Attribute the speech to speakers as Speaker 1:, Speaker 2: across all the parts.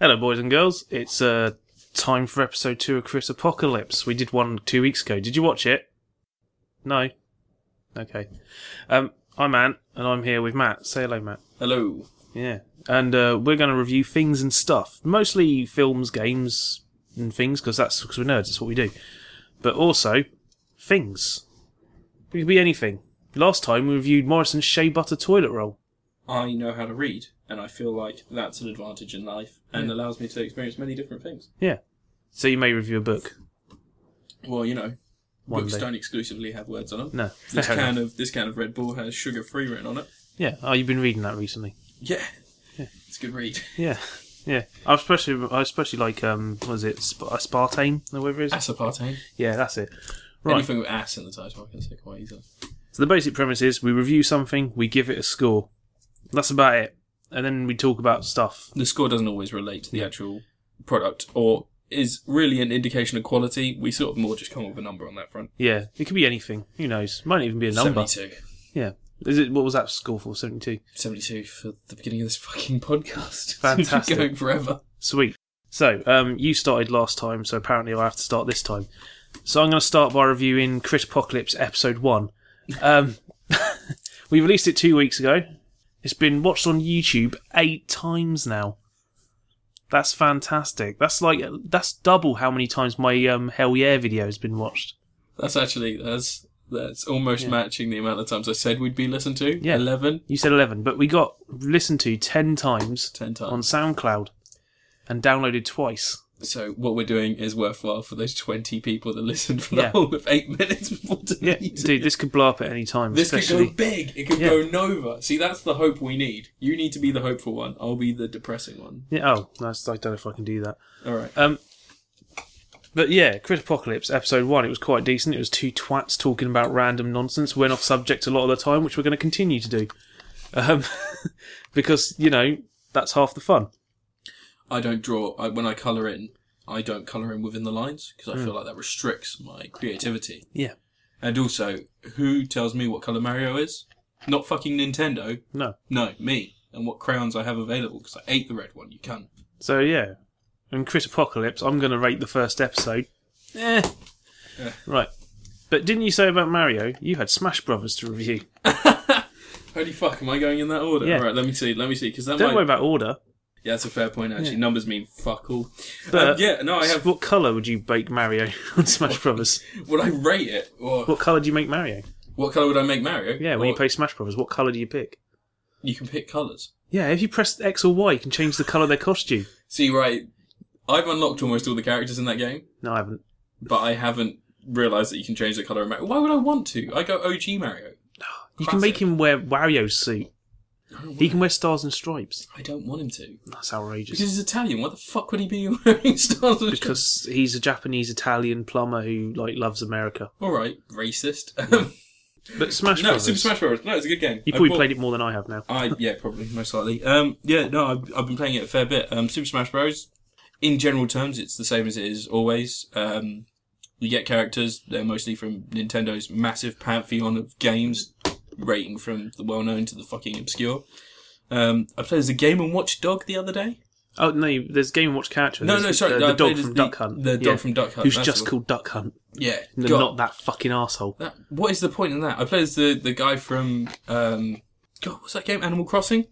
Speaker 1: Hello, boys and girls. It's uh, time for episode two of Chris Apocalypse. We did one two weeks ago. Did you watch it? No. Okay. Um, I'm Ant, and I'm here with Matt. Say hello, Matt.
Speaker 2: Hello.
Speaker 1: Yeah. And uh, we're going to review things and stuff, mostly films, games, and things, because that's because we're nerds. That's what we do. But also things. It could be anything. Last time we reviewed Morrison's shea butter toilet roll.
Speaker 2: I know how to read, and I feel like that's an advantage in life and allows me to experience many different things.
Speaker 1: Yeah. So you may review a book
Speaker 2: Well, you know,
Speaker 1: one
Speaker 2: books
Speaker 1: day.
Speaker 2: don't exclusively have words on them.
Speaker 1: No.
Speaker 2: This
Speaker 1: fair enough.
Speaker 2: can of this can of Red Bull has sugar free written on it.
Speaker 1: Yeah. Oh, you've been reading that recently.
Speaker 2: Yeah. It's a good read.
Speaker 1: Yeah, yeah. I especially, I especially like um, what is it Sp- aspartame or whatever
Speaker 2: Ah.
Speaker 1: it is?
Speaker 2: Aspartame.
Speaker 1: Yeah, that's it. Right.
Speaker 2: Anything with ass in the title, I can say quite easily.
Speaker 1: So the basic premise is we review something, we give it a score. That's about it, and then we talk about stuff.
Speaker 2: The score doesn't always relate to the actual product, or is really an indication of quality. We sort of more just come up with a number on that front.
Speaker 1: Yeah, it could be anything. Who knows? Might not even be a number.
Speaker 2: Seventy-two.
Speaker 1: Yeah. Is it? What was that score for? Seventy-two.
Speaker 2: 72 for the beginning of this fucking podcast. It's
Speaker 1: Fantastic.
Speaker 2: been going forever.
Speaker 1: Sweet. So, um, you started last time, so apparently I have to start this time. So I'm going to start by reviewing Chris Apocalypse Episode One. Um, we released it two weeks ago. It's been watched on YouTube eight times now. That's fantastic. That's like that's double how many times my um, Hell Yeah video has been watched.
Speaker 2: That's actually that's that's almost matching the amount of times I said we'd be listened to.
Speaker 1: Yeah.
Speaker 2: eleven.
Speaker 1: You said eleven, but we got listened to ten times,
Speaker 2: 10 times.
Speaker 1: on SoundCloud, and downloaded twice.
Speaker 2: So what we're doing is worthwhile for those twenty people that listened for
Speaker 1: Yeah.
Speaker 2: the whole of eight minutes before
Speaker 1: Yeah,
Speaker 2: deleting.
Speaker 1: dude, this could blow up at any time.
Speaker 2: This could
Speaker 1: especially
Speaker 2: go big. It could
Speaker 1: Yeah.
Speaker 2: go nova. See, that's the hope we need. You need to be the hopeful one. I'll be the depressing one.
Speaker 1: Yeah, oh, that's, I don't know if I can do that.
Speaker 2: All right.
Speaker 1: Um, but yeah, Crit Apocalypse episode one. It was quite decent. It was two twats talking about random nonsense, went off subject a lot of the time, which we're going to continue to do, um, because you know that's half the fun.
Speaker 2: I don't draw I, when I color in. I don't color in within the lines because I
Speaker 1: Hmm.
Speaker 2: feel like that restricts my creativity.
Speaker 1: Yeah.
Speaker 2: And also, who tells me what color Mario is? Not fucking Nintendo.
Speaker 1: No.
Speaker 2: No, me. And what crayons I have available because I ate the red one. You can.
Speaker 1: So yeah, and Crit Apocalypse. I'm going to rate the first episode. Eh.
Speaker 2: Yeah.
Speaker 1: Right. But didn't you say about Mario? You had Smash Brothers to review.
Speaker 2: Holy fuck! Am I going in that order?
Speaker 1: Yeah.
Speaker 2: All right, let me see. Let me see because that
Speaker 1: Don't
Speaker 2: might.
Speaker 1: worry about
Speaker 2: um,
Speaker 1: order.
Speaker 2: Yeah, that's a fair point. Actually, numbers mean fuck all.
Speaker 1: But
Speaker 2: um, yeah, no, I have.
Speaker 1: What colour would you bake Mario on Smash Brothers?
Speaker 2: Would I rate it? Or
Speaker 1: What colour do you make Mario?
Speaker 2: what color would I make Mario?
Speaker 1: Yeah, when
Speaker 2: Or-
Speaker 1: you play Smash Brothers, what colour do you pick?
Speaker 2: you can pick colors.
Speaker 1: Yeah, if you press X or Y, you can change the colour of their costume.
Speaker 2: See, right, I've unlocked almost all the characters in that game,
Speaker 1: No, I haven't.
Speaker 2: but I haven't realized that you can change the color of Mario. Why would I want to? I go OG Mario.
Speaker 1: You can make
Speaker 2: Classic.
Speaker 1: him wear Wario's suit.
Speaker 2: I don't,
Speaker 1: He
Speaker 2: want,
Speaker 1: can wear stars and stripes.
Speaker 2: I don't want him to
Speaker 1: That's outrageous.
Speaker 2: because
Speaker 1: Because,
Speaker 2: he's Italian. Why the fuck would he be wearing stars? and stripes?
Speaker 1: he's a Japanese Italian plumber who like loves America.
Speaker 2: all right, racist.
Speaker 1: But Smash
Speaker 2: no,
Speaker 1: Brothers.
Speaker 2: Super Smash Bros. No, it's a good game.
Speaker 1: you
Speaker 2: I
Speaker 1: probably
Speaker 2: bought- Uh,
Speaker 1: played it more than I have now.
Speaker 2: I yeah, probably most likely. Um, yeah, no, I've, I've been playing it a fair bit. Um, Super Smash Bros. In general terms, it's the same as it is always. Um, you get characters; they're mostly from Nintendo's massive pantheon of games, rating from the well-known to the fucking obscure. Um, I played as a Game and Watch dog the other day.
Speaker 1: Oh no, you- there's Game and Watch character.
Speaker 2: No,
Speaker 1: There's
Speaker 2: no, sorry,
Speaker 1: uh, the,
Speaker 2: no, I
Speaker 1: the dog
Speaker 2: played as
Speaker 1: from
Speaker 2: the-
Speaker 1: Duck Hunt.
Speaker 2: the dog from Duck Hunt,
Speaker 1: who's
Speaker 2: that's
Speaker 1: just
Speaker 2: the-
Speaker 1: called Duck Hunt.
Speaker 2: Yeah,
Speaker 1: They're
Speaker 2: God,
Speaker 1: not that fucking asshole.
Speaker 2: that- what is the point in that? I played as the the guy from um, God, what's that game? Animal Crossing.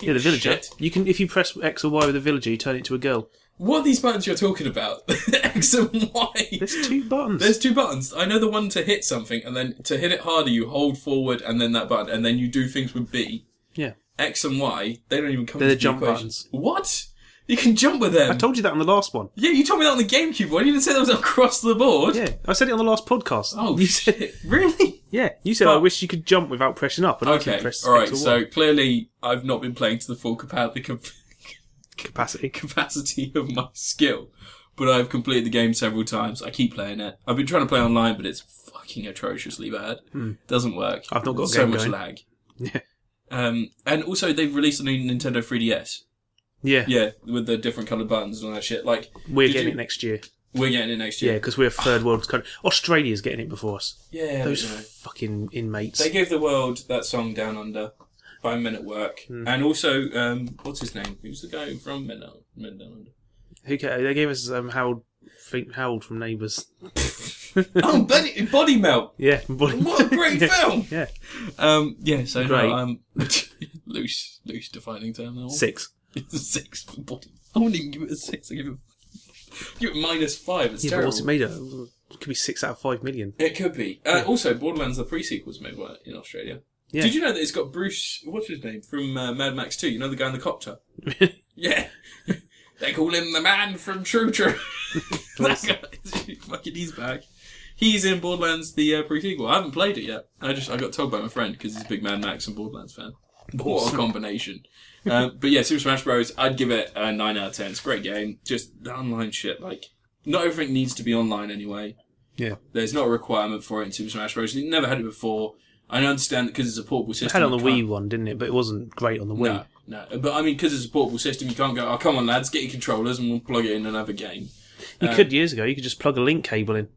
Speaker 1: Yeah, the villager.
Speaker 2: Shit.
Speaker 1: You can if you press X or Y with a villager, you turn it to a girl.
Speaker 2: What are these buttons you're talking about? X and Y.
Speaker 1: There's two buttons.
Speaker 2: There's two buttons. I know the one to hit something, and then to hit it harder, you hold forward, and then that button, and then you do things with B,
Speaker 1: Yeah,
Speaker 2: X and Y. They don't even come.
Speaker 1: They're
Speaker 2: into
Speaker 1: the jump
Speaker 2: equation.
Speaker 1: buttons.
Speaker 2: What? You can jump with them.
Speaker 1: I told you that on the last one.
Speaker 2: yeah, you told me that on the GameCube. Why didn't you say that was across the board?
Speaker 1: Yeah, I said it on the last podcast.
Speaker 2: Oh
Speaker 1: you said,
Speaker 2: shit! Really?
Speaker 1: yeah, you said I
Speaker 2: Fuck.
Speaker 1: wish you could jump without pressing up, and I could
Speaker 2: Okay.
Speaker 1: press
Speaker 2: All right.
Speaker 1: X or
Speaker 2: So
Speaker 1: Y
Speaker 2: clearly, I've not been playing to the full capacity
Speaker 1: capacity.
Speaker 2: capacity of my skill, but I've completed the game several times. I keep playing it. I've been trying to play online, but it's fucking atrociously bad. Doesn't work.
Speaker 1: Hmm. I've not got a
Speaker 2: so
Speaker 1: game
Speaker 2: much
Speaker 1: going.
Speaker 2: lag.
Speaker 1: Yeah.
Speaker 2: Um, and also they've released a new Nintendo 3DS.
Speaker 1: Yeah,
Speaker 2: Yeah, with the different coloured buttons and all that shit. Like
Speaker 1: we're
Speaker 2: did
Speaker 1: getting
Speaker 2: you-
Speaker 1: it next year.
Speaker 2: we're getting it next
Speaker 1: Yeah,
Speaker 2: year.
Speaker 1: because we're a third world country. Australia's getting it before us.
Speaker 2: Yeah, yeah.
Speaker 1: Those fucking inmates.
Speaker 2: they gave the world that song Down Under. by Men at Work,
Speaker 1: Hmm.
Speaker 2: and also um, what's his name? Who's the guy from Men Down- Men Down Under?
Speaker 1: Who ca- They gave us um, Harold, think Harold from Neighbours.
Speaker 2: Oh, Body, Body Melt.
Speaker 1: Yeah, but-
Speaker 2: What a great film.
Speaker 1: Yeah.
Speaker 2: Um, yeah. So
Speaker 1: Great.
Speaker 2: No, um, loose, loose defining term. That one.
Speaker 1: six.
Speaker 2: It's a six for body. I wouldn't even give it a six. I give it, give it minus five. It's
Speaker 1: Yeah, but
Speaker 2: terrible.
Speaker 1: what's it made of? It could be six out of five million.
Speaker 2: It could be. Uh, Also, Borderlands the pre-sequel was made by, in Australia.
Speaker 1: Yeah.
Speaker 2: Did you know that it's got Bruce? What's his name from uh, Mad Max Two? You know the guy in the copter. yeah. they call him the man from True True. that guy. Fucking, he's back. He's in Borderlands the uh, pre-sequel. I haven't played it yet. I just I got told by my friend because he's a big Mad Max and Borderlands fan. What a combination. uh, but yeah, Super Smash Bros. I'd give it a nine out of ten. It's a great game. Just the online shit. Like not everything needs to be online anyway.
Speaker 1: Yeah.
Speaker 2: There's not a requirement for it in Super Smash Bros. You never had it before. I understand because it's a portable
Speaker 1: It
Speaker 2: system.
Speaker 1: had it on the
Speaker 2: you
Speaker 1: Wii
Speaker 2: can't-
Speaker 1: one, didn't it? But it wasn't great on the Wii.
Speaker 2: No, no. But I mean, because it's a portable system, you can't go. Oh, come on, lads, get your controllers and we'll plug it in and have a game.
Speaker 1: You could years ago. You could just plug a link cable in,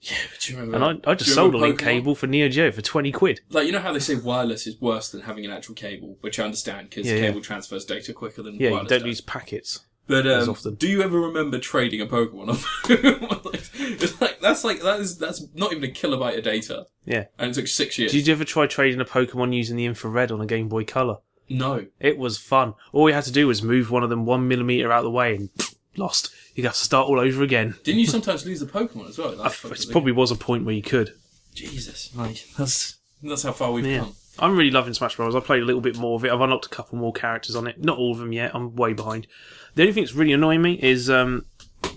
Speaker 2: Yeah, but do you remember?
Speaker 1: and I, I
Speaker 2: do
Speaker 1: just
Speaker 2: you
Speaker 1: sold a
Speaker 2: remember
Speaker 1: link
Speaker 2: Pokemon?
Speaker 1: cable for Neo Geo for twenty quid.
Speaker 2: Like you know how they say wireless is worse than having an actual cable, which I understand because
Speaker 1: Yeah, yeah.
Speaker 2: cable transfers data quicker than
Speaker 1: Yeah, you
Speaker 2: wireless
Speaker 1: don't
Speaker 2: does.
Speaker 1: use packets.
Speaker 2: But
Speaker 1: as
Speaker 2: um,
Speaker 1: often.
Speaker 2: do you ever remember trading a Pokemon? it's like that's like that is that's not even a kilobyte of data,
Speaker 1: Yeah.
Speaker 2: and it took six years.
Speaker 1: Did you ever try trading a Pokemon using the infrared on a Game Boy Color?
Speaker 2: No,
Speaker 1: It was fun. All you had to do was move one of them one millimeter out of the way and lost. You'd have to start all over again.
Speaker 2: didn't you sometimes lose the Pokemon as well? That's
Speaker 1: It
Speaker 2: fucking-
Speaker 1: probably was a point where you could.
Speaker 2: Jesus, like that's that's how far we've
Speaker 1: Yeah.
Speaker 2: come.
Speaker 1: I'm really loving Smash Bros. I played a little bit more of it. I've unlocked a couple more characters on it. Not all of them yet. I'm way behind. The only thing that's really annoying me is um,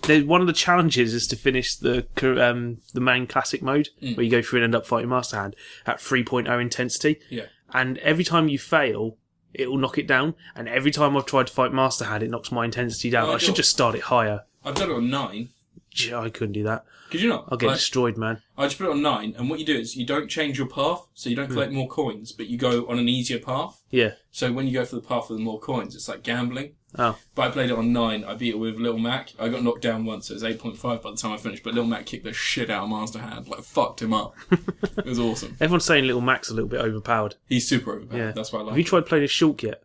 Speaker 1: there- one of the challenges is to finish the cur- um, the main classic mode where you go through and end up fighting Master Hand at 3.0 intensity.
Speaker 2: Yeah,
Speaker 1: And every time you fail, it will knock it down. And every time I've tried to fight Master Hand, it knocks my intensity down.
Speaker 2: Oh,
Speaker 1: I should
Speaker 2: cool.
Speaker 1: just start it higher.
Speaker 2: I've done it on nine.
Speaker 1: Gee, I couldn't do that.
Speaker 2: Could you not?
Speaker 1: I'll get
Speaker 2: Like,
Speaker 1: destroyed, man.
Speaker 2: I just put it on nine, and what you do is you don't change your path, so you don't collect
Speaker 1: Hmm.
Speaker 2: more coins, but you go on an easier path.
Speaker 1: Yeah.
Speaker 2: So when you go for the path with more coins, it's like gambling.
Speaker 1: Oh.
Speaker 2: But I played it on nine. I beat it with Little Mac. I got knocked down once, so it was eight point five by the time I finished. But Little Mac kicked the shit out of Master Hand, like fucked him up. it was awesome.
Speaker 1: Everyone's saying Little Mac's a little bit overpowered.
Speaker 2: He's super overpowered.
Speaker 1: Yeah.
Speaker 2: That's why I like.
Speaker 1: Have you
Speaker 2: him.
Speaker 1: tried playing as Shulk yet?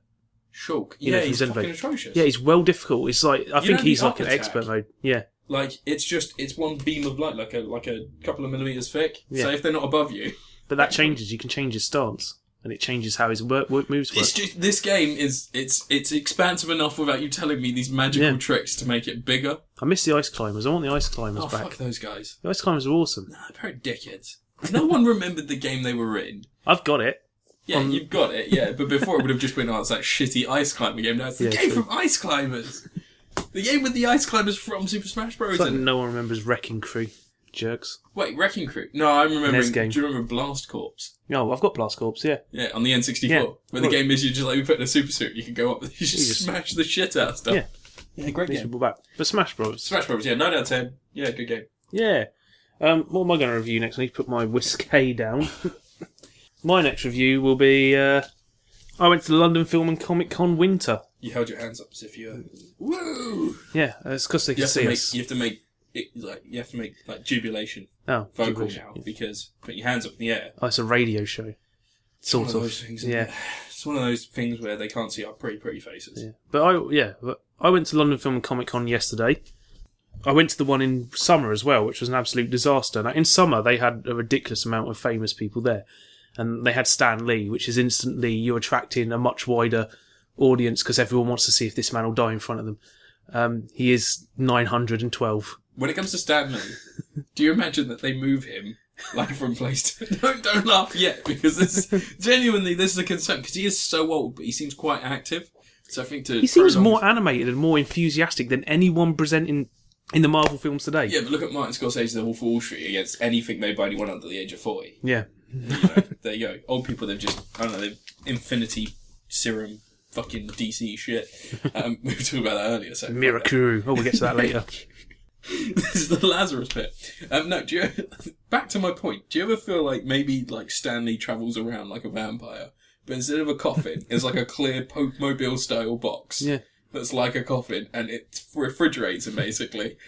Speaker 2: Shulk.
Speaker 1: know,
Speaker 2: Yeah,
Speaker 1: from
Speaker 2: he's
Speaker 1: Zenbei.
Speaker 2: fucking atrocious.
Speaker 1: Yeah, he's well difficult. It's like I think
Speaker 2: know,
Speaker 1: he's
Speaker 2: the
Speaker 1: like an
Speaker 2: arc attack.
Speaker 1: expert mode. Yeah,
Speaker 2: Like it's just it's one beam of light, like a like a couple of millimeters thick.
Speaker 1: Yeah.
Speaker 2: So if they're not above you,
Speaker 1: but that changes. You can change his stance, and it changes how his work, work moves work.
Speaker 2: it's just this game is it's it's expansive enough without you telling me these magical
Speaker 1: Yeah.
Speaker 2: tricks to make it bigger.
Speaker 1: I miss the ice climbers. I want the ice climbers
Speaker 2: Oh
Speaker 1: back.
Speaker 2: fuck those guys!
Speaker 1: The ice climbers are awesome.
Speaker 2: Nah, they're dickheads. No one remembered the game they were in.
Speaker 1: I've got it.
Speaker 2: Yeah,
Speaker 1: Um,
Speaker 2: you've got it. Yeah, but before it would have just been oh, it's that shitty ice climbing game. Now it's the
Speaker 1: Yeah,
Speaker 2: game
Speaker 1: true.
Speaker 2: from Ice Climbers. The game with the ice climbers from Super Smash Bros.
Speaker 1: It's like
Speaker 2: in it.
Speaker 1: no one remembers Wrecking Crew. Jerks.
Speaker 2: Wait, Wrecking Crew? No, I'm
Speaker 1: NES
Speaker 2: remembering.
Speaker 1: E game.
Speaker 2: Do you remember Blast Corps?
Speaker 1: No, Oh, I've got Blast Corps. Yeah,
Speaker 2: Yeah, on the N64,
Speaker 1: Yeah.
Speaker 2: where the
Speaker 1: Well-
Speaker 2: game is you just like you put in a super suit, you can go up, you just,
Speaker 1: just-
Speaker 2: smash the shit out of stuff.
Speaker 1: Yeah.
Speaker 2: yeah, great
Speaker 1: these people back. But Smash Bros.
Speaker 2: Smash Bros. Yeah, nine out of ten. Yeah, good game.
Speaker 1: Yeah. Um, what am I going to review next? I need to put my whiskey down. my next review will be. Uh, I went to the London Film and Comic Con Winter.
Speaker 2: You held your hands up as if you were woo.
Speaker 1: Yeah, it's because they
Speaker 2: You
Speaker 1: can
Speaker 2: have to
Speaker 1: see
Speaker 2: make
Speaker 1: us.
Speaker 2: you have to make it, like you have to make like jubilation
Speaker 1: Oh,
Speaker 2: vocal
Speaker 1: gibberish.
Speaker 2: now because put your hands up in the air.
Speaker 1: Oh, it's a radio show. Sort
Speaker 2: One
Speaker 1: of.
Speaker 2: of those things. isn't
Speaker 1: yeah.
Speaker 2: it? it's one of those things where they can't see our pretty pretty faces.
Speaker 1: yeah. But I yeah, but I went to London Film and Comic Con yesterday. I went to the one in summer as well, which was an absolute disaster. Now, in summer, they had a ridiculous amount of famous people there, and they had Stan Lee, which is instantly you're attracting a much wider audience because everyone wants to see if this man will die in front of them. Um, he is 912.
Speaker 2: When it comes to Stan Lee, do you imagine that they move him? Like from place to don't don't laugh yet because this is genuinely this is a concern because he is so old but he seems quite active so I think to
Speaker 1: He seems
Speaker 2: prolong-
Speaker 1: more animated and more enthusiastic than anyone presenting in the Marvel films today.
Speaker 2: yeah but look at Martin Scorsese's The Wolf of Wall Street against anything made by anyone under the age of forty
Speaker 1: yeah.
Speaker 2: you know, there you go. Old people, they've just, I don't know, they've infinity serum fucking DC shit. Um, we were talking about that earlier, so.
Speaker 1: Mirakuru. Oh, we'll get to that later.
Speaker 2: this is the Lazarus pit. Um, no, do you, back to my point. Do you ever feel like maybe, like, Stanley travels around like a vampire, but instead of a coffin, it's like a clear Pokemobile style box?
Speaker 1: Yeah.
Speaker 2: That's like a coffin, and it refrigerates him basically.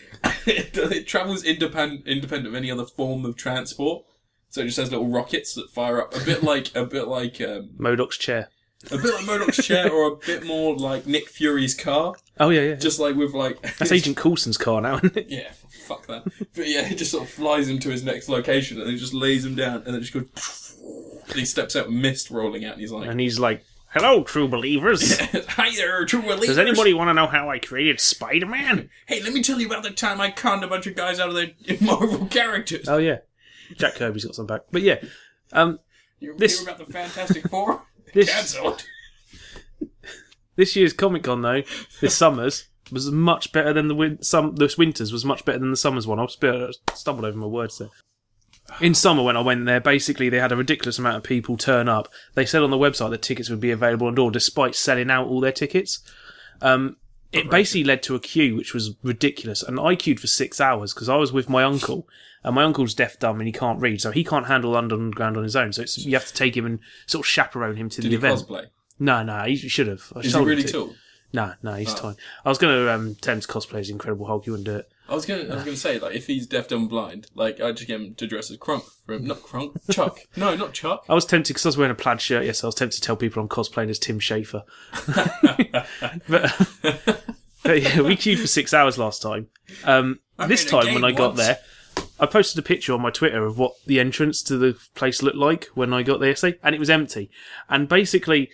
Speaker 2: it, it travels independent, independent of any other form of transport. So it just has little rockets that fire up, a bit like a bit like um,
Speaker 1: Modoc's chair.
Speaker 2: a bit like Modoc's chair, or a bit more like Nick Fury's car,
Speaker 1: Oh yeah, yeah.
Speaker 2: just like with like
Speaker 1: That's Agent Coulson's car now, isn't it?
Speaker 2: Yeah, f- fuck that. But yeah, he just sort of flies him to his next location and then just lays him down and then just goes. And he steps out, mist rolling out, and he's like,
Speaker 1: And he's like, "Hello, true believers.
Speaker 2: "Hi there, true believers.
Speaker 1: Does anybody want to know how I created Spider-Man?"
Speaker 2: Hey, let me tell you about the time I conned a bunch of guys out of their Marvel characters.
Speaker 1: Oh yeah, Jack Kirby's got some back. But yeah, um,
Speaker 2: you
Speaker 1: this-
Speaker 2: hear about the Fantastic Four?
Speaker 1: This-
Speaker 2: Cancelled.
Speaker 1: this year's Comic Con though, this summer's was much better than the win- some this winter's was much better than the summer's one. I've sp- uh, stumbled over my words there. In summer, when I went there, basically they had a ridiculous amount of people turn up. They said on the website that tickets would be available on door, despite selling out all their tickets. Um, it basically led to a queue, which was ridiculous. And I queued for six hours because I was with my uncle, and my uncle's deaf dumb and he can't read, so he can't handle London Underground on his own. So it's, you have to take him and sort of chaperone him to
Speaker 2: Did
Speaker 1: the
Speaker 2: he
Speaker 1: event.
Speaker 2: cosplay?
Speaker 1: No, no, he should have. I
Speaker 2: Is he
Speaker 1: told him
Speaker 2: really
Speaker 1: to.
Speaker 2: tall?
Speaker 1: No, no, he's tiny. I was going to um, Thames cosplay as Incredible Hulk. You wouldn't do it.
Speaker 2: I was gonna, I was gonna say like if he's deaf, dumb, and blind, like I'd just get him to dress as Crunk from not Crunk, Chuck. No, not Chuck.
Speaker 1: I was tempted because I was wearing a plaid shirt. Yes, I was tempted to tell people I'm cosplaying as Tim Schafer. but, but yeah, we queued for six hours last time. Um, this
Speaker 2: in a
Speaker 1: time when I
Speaker 2: game
Speaker 1: got
Speaker 2: once.
Speaker 1: there, I posted a picture on my Twitter of what the entrance to the place looked like when I got there yesterday, and it was empty. And basically,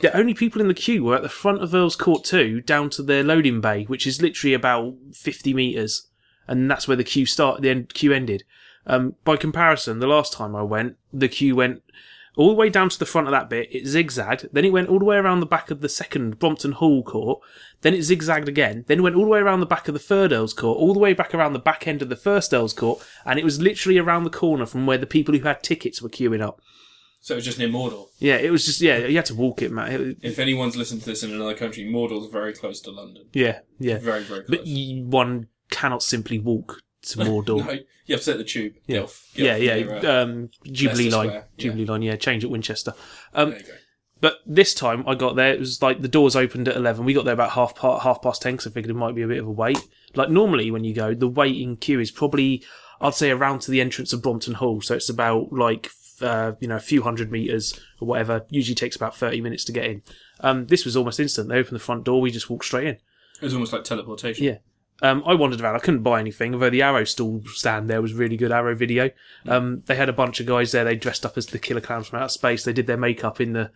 Speaker 1: the only people in the queue were at the front of Earl's Court 2 down to their loading bay, which is literally about 50 metres. And that's where the queue start, the end, queue ended. Um, by comparison, the last time I went, the queue went all the way down to the front of that bit. It zigzagged. Then it went all the way around the back of the second Brompton Hall court. Then it zigzagged again. Then went all the way around the back of the third Earls court, all the way back around the back end of the first Earls court. And it was literally around the corner from where the people who had tickets were queuing up.
Speaker 2: So it's just an immortal.
Speaker 1: Yeah, it was just, yeah, you had to walk it, Matt. It-
Speaker 2: If anyone's listened to this in another country, Mordor's very close to London.
Speaker 1: yeah, yeah.
Speaker 2: Very, very close.
Speaker 1: But you, one cannot simply walk to Mordor.
Speaker 2: No, you have to take the tube.
Speaker 1: Yeah.
Speaker 2: Gilf.
Speaker 1: yeah,
Speaker 2: Gilf,
Speaker 1: yeah.
Speaker 2: near, uh,
Speaker 1: Um, Jubilee
Speaker 2: Leicester
Speaker 1: line,
Speaker 2: Square, yeah.
Speaker 1: Jubilee line. Yeah, change at Winchester. Um,
Speaker 2: there you go.
Speaker 1: But this time I got there, it was like the doors opened at eleven. We got there about half part, half past ten, because I figured it might be a bit of a wait. Like normally when you go, the waiting queue is probably I'd say around to the entrance of Brompton Hall, so it's about like f- uh, you know a few hundred meters or whatever. Usually takes about thirty minutes to get in. Um, this was almost instant. They opened the front door, we just walked straight in.
Speaker 2: It was almost like teleportation.
Speaker 1: Yeah. Um, I wandered around. I couldn't buy anything, although the Arrow stall stand there was really good Arrow video. Um, they had a bunch of guys there. They dressed up as the killer clowns from outer space. They did their makeup in the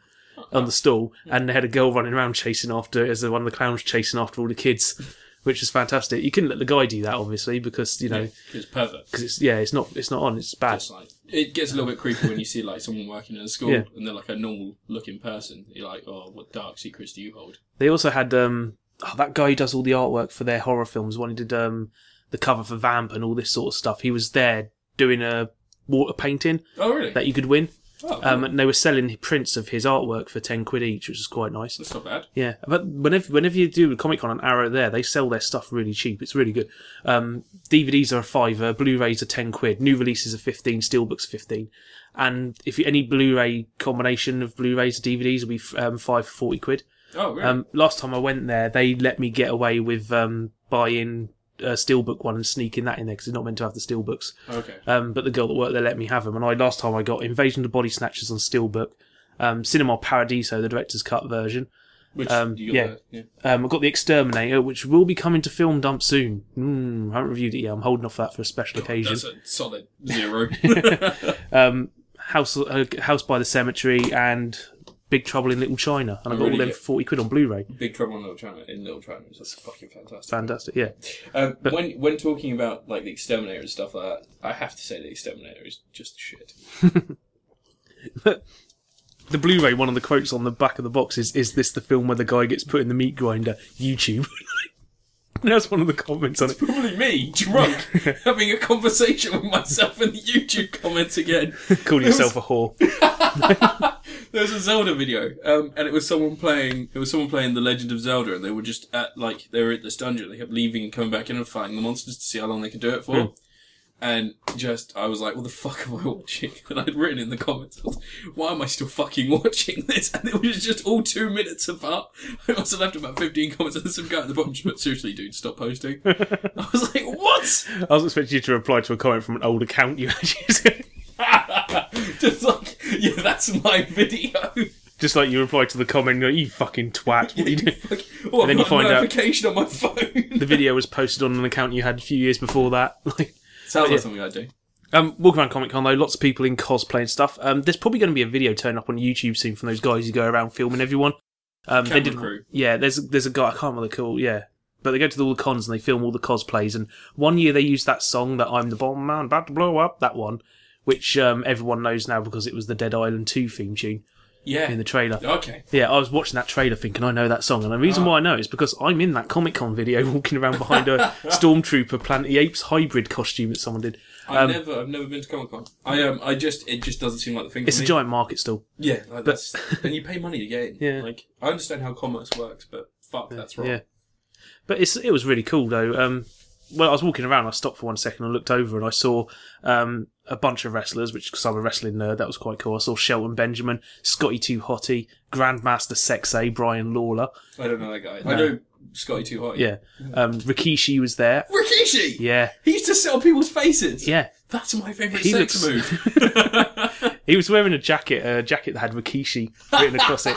Speaker 1: on the stall, and they had a girl running around chasing after as one of the clowns chasing after all the kids, which was fantastic. You couldn't let the guy do that, obviously, because you know
Speaker 2: It's perfect.
Speaker 1: because it's yeah, it's not it's not on. It's bad.
Speaker 2: It's like, it gets a little bit creepy when you see like someone working in a school
Speaker 1: Yeah.
Speaker 2: and they're like a normal looking person. You're like, oh, what dark secrets do you hold?
Speaker 1: They also had um oh, that guy who does all the artwork for their horror films. One who did um the cover for Vamp and all this sort of stuff. He was there doing a water painting
Speaker 2: Oh, really?
Speaker 1: that you could win.
Speaker 2: oh,
Speaker 1: Um, and they were selling prints of his artwork for ten quid each, which is quite nice.
Speaker 2: that's not bad.
Speaker 1: Yeah, but whenever whenever you do a Comic Con on Arrow, there they sell their stuff really cheap. It's really good. Um, DVDs are a fiver, Blu-rays are ten quid, new releases are fifteen, steelbooks are fifteen, and if you, any Blu-ray combination of Blu-rays or DVDs will be f- um, five for forty quid.
Speaker 2: Oh, really?
Speaker 1: Um, last time I went there, they let me get away with um, buying a steelbook one and sneaking that in there because it's not meant to have the steelbooks.
Speaker 2: okay.
Speaker 1: Um, but the girl that worked there let me have them. And I last time I got Invasion of the Body Snatchers on Steelbook, um, Cinema Paradiso, the director's cut version.
Speaker 2: Which
Speaker 1: um,
Speaker 2: you got
Speaker 1: yeah.
Speaker 2: there, yeah.
Speaker 1: Um, I got The Exterminator, which will be coming to film dump soon. Mm, I haven't reviewed it yet. I'm holding off that for a special occasion.
Speaker 2: That's a solid zero.
Speaker 1: Um, House uh, House by the Cemetery and Big Trouble in Little China. And I got
Speaker 2: really
Speaker 1: all them
Speaker 2: good.
Speaker 1: 40 quid on Blu ray.
Speaker 2: Big Trouble in Little China. In Little China, that's fucking fantastic.
Speaker 1: Fantastic, yeah.
Speaker 2: Um, when when talking about like the exterminator and stuff like that, I have to say the exterminator is just shit.
Speaker 1: The Blu ray, one of the quotes on the back of the box is Is this the film where the guy gets put in the meat grinder? YouTube. That's one of the comments on it.
Speaker 2: Probably me, drunk, having a conversation with myself in the YouTube comments again.
Speaker 1: Call yourself a whore.
Speaker 2: There was a Zelda video, um, and it was someone playing. It was someone playing The Legend of Zelda, and they were just at like they were at this dungeon. They kept leaving and coming back in and fighting the monsters to see how long they could do it for.
Speaker 1: Hmm.
Speaker 2: And just, I was like, "What the fuck am I watching?" And I'd written in the comments, I was, "Why am I still fucking watching this?" And it was just all two minutes apart. I must have left about fifteen comments, and then some guy at the bottom just went, "Seriously, dude, stop posting." I was like, "What?"
Speaker 1: I was expecting you to reply to a comment from an old account you had.
Speaker 2: Just like, yeah, that's my video.
Speaker 1: Just like you reply to the comment, you're like, you fucking twat. What are you doing?
Speaker 2: Like,
Speaker 1: And
Speaker 2: oh, I've
Speaker 1: then you
Speaker 2: got a
Speaker 1: find out-
Speaker 2: notification on my phone.
Speaker 1: The video was posted on an account you had a few years before that. Like,
Speaker 2: Sounds
Speaker 1: Yeah.
Speaker 2: like something I do.
Speaker 1: um, walk around Comic Con though, lots of people in cosplay and stuff. Um, there's probably going to be a video turn up on YouTube soon from those guys who go around filming everyone. Um, they
Speaker 2: Camera
Speaker 1: did,
Speaker 2: crew.
Speaker 1: yeah. There's there's a guy I can't remember the call, yeah. But they go to all the cons and they film all the cosplays. And one year they used that song that I'm the bomb man, about to blow up. That one, which um, everyone knows now because it was the Dead Island 2 theme tune in
Speaker 2: Yeah.
Speaker 1: the trailer.
Speaker 2: Okay.
Speaker 1: Yeah, I was watching that trailer thinking I know that song, and the reason why I know is because I'm in that Comic Con video walking around behind a stormtrooper Planet of the Apes hybrid costume that someone did.
Speaker 2: I've never, I've never been to Comic Con. I um, I just, it just doesn't seem like the thing.
Speaker 1: It's
Speaker 2: for
Speaker 1: a
Speaker 2: me.
Speaker 1: giant market stall.
Speaker 2: Yeah, like that's, and you pay money to get in.
Speaker 1: Yeah.
Speaker 2: Like I understand how commerce works, but fuck, that's wrong.
Speaker 1: Yeah, but it's it was really cool though. Um, well, I was walking around, I stopped for one second and looked over, and I saw um, a bunch of wrestlers, which because I'm a wrestling nerd, that was quite cool. I saw Shelton Benjamin, Scotty Too Hottie, Grandmaster Sexay, Brian Lawler.
Speaker 2: I don't know that guy. I know Scotty Too Hot.
Speaker 1: Yeah, um, Rikishi was there.
Speaker 2: Rikishi.
Speaker 1: Yeah,
Speaker 2: He used to sell people's faces.
Speaker 1: yeah.
Speaker 2: That's my favourite
Speaker 1: He
Speaker 2: sex
Speaker 1: looks-
Speaker 2: move.
Speaker 1: He was wearing a jacket, a jacket that had Rikishi written across it.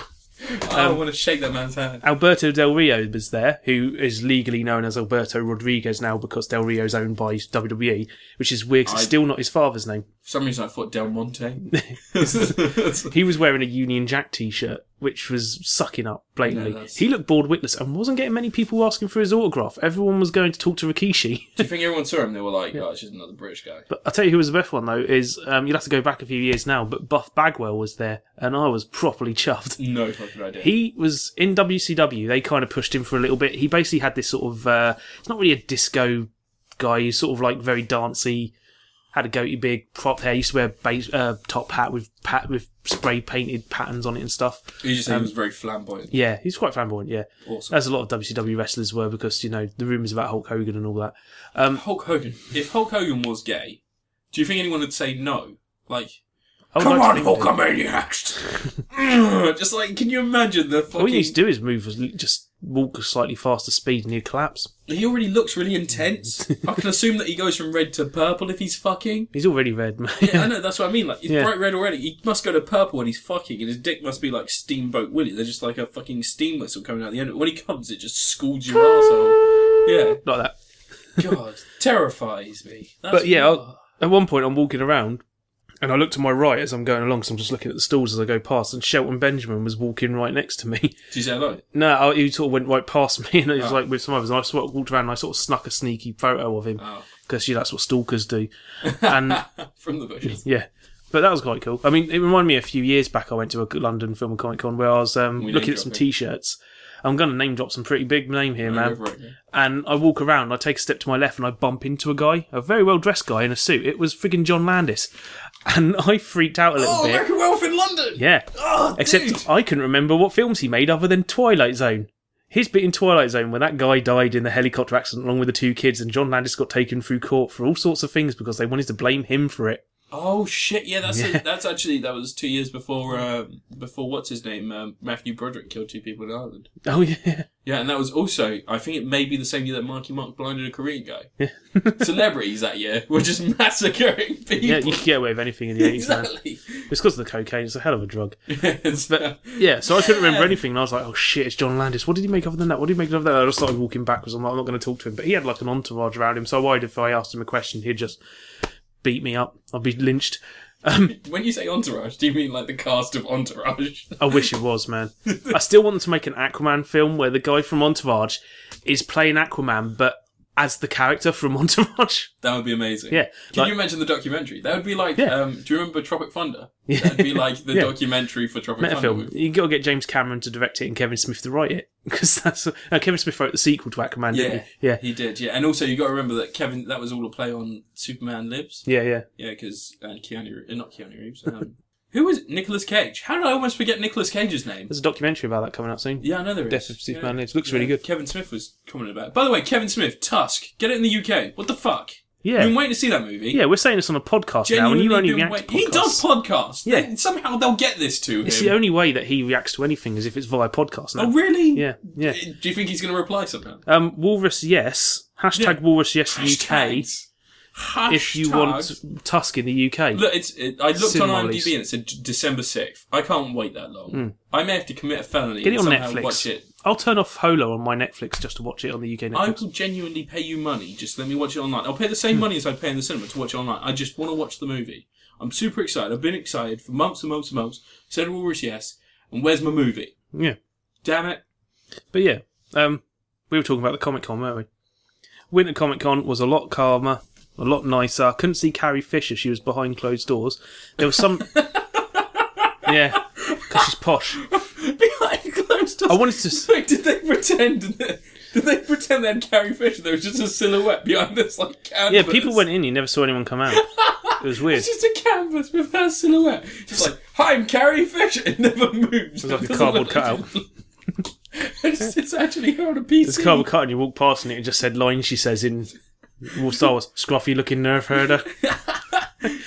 Speaker 2: I
Speaker 1: Um,
Speaker 2: want to shake that man's hand.
Speaker 1: Alberto Del Rio was there, who is legally known as Alberto Rodriguez now because Del Rio's owned by WWE, which is weird 'cause it's
Speaker 2: I-
Speaker 1: still not his father's name.
Speaker 2: For some reason, I thought Del Monte.
Speaker 1: He was wearing a Union Jack t shirt, which was sucking up blatantly.
Speaker 2: No, that's-
Speaker 1: he looked bored witless and wasn't getting many people asking for his autograph. Everyone was going to talk to Rikishi.
Speaker 2: Do you think everyone saw him? They were like, "Oh, it's just another British guy."
Speaker 1: But I'll tell you who was the best one, though, is um, you'll have to go back a few years now, but Buff Bagwell was there, and I was properly chuffed.
Speaker 2: No fucking idea.
Speaker 1: He was in WCW. They kind of pushed him for a little bit. He basically had this sort of uh, it's not really a disco guy. He's sort of like very dancey. Had a goatee, big prop hair. Used to wear base, uh, top hat with pat with spray painted patterns on it and stuff.
Speaker 2: You
Speaker 1: um,
Speaker 2: just said he was very flamboyant.
Speaker 1: Yeah, he's quite flamboyant. Yeah,
Speaker 2: Awesome.
Speaker 1: as a lot of WCW wrestlers were because you know the rumors about Hulk Hogan and all that. Um,
Speaker 2: Hulk Hogan. If Hulk Hogan was gay, do you think anyone would say no? Like,
Speaker 1: I would
Speaker 2: come
Speaker 1: like
Speaker 2: on,
Speaker 1: to think that-
Speaker 2: Hulkamaniacs! Mm, just like, can you imagine the fucking?
Speaker 1: All he needs to do is move, was l- just walk slightly faster speed, and he'll collapse.
Speaker 2: He already looks really intense. I can assume that he goes from red to purple if he's fucking.
Speaker 1: He's already red, man.
Speaker 2: Yeah, I know that's what I mean. Like he's
Speaker 1: Yeah.
Speaker 2: bright red already. He must go to purple when he's fucking, and his dick must be like Steamboat Willie. They're just like a fucking steam whistle coming out the end. of it. When he comes, it just schools your asshole. Yeah,
Speaker 1: like that.
Speaker 2: God, terrifies me. That's
Speaker 1: But yeah, I'll, at one point I'm walking around and I look to my right as I'm going along, so I'm just looking at the stalls as I go past, and Shelton Benjamin was walking right next to me.
Speaker 2: do you say hello?
Speaker 1: no, I, he sort of went right past me and he was
Speaker 2: Oh.
Speaker 1: like with some others, and I sort of walked around and I sort of snuck a sneaky photo of him
Speaker 2: Oh,
Speaker 1: because you know, that's what stalkers do. And
Speaker 2: from the bushes.
Speaker 1: yeah. But that was quite cool. I mean, it reminded me a few years back. I went to a London Film and Comic Con where I was um,
Speaker 2: We
Speaker 1: looking
Speaker 2: name
Speaker 1: at some
Speaker 2: dropping.
Speaker 1: T-shirts. I'm going to name drop some pretty big name here, man.
Speaker 2: Over it, yeah.
Speaker 1: And I walk around, I take a step to my left, and I bump into a guy, a very well dressed guy in a suit. It was friggin' John Landis. And I freaked out a little
Speaker 2: Oh,
Speaker 1: bit.
Speaker 2: American Wealth in London.
Speaker 1: Yeah.
Speaker 2: Oh,
Speaker 1: Except
Speaker 2: dude.
Speaker 1: I couldn't remember what films he made other than Twilight Zone. His bit in Twilight Zone where that guy died in the helicopter accident along with the two kids, and John Landis got taken through court for all sorts of things because they wanted to blame him for it.
Speaker 2: Oh shit! Yeah, that's that's actually that was two years before um, before what's his name um, Matthew Broderick killed two people in Ireland.
Speaker 1: Oh, yeah.
Speaker 2: Yeah, and that was also I think it may be the same year that Marky Mark blinded a Korean guy. Celebrities that year were just massacring people.
Speaker 1: Yeah, you could get away with anything in the 80s, man.
Speaker 2: exactly.
Speaker 1: It's because of the cocaine, it's a hell of a drug.
Speaker 2: Yes.
Speaker 1: Yeah, so I couldn't remember
Speaker 2: Yeah.
Speaker 1: anything, and I was like, "Oh shit, it's John Landis. What did he make other than that? What did he make other than that?" I just started walking backwards. I'm like, "I'm not going to talk to him," but he had like an entourage around him. So I worried if I asked him a question, he'd just beat me up. I'd be lynched.
Speaker 2: when you say entourage, do you mean like the cast of Entourage?
Speaker 1: I wish it was, man. I still want them to make an Aquaman film where the guy from Entourage is playing Aquaman, but as the character from Entourage.
Speaker 2: That would be amazing.
Speaker 1: Yeah,
Speaker 2: Can
Speaker 1: like-
Speaker 2: you imagine the documentary? That would be like.
Speaker 1: Yeah.
Speaker 2: Um, do you remember Tropic Thunder? That'd be like the
Speaker 1: Yeah.
Speaker 2: documentary for Tropic
Speaker 1: Meta
Speaker 2: Thunder.
Speaker 1: film. You got to get James Cameron to direct it and Kevin Smith to write it because that's no, Kevin Smith wrote the sequel to Aquaman.
Speaker 2: Yeah,
Speaker 1: Didn't he? yeah,
Speaker 2: he did. Yeah, and also you got to remember that Kevin. That was all a play on Superman Lives.
Speaker 1: yeah, yeah.
Speaker 2: Yeah, because uh, Keanu, uh, not Keanu Reeves. Um, who was Nicholas Cage? How did I almost forget Nicholas Cage's name?
Speaker 1: There's a documentary about that coming out soon.
Speaker 2: Yeah, I know there is.
Speaker 1: Death of Superman
Speaker 2: Yeah.
Speaker 1: Lives. Looks really good.
Speaker 2: Kevin Smith was commenting about. it. By the way, Kevin Smith, Tusk, get it in the UK. What the fuck?
Speaker 1: Yeah.
Speaker 2: You've been waiting to see that movie.
Speaker 1: Yeah, we're saying this on a podcast now, and
Speaker 2: Genuinely
Speaker 1: you only
Speaker 2: been
Speaker 1: react.
Speaker 2: wait- He
Speaker 1: podcasts.
Speaker 2: does podcasts.
Speaker 1: Yeah.
Speaker 2: They- somehow they'll get this to him.
Speaker 1: It's the only way that he reacts to anything is if it's via podcast now.
Speaker 2: oh really?
Speaker 1: Yeah, yeah.
Speaker 2: Do you think he's going to reply somehow?
Speaker 1: Um, Walrus, yes. Hashtag
Speaker 2: Yeah.
Speaker 1: Walrus, yes.
Speaker 2: Hashtags.
Speaker 1: UK. if you want Tusk in the UK.
Speaker 2: Look, it's. It, I looked on
Speaker 1: Cinema
Speaker 2: IMDb
Speaker 1: release. Hmm.
Speaker 2: and it said D- December sixth. I can't wait that long. I may have to commit a felony
Speaker 1: Get it
Speaker 2: and
Speaker 1: on
Speaker 2: somehow
Speaker 1: Netflix.
Speaker 2: watch it.
Speaker 1: I'll turn off Holo on my Netflix just to watch it on the UK
Speaker 2: I
Speaker 1: Netflix. Hmm.
Speaker 2: will genuinely pay you money. Just let me watch it online. I'll pay the same money as I pay in the cinema to watch it online. I just want to watch the movie. I'm super excited. I've been excited for months and months and months. Said Walrus yes. And where's my movie?
Speaker 1: Yeah.
Speaker 2: Damn it.
Speaker 1: But yeah, um, we were talking about the Comic Con, weren't we? Winter Comic Con was a lot calmer, a lot nicer. I couldn't see Carrie Fisher; she was behind closed doors. There was some, yeah, because she's posh.
Speaker 2: Behind closed doors.
Speaker 1: I wanted to s-
Speaker 2: Wait, did they pretend? Did they pretend they had Carrie Fisher? There was just a silhouette behind this like
Speaker 1: Yeah,
Speaker 2: canvas.
Speaker 1: people went in; you never saw anyone come out. It was weird.
Speaker 2: It's just a canvas with her silhouette. Just like, hi, I'm Carrie Fisher. It never moves. It's
Speaker 1: like a cardboard cutout.
Speaker 2: it's, it's actually her on a PC.
Speaker 1: It's cardboard cut, and you walk past, and it just said line she says in Star Wars: "Scruffy looking nerf herder."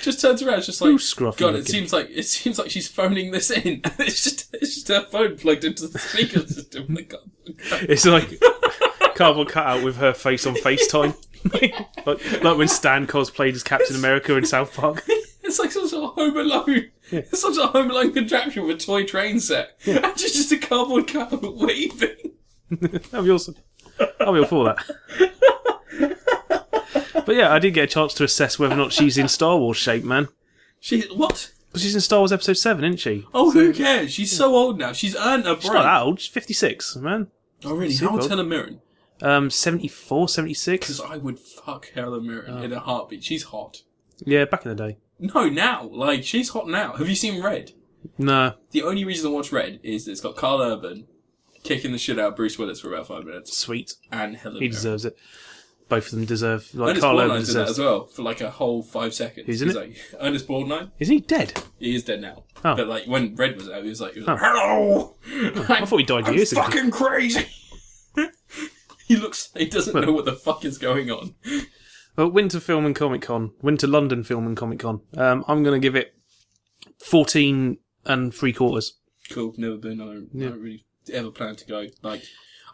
Speaker 2: Just turns around. It's just like,
Speaker 1: Who's scruffy
Speaker 2: God, it
Speaker 1: looking?
Speaker 2: seems like it seems like she's phoning this in. it's just it's just her phone plugged into the speaker system. in the cardboard cutout.
Speaker 1: It's like cardboard cutout with her face on FaceTime. like, like when Stan cosplayed as Captain America in South Park.
Speaker 2: It's like some sort of Home Alone. It's some sort of Home Alone contraption with a toy train set. And she's just a cardboard cutout waving.
Speaker 1: That'd be awesome. I'll be all for that. but yeah, I did get a chance to assess whether or not she's in Star Wars shape, man.
Speaker 2: She what?
Speaker 1: 'Cause she's in Star Wars Episode 7, isn't she?
Speaker 2: Oh, who cares? She's so old now. She's earned her break.
Speaker 1: She's not that old. She's 56, man.
Speaker 2: Oh, really? How old's
Speaker 1: old.
Speaker 2: Helen Mirren?
Speaker 1: Um, 74, 76?
Speaker 2: Because I would fuck Helen Mirren
Speaker 1: Oh.
Speaker 2: in a heartbeat. She's hot.
Speaker 1: Yeah, back in the day.
Speaker 2: No, now. Like, she's hot now. Have you seen Red?
Speaker 1: No.
Speaker 2: The only reason I watch Red is it's got Carl Urban kicking the shit out of Bruce Willis for about five minutes
Speaker 1: Sweet.
Speaker 2: and Helen
Speaker 1: He
Speaker 2: Mirren.
Speaker 1: deserves it. Both of them deserve. Like,
Speaker 2: Ernest
Speaker 1: Carl Urban
Speaker 2: Borgnine's in that
Speaker 1: deserves.
Speaker 2: as well for like a whole five seconds.
Speaker 1: Who's in
Speaker 2: He's
Speaker 1: it?
Speaker 2: like, Ernest Borgnine?
Speaker 1: Isn't he dead?
Speaker 2: He is dead now.
Speaker 1: Oh.
Speaker 2: But like when Red was out, he was like, he was like hello! I
Speaker 1: thought he died years ago.
Speaker 2: fucking crazy! he looks, he doesn't know what the fuck is going on.
Speaker 1: But Oh, Winter Film and Comic Con, Winter London Film and Comic Con, um, I'm going to give it 14 and three quarters.
Speaker 2: cool. Never been. I don't, I don't really ever plan to go. Like,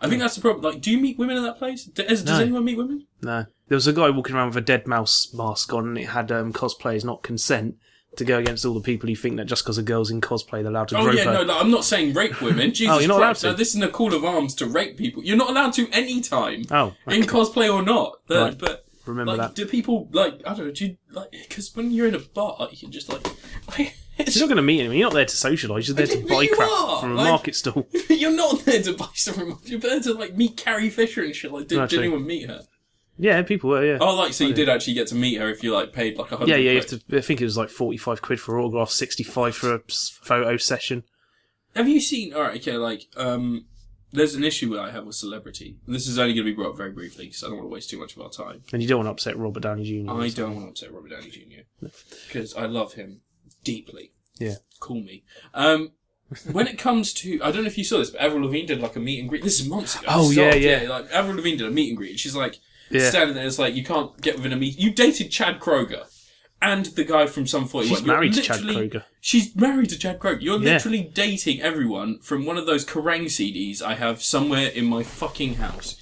Speaker 2: I think that's the problem. Like, do you meet women in that place? Does, does
Speaker 1: No.
Speaker 2: anyone meet women?
Speaker 1: No. There was a guy walking around with a dead mouse mask on, and it had um, cosplayers not consent to go against all the people who think that just because a girl's in cosplay, they're allowed to
Speaker 2: Oh
Speaker 1: grope
Speaker 2: yeah,
Speaker 1: her.
Speaker 2: no. Like, I'm not saying rape women. Jesus
Speaker 1: Oh, you're not allowed
Speaker 2: Christ!
Speaker 1: to.
Speaker 2: no, this isn't a call of arms to rape people. You're not allowed to any time
Speaker 1: Oh,
Speaker 2: in cosplay or not. The-
Speaker 1: Right.
Speaker 2: But
Speaker 1: Remember
Speaker 2: like,
Speaker 1: that.
Speaker 2: do people like? I don't know. Do you, like because when you're in a bar, you can just like. like it's,
Speaker 1: You're not going to meet anyone. You're not there to socialise. You're there to
Speaker 2: But
Speaker 1: buy
Speaker 2: you
Speaker 1: crap
Speaker 2: are!
Speaker 1: from a
Speaker 2: Like-
Speaker 1: market stall.
Speaker 2: you're not there to buy something. You're there to like meet Carrie Fisher and shit. Like, did,
Speaker 1: No,
Speaker 2: did
Speaker 1: true.
Speaker 2: anyone meet her?
Speaker 1: Yeah, people were, yeah.
Speaker 2: Oh, like so you did actually get to meet her if you like paid like a hundred.
Speaker 1: yeah, yeah. You
Speaker 2: quid.
Speaker 1: have to, I think it was like 45 quid for autograph, 65 for a s- photo session.
Speaker 2: Have you seen? All right, okay. Like, um, there's an issue that I have with celebrity. And this is only going to be brought up very briefly because I don't want to waste too much of our time.
Speaker 1: And you don't want to upset Robert Downey Jr.
Speaker 2: I don't want to upset Robert Downey Jr. because I love him deeply.
Speaker 1: Yeah.
Speaker 2: Call me. Um, when it comes to, I don't know if you saw this, but Avril Lavigne did like a meet and greet. This is months ago.
Speaker 1: Oh,
Speaker 2: This is
Speaker 1: yeah,
Speaker 2: old,
Speaker 1: yeah.
Speaker 2: Like Avril Lavigne did a meet and greet, and she's like
Speaker 1: Yeah.
Speaker 2: standing there. It's like you can't get within a meet. You dated Chad Kroger. And the guy from Some 41.
Speaker 1: She's
Speaker 2: You're
Speaker 1: married to Chad
Speaker 2: literally-
Speaker 1: Kroeger.
Speaker 2: She's married to Chad Kroger. You're
Speaker 1: Yeah.
Speaker 2: literally dating everyone from one of those Kerrang CDs I have somewhere in my fucking house.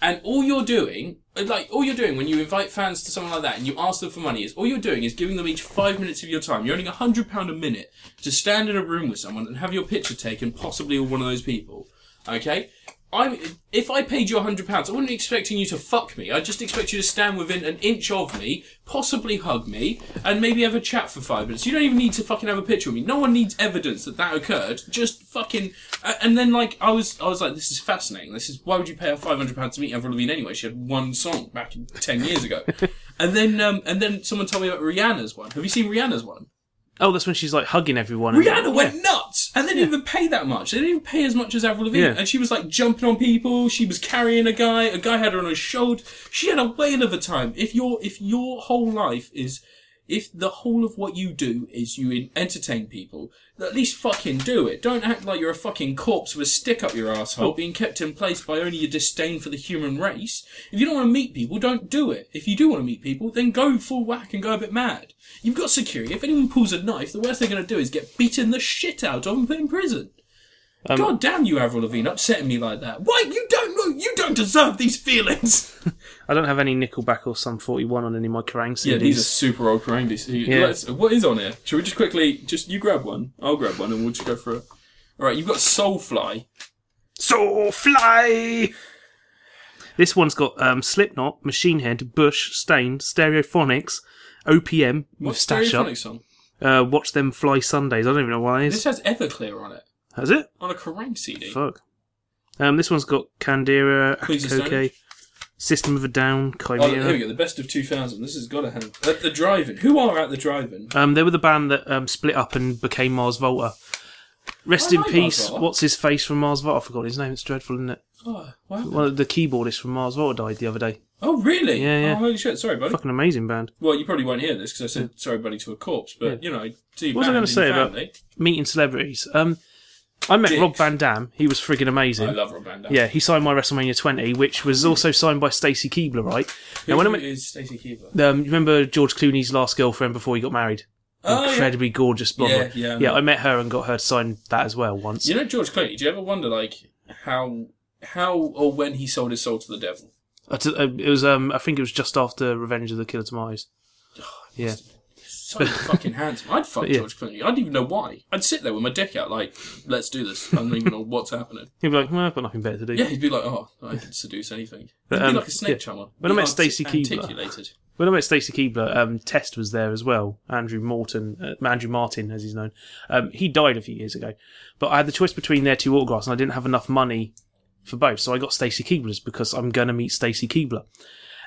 Speaker 2: And all you're doing, like, all you're doing when you invite fans to someone like that and you ask them for money is all you're doing is giving them each five minutes of your time. You're earning a hundred pound a minute to stand in a room with someone and have your picture taken, possibly with one of those people. Okay? I'm, if I paid you a hundred pounds, I wouldn't be expecting you to fuck me. I'd just expect you to stand within an inch of me, possibly hug me, and maybe have a chat for five minutes. You don't even need to fucking have a picture of me. No one needs evidence that that occurred. Just fucking. a- And then like I was, I was like, this is fascinating. This is why would you pay her five hundred pounds to meet Avril Lavigne anyway? She had one song back in ten years ago, and then um, and then someone told me about Rihanna's one. Have you seen Rihanna's one?
Speaker 1: Oh, that's when she's like hugging everyone. and-
Speaker 2: Rihanna went nuts, and they didn't even pay that much. They didn't even pay as much as Avril Lavigne,
Speaker 1: Yeah.
Speaker 2: and she was like jumping on people. She was carrying a guy. A guy had her on his shoulder. She had a whale of a time. If your if your whole life is if the whole of what you do is you en- entertain people, at least fucking do it. Don't act like you're a fucking corpse with a stick up your asshole, being kept in place by only your disdain for the human race. If you don't want to meet people, don't do it. If you do want to meet people, then go full whack and go a bit mad. You've got security. If anyone pulls a knife, the worst they're going to do is get beaten the shit out of and put in prison. God damn you, Avril Lavigne, upsetting me like that. Why you don't you don't deserve these feelings?
Speaker 1: I don't have any Nickelback or Sum 41 on any of my Kerrang CDs.
Speaker 2: Yeah, these are super old Karangis.
Speaker 1: Yeah.
Speaker 2: Let's, what is on here? Should we just quickly just you grab one? I'll grab one and we'll just go through it. All right, you've got Soulfly.
Speaker 1: So fly. This one's got um, Slipknot, Machine Head, Bush, Stain, Stereophonics, OPM, with
Speaker 2: What's
Speaker 1: Stash Up,
Speaker 2: Stereophonics song?
Speaker 1: uh, Watch Them Fly Sundays. I don't even know why it
Speaker 2: This
Speaker 1: is.
Speaker 2: has Everclear on it
Speaker 1: Has it?
Speaker 2: on a Kerrang CD.
Speaker 1: Fuck. Um, this one's got Candira,
Speaker 2: Queens of Stone
Speaker 1: Akokoke, System of a Down,
Speaker 2: Oh, here we
Speaker 1: Chimera.
Speaker 2: go. The best of 2000. This has got to have at the driving. Who are at the driving?
Speaker 1: um, they were the band that um, split up and became Mars Volta. Rest
Speaker 2: I
Speaker 1: in
Speaker 2: like Mars
Speaker 1: peace.
Speaker 2: Volta.
Speaker 1: What's his face from Mars Volta? I forgot his name. It's dreadful, isn't it?
Speaker 2: Oh, wow.
Speaker 1: One of the keyboardists from Mars Volta died the other day.
Speaker 2: oh really?
Speaker 1: Yeah, yeah.
Speaker 2: Oh, holy shit. Sorry, buddy.
Speaker 1: Fucking amazing band.
Speaker 2: Well, you probably won't hear this because I said sorry, buddy, to a corpse. But you know, see
Speaker 1: What was I
Speaker 2: going
Speaker 1: gonna
Speaker 2: to
Speaker 1: say about-
Speaker 2: family.
Speaker 1: meeting celebrities. Um, I met
Speaker 2: Dicks.
Speaker 1: Rob Van Dam. He was friggin' amazing.
Speaker 2: I love Rob Van Dam.
Speaker 1: yeah, he signed my WrestleMania 20, which was also signed by Stacy Keebler, right?
Speaker 2: Who
Speaker 1: Now, when I met,
Speaker 2: is Stacey Keeper?
Speaker 1: um, you remember George Clooney's last girlfriend before he got married?
Speaker 2: Oh, yeah.
Speaker 1: Incredibly gorgeous blonde.
Speaker 2: Yeah,
Speaker 1: one.
Speaker 2: yeah, I know.
Speaker 1: I met her and got her to sign that as well once.
Speaker 2: You know George Clooney. Do you ever wonder like how how or when he sold his soul to the devil?
Speaker 1: I t- uh, it was, um, I think it was just after Revenge of the Killer Tomatoes.
Speaker 2: Oh,
Speaker 1: Yeah.
Speaker 2: So fucking handsome. I'd fuck
Speaker 1: Yeah.
Speaker 2: George Clooney. I didn't even know why. I'd sit there with my dick out, like, let's do this. I don't even know what's happening.
Speaker 1: He'd be like, well, I've got nothing better to do.
Speaker 2: Yeah, he'd be like, oh, I can seduce anything. He'd
Speaker 1: But,
Speaker 2: be
Speaker 1: um,
Speaker 2: like a snake
Speaker 1: yeah.
Speaker 2: charmer.
Speaker 1: When I
Speaker 2: Be
Speaker 1: met
Speaker 2: arti-
Speaker 1: Stacey Keebler-
Speaker 2: Articulated.
Speaker 1: When I met Stacey Keebler, um, Test was there as well. Andrew Morton, uh, Andrew Martin, as he's known. Um, he died a few years ago, but I had the choice between their two autographs, and I didn't have enough money for both, so I got Stacey Keebler's because I'm gonna meet Stacey Keebler.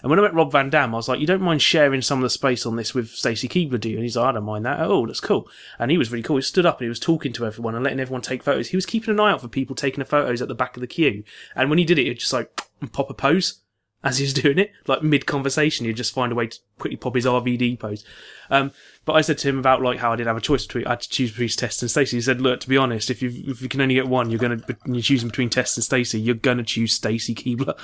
Speaker 1: And when I met Rob Van Dam, I was like, "You don't mind sharing some of the space on this with Stacey Keebler, do you?" And he's like, "I don't mind that at all. That's cool." And he was really cool. He stood up and he was talking to everyone and letting everyone take photos. He was keeping an eye out for people taking the photos at the back of the queue. And when he did it, he'd just like pop a pose as he was doing it, like mid conversation, he'd just find a way to quickly pop his RVD pose. Um, but I said to him about like how I didn't have a choice between I had to choose between Test and Stacey. He said, "Look, to be honest, if you if you can only get one, you're gonna you're choosing between Test and Stacey. You're gonna choose Stacey Keebler."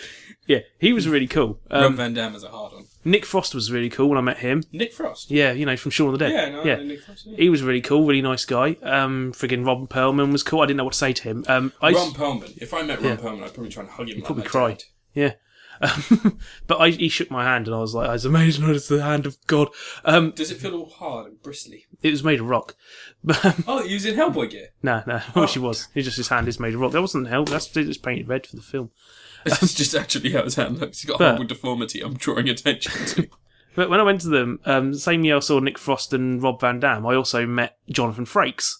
Speaker 1: yeah, he was really cool.
Speaker 2: Rob
Speaker 1: Um,
Speaker 2: Van Dam is a hard one.
Speaker 1: Nick Frost was really cool when I met him.
Speaker 2: Nick Frost.
Speaker 1: Yeah, you know from Shaun of the Dead.
Speaker 2: Yeah, no, no, Nick Frost. Yeah.
Speaker 1: He was really cool, really nice guy. Um, friggin' Rob Perlman was cool. I didn't know what to say to him. Um, I
Speaker 2: Ron Perlman. If I met Ron
Speaker 1: Yeah.
Speaker 2: Perlman, I'd probably try and hug him. You'd
Speaker 1: probably cried. Yeah. Um, but I, he shook my hand and I was like, it's amazing, it's the hand of God. Um,
Speaker 2: Does it feel all hard and bristly?
Speaker 1: it was made of rock. But, um,
Speaker 2: Oh, he was in Hellboy gear.
Speaker 1: nah, nah, I wish it was. It's just his hand is made of rock. That wasn't hell. That's it's painted red for the film.
Speaker 2: That's just actually how his hand looks. He's got a
Speaker 1: But-
Speaker 2: horrible deformity I'm drawing attention to.
Speaker 1: But when I went to them, um, same year I saw Nick Frost and Rob Van Dam, I also met Jonathan Frakes,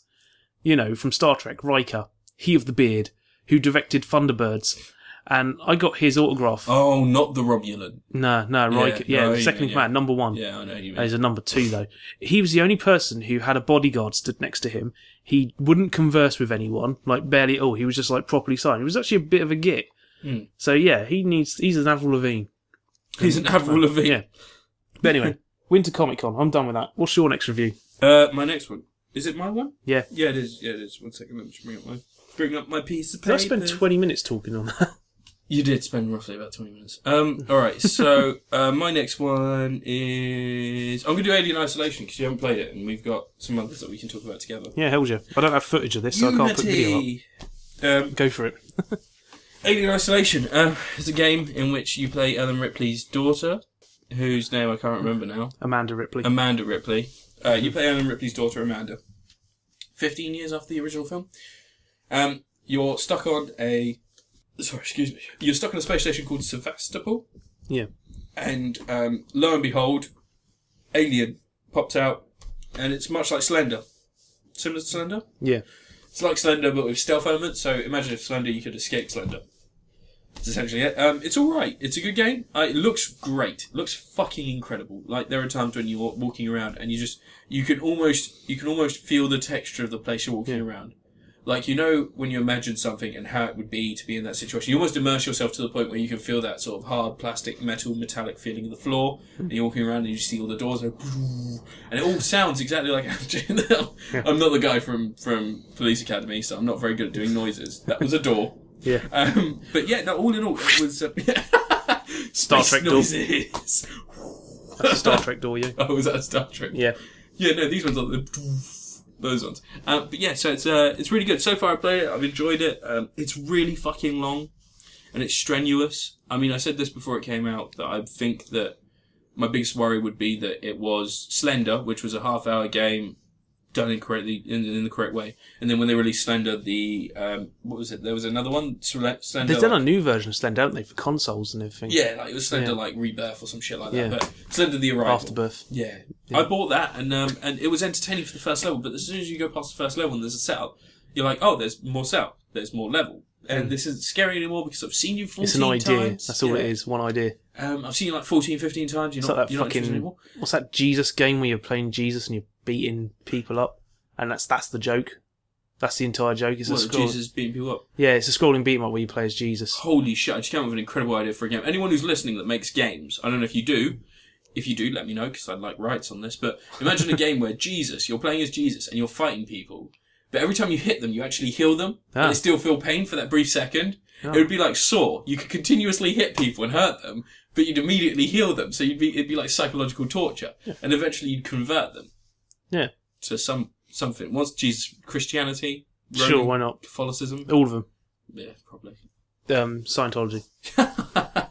Speaker 1: you know, from Star Trek, Riker, he of the beard, who directed Thunderbirds. And I got his autograph.
Speaker 2: oh, not the Romulan.
Speaker 1: Nah, nah, Riker. Yeah,
Speaker 2: no, you
Speaker 1: second in
Speaker 2: mean, yeah.
Speaker 1: command, number one.
Speaker 2: Yeah, I know you
Speaker 1: Uh,
Speaker 2: mean.
Speaker 1: He's a number two though. He was the only person who had a bodyguard stood next to him. He wouldn't converse with anyone, like barely at all. He was just like properly silent. He was actually a bit of a git.
Speaker 2: Hmm.
Speaker 1: So yeah, he needs. He's an Avril Lavigne.
Speaker 2: He's an Avril Lavigne.
Speaker 1: Yeah. But anyway, Winter Comic Con. I'm done with that. What's your next review?
Speaker 2: Uh, my next one. Is it my one?
Speaker 1: Yeah.
Speaker 2: Yeah, it is. Yeah, it is. One second. Let me just bring up my bring up my piece of
Speaker 1: Did
Speaker 2: paper.
Speaker 1: I spent 20 minutes talking on that.
Speaker 2: You did spend roughly about twenty minutes. Um. All right. So uh, my next one is I'm gonna do Alien Isolation because you haven't played it, and we've got some others that we can talk about together.
Speaker 1: yeah, hell yeah. I don't have footage of this, so I can't put video up.
Speaker 2: Unity. Um,
Speaker 1: Go for it.
Speaker 2: Alien Isolation uh, is a game in which you play Ellen Ripley's daughter, whose name I can't remember now.
Speaker 1: Amanda Ripley.
Speaker 2: Amanda Ripley. Uh, you play Ellen Ripley's daughter, Amanda. 15 years after the original film. Um, you're stuck on a. Sorry, excuse me. You're stuck on a space station called Sevastopol,
Speaker 1: yeah.
Speaker 2: and um, lo and behold, Alien popped out, and it's much like Slender. Similar to Slender?
Speaker 1: Yeah.
Speaker 2: It's like Slender, but with stealth elements. So imagine if Slender, you could escape Slender. That's essentially it. Um, it's all right. It's a good game. Uh, it looks great. It looks fucking incredible. Like there are times when you're walking around and you just you can almost you can almost feel the texture of the place you're walking around. Like you know when you imagine something and how it would be to be in that situation. You almost immerse yourself to the point where you can feel that sort of hard plastic, metal, metallic feeling of the floor.
Speaker 1: Hmm.
Speaker 2: And you're walking around and you see all the doors and, and it all sounds exactly like I'm not the guy from from Police Academy, so I'm not very good at doing noises. That was a door.
Speaker 1: Yeah.
Speaker 2: Um, but yeah, no, all in all, it was uh,
Speaker 1: Star
Speaker 2: space
Speaker 1: Trek door.
Speaker 2: noises.
Speaker 1: Star Trek door, yeah.
Speaker 2: Oh, was that a Star Trek?
Speaker 1: Yeah.
Speaker 2: Yeah, no, these ones are the. those ones. Um, but yeah, so it's uh, it's really good. So far, I played it. I've enjoyed it. Um, it's really fucking long, and it's strenuous. I mean, I said this before it came out that I think that my biggest worry would be that it was Slender, which was a half-hour game done incorrectly in, in the correct way, and then when they released Slender, the um, what was it? There was another one, Sle- Slender.
Speaker 1: They've done a new version of Slender, haven't they, for consoles and everything?
Speaker 2: yeah, like it was Slender like Rebirth or some shit like that.
Speaker 1: Yeah.
Speaker 2: But Slender the Arrival.
Speaker 1: Afterbirth.
Speaker 2: Yeah. I bought that and um, and it was entertaining for the first level, but as soon as you go past the first level and there's a setup, you're like, oh, there's more setup, there's more level, and this isn't scary anymore because I've seen you 14
Speaker 1: It's an idea.
Speaker 2: times.
Speaker 1: That's all
Speaker 2: Yeah.
Speaker 1: it is. One idea.
Speaker 2: Um, I've seen you like 14, 15 times. You're
Speaker 1: It's
Speaker 2: not,
Speaker 1: like that
Speaker 2: you're not interested
Speaker 1: fucking
Speaker 2: anymore.
Speaker 1: what's that Jesus game where you're playing Jesus and you're beating people up, and that's that's the joke. That's the entire joke. It's
Speaker 2: Well,
Speaker 1: a scroll.
Speaker 2: Jesus beating people up.
Speaker 1: Yeah, it's a scrolling beat 'em up where you play as Jesus.
Speaker 2: Holy shit! I just came up with an incredible idea for a game. Anyone who's listening that makes games, I don't know if you do. If you do, let me know because I'd like rights on this. But imagine a game where Jesus, you're playing as Jesus and you're fighting people, but every time you hit them, you actually heal them, and
Speaker 1: Ah.
Speaker 2: they still feel pain for that brief second. It would be like Saw. You could continuously hit people and hurt them, but you'd immediately heal them. So you'd be it'd be like psychological torture, and eventually you'd convert them
Speaker 1: Yeah,
Speaker 2: to some something. Once Jesus, Christianity, Roman
Speaker 1: sure, why not?
Speaker 2: Catholicism,
Speaker 1: All of them.
Speaker 2: yeah, probably.
Speaker 1: Um, Scientology.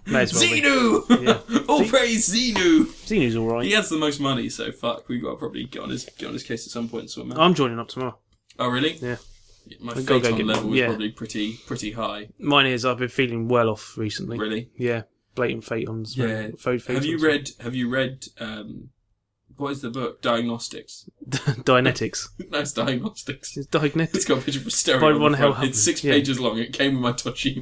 Speaker 1: May as well be.
Speaker 2: Xenu! All praise Xenu!
Speaker 1: Xenu's all right.
Speaker 2: He has the most money, so fuck, we've got to probably get on his get on his case at some point somehow.
Speaker 1: I'm joining up tomorrow.
Speaker 2: oh really?
Speaker 1: Yeah.
Speaker 2: My
Speaker 1: We've gotta go
Speaker 2: phaeton
Speaker 1: get
Speaker 2: level
Speaker 1: one,
Speaker 2: was
Speaker 1: yeah.
Speaker 2: probably pretty pretty high.
Speaker 1: Mine is. I've been feeling well off recently.
Speaker 2: Really?
Speaker 1: Yeah. Blatant phaetons.
Speaker 2: Yeah.
Speaker 1: man. Fo- phaetons.
Speaker 2: Have you read have you read um what is the book? Diagnostics.
Speaker 1: Dianetics?
Speaker 2: That's diagnostics.
Speaker 1: It's
Speaker 2: It's
Speaker 1: Dianetics.
Speaker 2: got a picture of a stereo.
Speaker 1: By
Speaker 2: on the
Speaker 1: Ron
Speaker 2: front.
Speaker 1: Howard,
Speaker 2: It's six
Speaker 1: yeah.
Speaker 2: pages long. It came with my Toshiba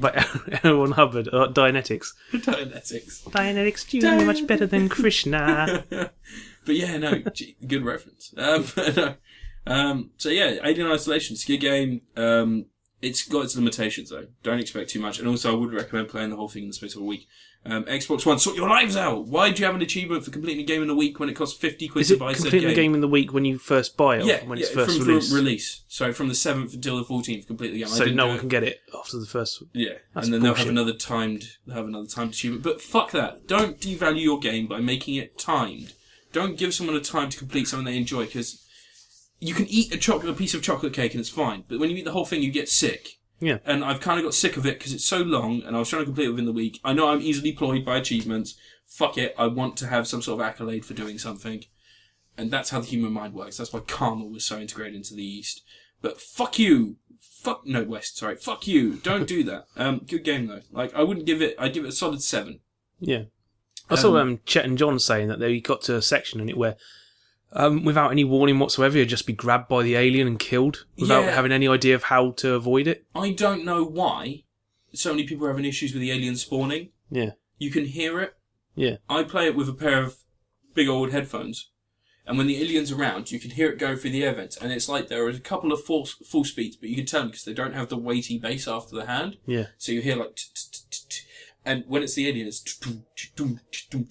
Speaker 1: By Aaron Hubbard. Uh, Dianetics.
Speaker 2: Dianetics.
Speaker 1: Dianetics, you are much better than Krishna.
Speaker 2: But yeah, no, gee, good reference. Um, no. um, so yeah, Alien Isolation, it's a good game. Um, it's got its limitations though. Don't expect too much. And also, I would recommend playing the whole thing in the space of a week. Um, Xbox One, sort your lives out. Why do you have an achievement for completing a game in a week when it costs fifty quid
Speaker 1: Is
Speaker 2: to
Speaker 1: it
Speaker 2: buy said
Speaker 1: completing the game in the week when you first buy it? or
Speaker 2: Yeah,
Speaker 1: when
Speaker 2: yeah,
Speaker 1: it's first
Speaker 2: from,
Speaker 1: released.
Speaker 2: from release. So from the seventh until the fourteenth, complete the game. I
Speaker 1: so
Speaker 2: didn't
Speaker 1: no
Speaker 2: do
Speaker 1: one
Speaker 2: it.
Speaker 1: can get it after the first.
Speaker 2: Yeah,
Speaker 1: That's
Speaker 2: and then they'll
Speaker 1: bullshit.
Speaker 2: have another timed. They'll have another timed achievement. But fuck that! Don't devalue your game by making it timed. Don't give someone a time to complete something they enjoy because you can eat a chocolate, a piece of chocolate cake, and it's fine. But when you eat the whole thing, you get sick.
Speaker 1: Yeah.
Speaker 2: And I've kind of got sick of it because it's so long, and I was trying to complete it within the week. I know I'm easily ployed by achievements. Fuck it! I want to have some sort of accolade for doing something, and that's how the human mind works. That's why karma was so integrated into the East. But fuck you. Fuck no West, sorry. Fuck you. Don't do that. Um, good game though. Like I wouldn't give it. I'd give it a solid seven.
Speaker 1: Yeah. I saw um, Chet and John saying that they got to a section in it where, um, without any warning whatsoever, you'd just be grabbed by the alien and killed without
Speaker 2: Yeah.
Speaker 1: having any idea of how to avoid it.
Speaker 2: I don't know why so many people are having issues with the alien spawning.
Speaker 1: Yeah.
Speaker 2: You can hear it.
Speaker 1: Yeah.
Speaker 2: I play it with a pair of big old headphones, and when the alien's around, you can hear it go through the air vents, and it's like there are a couple of false false beats, but you can tell because they don't have the weighty bass after the hand.
Speaker 1: Yeah.
Speaker 2: So you hear like, t- t- t- t- t- and when it's the alien, it's t-dum, t-dum, t-dum.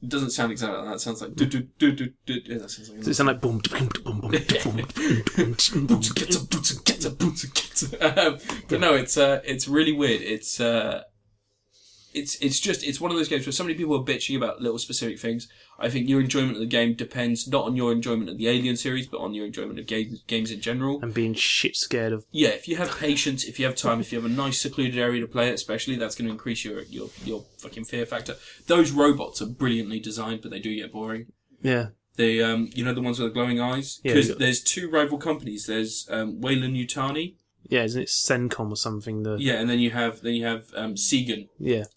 Speaker 2: it doesn't sound exactly like that. It sounds like do do do do do. Yeah, that sounds like.
Speaker 1: Does it sound like boom, boom, boom, boom, boom, boom, boom, boom,
Speaker 2: Boots-a-kitsa, boots-a-kitsa, boots-a-kitsa. Um, but no, it's uh, it's really weird. It's uh, it's it's just it's one of those games where so many people are bitching about little specific things. I think your enjoyment of the game depends not on your enjoyment of the Alien series, but on your enjoyment of games games in general.
Speaker 1: and being shit scared of
Speaker 2: Yeah, if you have patience, if you have time, if you have a nice secluded area to play it, especially that's going to increase your your your fucking fear factor. Those robots are brilliantly designed, but they do get boring.
Speaker 1: yeah.
Speaker 2: The um, you know the ones with the glowing eyes.
Speaker 1: Yeah,
Speaker 2: Because
Speaker 1: yeah.
Speaker 2: there's two rival companies. There's um, Wayland Yutani.
Speaker 1: Yeah, isn't it Sencom or something? The yeah,
Speaker 2: Yeah, and then you have then you have um, Segan.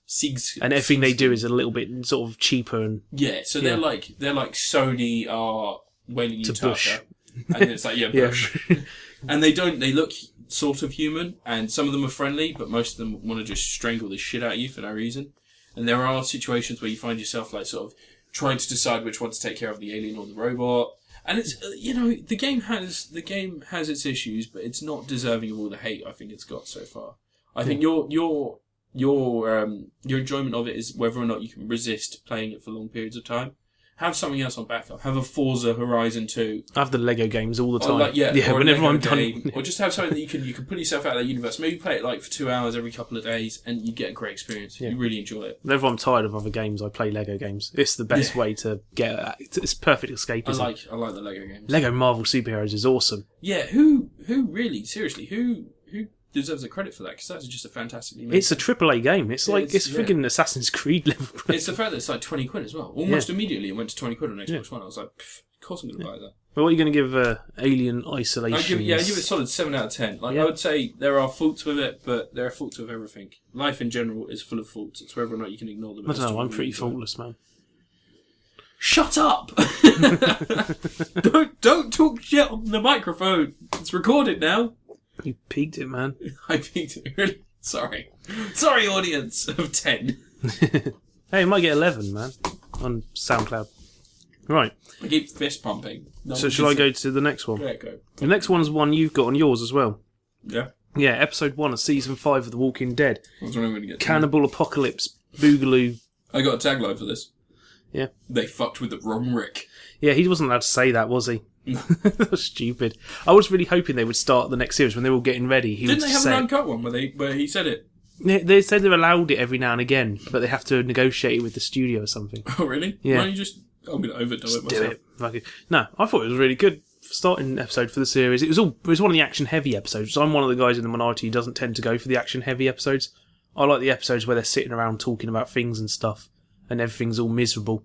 Speaker 2: Siegs.
Speaker 1: and everything they do is a little bit sort of cheaper and
Speaker 2: Yeah, so
Speaker 1: Yeah.
Speaker 2: they're like they're like Sony are Wayland
Speaker 1: To Bush.
Speaker 2: Yutaka. And then it's like yeah,
Speaker 1: yeah,
Speaker 2: Bush. and they don't they look sort of human and some of them are friendly but most of them want to just strangle the shit out of you for no reason and there are situations where you find yourself like sort of trying to decide which one to take care of the alien or the robot and it's uh, you know the game has the game has its issues but it's not deserving of all the hate i think it's got so far i think your your your um your enjoyment of it is whether or not you can resist playing it for long periods of time Have something else on backup. Have a Forza Horizon Two.
Speaker 1: I have the Lego games all the
Speaker 2: Or
Speaker 1: time.
Speaker 2: Oh, like, yeah, or a
Speaker 1: whenever
Speaker 2: Lego
Speaker 1: I'm done.
Speaker 2: game. or just have something that you can you can put yourself out of that universe. Maybe play it like for two hours every couple of days, and you get a great experience. You really enjoy it.
Speaker 1: Whenever I'm tired of other games, I play Lego games. It's the best way to get. It's, it's perfect
Speaker 2: I
Speaker 1: escapism.
Speaker 2: like I like the Lego games.
Speaker 1: Lego Marvel Superheroes is awesome.
Speaker 2: Yeah, who who really seriously who who deserves the credit for that? Because that's just a fantastically made.
Speaker 1: It's a AAA game. It's
Speaker 2: Yeah,
Speaker 1: like
Speaker 2: it's-
Speaker 1: it's,
Speaker 2: yeah.
Speaker 1: friggin' Assassin's Creed level.
Speaker 2: It's the fact that it's like twenty quid as well. Almost immediately, it went to twenty quid on Xbox One. I was like, "Pff, of course I'm going to buy that.
Speaker 1: Well, what are you going to give uh, Alien Isolation?
Speaker 2: I Oh, give, it- yeah, I give it a solid seven out of ten. Like
Speaker 1: Yeah.
Speaker 2: I would say, there are faults with it, but there are faults with everything. Life in general is full of faults. It's whether or not you can ignore them.
Speaker 1: I
Speaker 2: It's
Speaker 1: don't know.
Speaker 2: just
Speaker 1: I'm
Speaker 2: what
Speaker 1: pretty
Speaker 2: you enjoy.
Speaker 1: faultless, man.
Speaker 2: Shut up! don't don't talk shit on the microphone. It's recorded now.
Speaker 1: You peaked it, man.
Speaker 2: I peaked it. Really sorry. Sorry, audience of ten.
Speaker 1: Hey, you might get 11, man, on SoundCloud. Right.
Speaker 2: I keep fist pumping. No,
Speaker 1: So, shall I go to the next one?
Speaker 2: Yeah, go.
Speaker 1: The next one's one you've got on yours as well.
Speaker 2: Yeah,
Speaker 1: Yeah, episode one of season five of The Walking Dead.
Speaker 2: that's what I'm going to get. to.
Speaker 1: Cannibal Apocalypse, Boogaloo.
Speaker 2: I got a tagline for this.
Speaker 1: Yeah.
Speaker 2: They fucked with the wrong Rick.
Speaker 1: Yeah, he wasn't allowed to say that, was he? that was stupid. I was really hoping they would start the next series when they were all getting ready. He
Speaker 2: Didn't
Speaker 1: would
Speaker 2: they have
Speaker 1: say,
Speaker 2: an uncut one where they where he said it?
Speaker 1: They- They said they allowed it every now and again, but they have to negotiate it with the studio or something.
Speaker 2: Oh really?
Speaker 1: Yeah.
Speaker 2: Why don't you just? I'm going to overdo it myself.
Speaker 1: Do it. Fuck it. No, I thought it was a really good starting episode for the series. It was all it was one of the action heavy episodes. So I'm one of the guys in the minority who doesn't tend to go for the action heavy episodes. I like the episodes where they're sitting around talking about things and stuff, and everything's all miserable.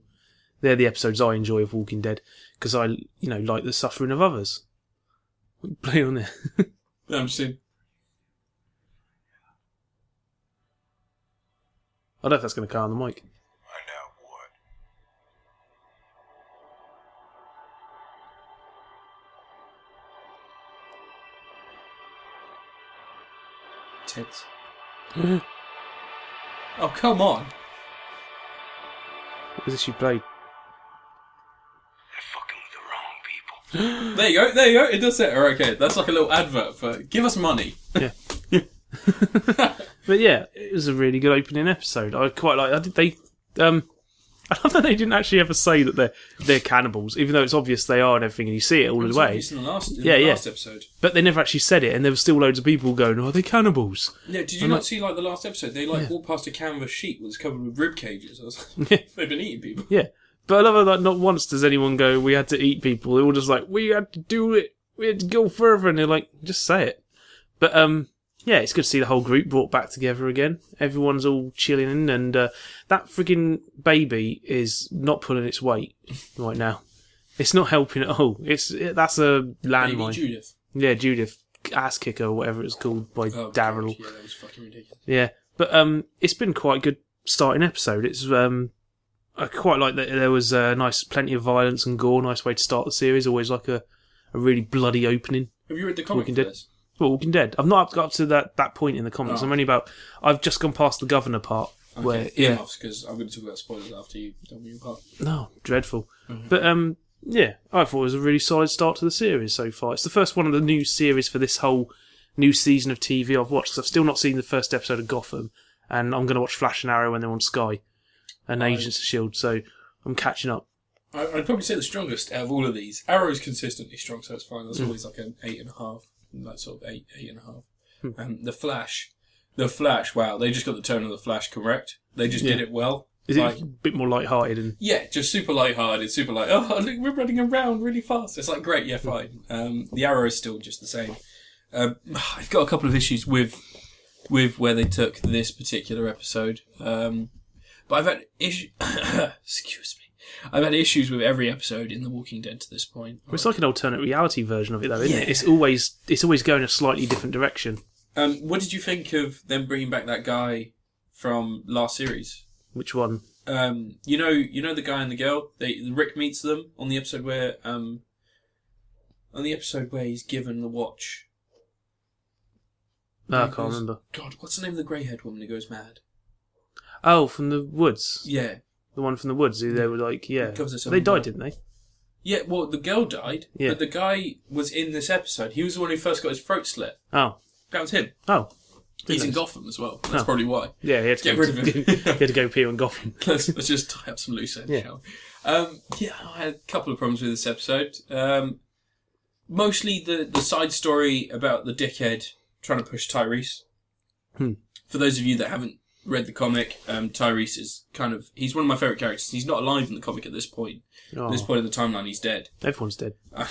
Speaker 1: They're the episodes I enjoy of Walking Dead because I, you know, like the suffering of others. What you play on there.
Speaker 2: I'm just saying.
Speaker 1: I don't know if that's going to come on the mic.
Speaker 3: I now what?
Speaker 2: Tits. oh come on!
Speaker 1: What is this you played?
Speaker 3: They're fucking with the wrong people.
Speaker 2: There you go. There you go. It does it. Or okay, that's like a little advert for give us money.
Speaker 1: But yeah, it was a really good opening episode. I quite like. I did they. Um, I love that they didn't actually ever say that they're they're cannibals, even though it's obvious they are and everything, and you see it all the way.
Speaker 2: It's in the last, in
Speaker 1: Yeah,
Speaker 2: the
Speaker 1: yeah.
Speaker 2: last episode.
Speaker 1: But they never actually said it, and there were still loads of people going, "Oh, "Are they cannibals?"
Speaker 2: Yeah, did you not see like the last episode? They like walked past a canvas sheet that was covered with rib cages. I was like, they've been eating people.
Speaker 1: Yeah. But I love how like not once does anyone go, "We had to eat people." They're all just like, "We had to do it. We had to go further," and they're like, "Just say it." But um, yeah, it's good to see the whole group brought back together again. Everyone's all chilling, and uh, that frigging baby is not pulling its weight right now. It's not helping at all. It's it, that's a
Speaker 2: Baby
Speaker 1: landmine.
Speaker 2: Judith.
Speaker 1: Yeah, Judith, ass kicker or whatever it's called by
Speaker 2: Oh,
Speaker 1: Daryl.
Speaker 2: God, Yeah, that was fucking ridiculous.
Speaker 1: Yeah, but um, it's been quite a good starting episode. It's um, I quite like that there was uh, nice, plenty of violence and gore. Nice way to start the series. Always like a, a really bloody opening.
Speaker 2: Have you read the comic for
Speaker 1: Walking Dead.
Speaker 2: this?
Speaker 1: Well, Walking Dead. I've not up- got up to that, that point in the comics.
Speaker 2: Oh.
Speaker 1: I'm only about. I've just gone past the governor part. Where yeah,
Speaker 2: because I'm going to talk about spoilers after you tell me your part.
Speaker 1: no, dreadful. But um, yeah, I thought it was a really solid start to the series so far. It's the first one of the new series for this whole new season of TV I've watched 'cause I've still not seen the first episode of Gotham, and I'm going to watch Flash and Arrow when they're on Sky and Agents of Shield. E So I'm catching up.
Speaker 2: I, I'd probably say the strongest out of all of these. Arrow's consistently strong, so it's fine.
Speaker 1: Hmm.
Speaker 2: That's always like an eight and a half, like sort of eight, eight and a half.
Speaker 1: Hmm.
Speaker 2: Um, the Flash, the Flash. Wow, they just got the tone of the Flash correct. They just did
Speaker 1: Yeah.
Speaker 2: it well.
Speaker 1: Is it
Speaker 2: Like-
Speaker 1: a bit more light-hearted and
Speaker 2: Yeah, just super light-hearted, super like, oh, look, we're running around really fast. It's like, great, yeah, fine. Um, the arrow is still just the same. Um, I've got a couple of issues with with where they took this particular episode, um, but I've had issues. excuse me, I've had issues with every episode in The Walking Dead to this point.
Speaker 1: it's like an alternate reality version of it, though, isn't
Speaker 2: Yeah.
Speaker 1: it? It's always it's always going a slightly different direction.
Speaker 2: Um, what did you think of them bringing back that guy from last series?
Speaker 1: Which one?
Speaker 2: um, you know, you know the guy and the girl. They Rick meets them on the episode where um, on the episode where he's given the watch.
Speaker 1: Oh, I
Speaker 2: Who
Speaker 1: can't
Speaker 2: goes-
Speaker 1: remember.
Speaker 2: God, what's the name of the grey-haired woman who goes mad?
Speaker 1: Oh, from the woods.
Speaker 2: Yeah,
Speaker 1: The one from the woods. Who they were like, yeah,
Speaker 2: Covers us
Speaker 1: they
Speaker 2: up.
Speaker 1: died, didn't they?
Speaker 2: yeah. Well, the girl died,
Speaker 1: Yeah.
Speaker 2: but the guy was in this episode. He was the one who first got his throat slit.
Speaker 1: Oh,
Speaker 2: That was him.
Speaker 1: oh,
Speaker 2: He's in
Speaker 1: knows?
Speaker 2: Gotham as well. That's
Speaker 1: Oh.
Speaker 2: probably why.
Speaker 1: Yeah, he had to
Speaker 2: Get
Speaker 1: go
Speaker 2: rid of him.
Speaker 1: he had to go pee on Gotham.
Speaker 2: Let's, let's just tie up some loose ends,
Speaker 1: Yeah.
Speaker 2: shall Um, yeah, I had a couple of problems with this episode. Um, mostly the, the side story about the dickhead trying to push Tyrese.
Speaker 1: Hmm.
Speaker 2: For those of you that haven't read the comic, um, Tyrese is kind of he's one of my favorite characters. He's not alive in the comic at this point.
Speaker 1: Oh,
Speaker 2: At this point in the timeline, he's dead.
Speaker 1: everyone's dead. They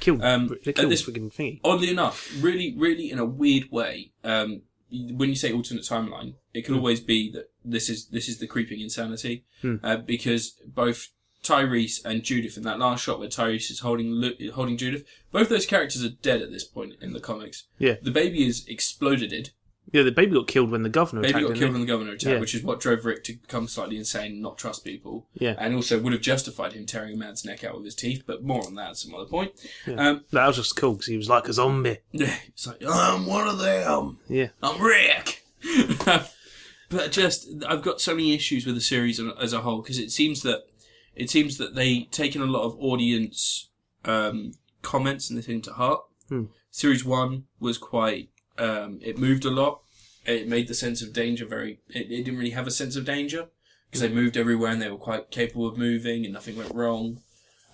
Speaker 1: killed,
Speaker 2: Um,
Speaker 1: they
Speaker 2: at
Speaker 1: killed
Speaker 2: this-
Speaker 1: this freaking thingy.
Speaker 2: Oddly enough, really, really in a weird way, um, when you say alternate timeline, it
Speaker 1: Hmm.
Speaker 2: can always be that this is this is the creeping insanity uh, because both Tyrese and Judith in that last shot where Tyrese is holding Lu- holding Judith, both those characters are dead at this point in the comics.
Speaker 1: Yeah.
Speaker 2: the baby is exploded.
Speaker 1: Yeah, the baby got killed when the governor
Speaker 2: Baby
Speaker 1: attacked
Speaker 2: got
Speaker 1: didn't
Speaker 2: killed
Speaker 1: they?
Speaker 2: in the governor attack,
Speaker 1: Yeah.
Speaker 2: which is what drove Rick to become slightly insane and not trust people.
Speaker 1: Yeah.
Speaker 2: and also would have justified him tearing a man's neck out with his teeth. But more on that at some other point. Um,
Speaker 1: That was just cool because he was like a zombie.
Speaker 2: yeah, it's like I'm one of them.
Speaker 1: Yeah.
Speaker 2: I'm Rick. but just I've got so many issues with the series as a whole because it seems that it seems that they taken a lot of audience um, comments and they took them to heart.
Speaker 1: Hmm.
Speaker 2: Series one was quite um, it moved a lot. It made the sense of danger very. It, it didn't really have a sense of danger because they moved everywhere and they were quite capable of moving and nothing went wrong.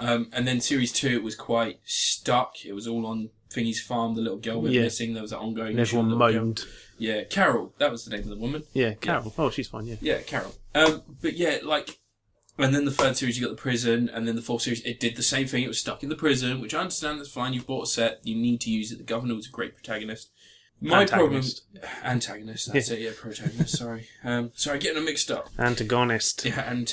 Speaker 2: Um, and then series two, it was quite stuck. It was all on Thingy's farm. The little girl went
Speaker 1: Yeah.
Speaker 2: missing. There was an ongoing.
Speaker 1: And
Speaker 2: issue,
Speaker 1: everyone
Speaker 2: the little girl-
Speaker 1: moaned.
Speaker 2: yeah, Carol. That was the name of the woman.
Speaker 1: Yeah, Carol. Oh, she's fine, yeah.
Speaker 2: Yeah, Carol. Um, but yeah, like, and then the third series you got the prison, and then the fourth series it did the same thing. It was stuck in the prison, which I understand that's fine. You've bought a set, you need to use it. The governor was a great protagonist. My
Speaker 1: Antagonist.
Speaker 2: problem, antagonist. That's it. Yeah, protagonist. sorry. Um, sorry, getting them mixed up.
Speaker 1: Antagonist.
Speaker 2: Yeah, and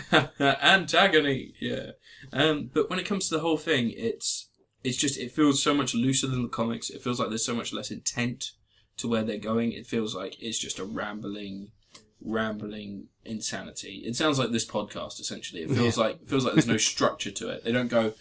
Speaker 2: antagony. Yeah. Um, but when it comes to the whole thing, it's it's just it feels so much looser than the comics. It feels like there's so much less intent to where they're going. It feels like it's just a rambling, rambling insanity. It sounds like this podcast essentially. It feels like it feels like there's no structure to it. They don't go.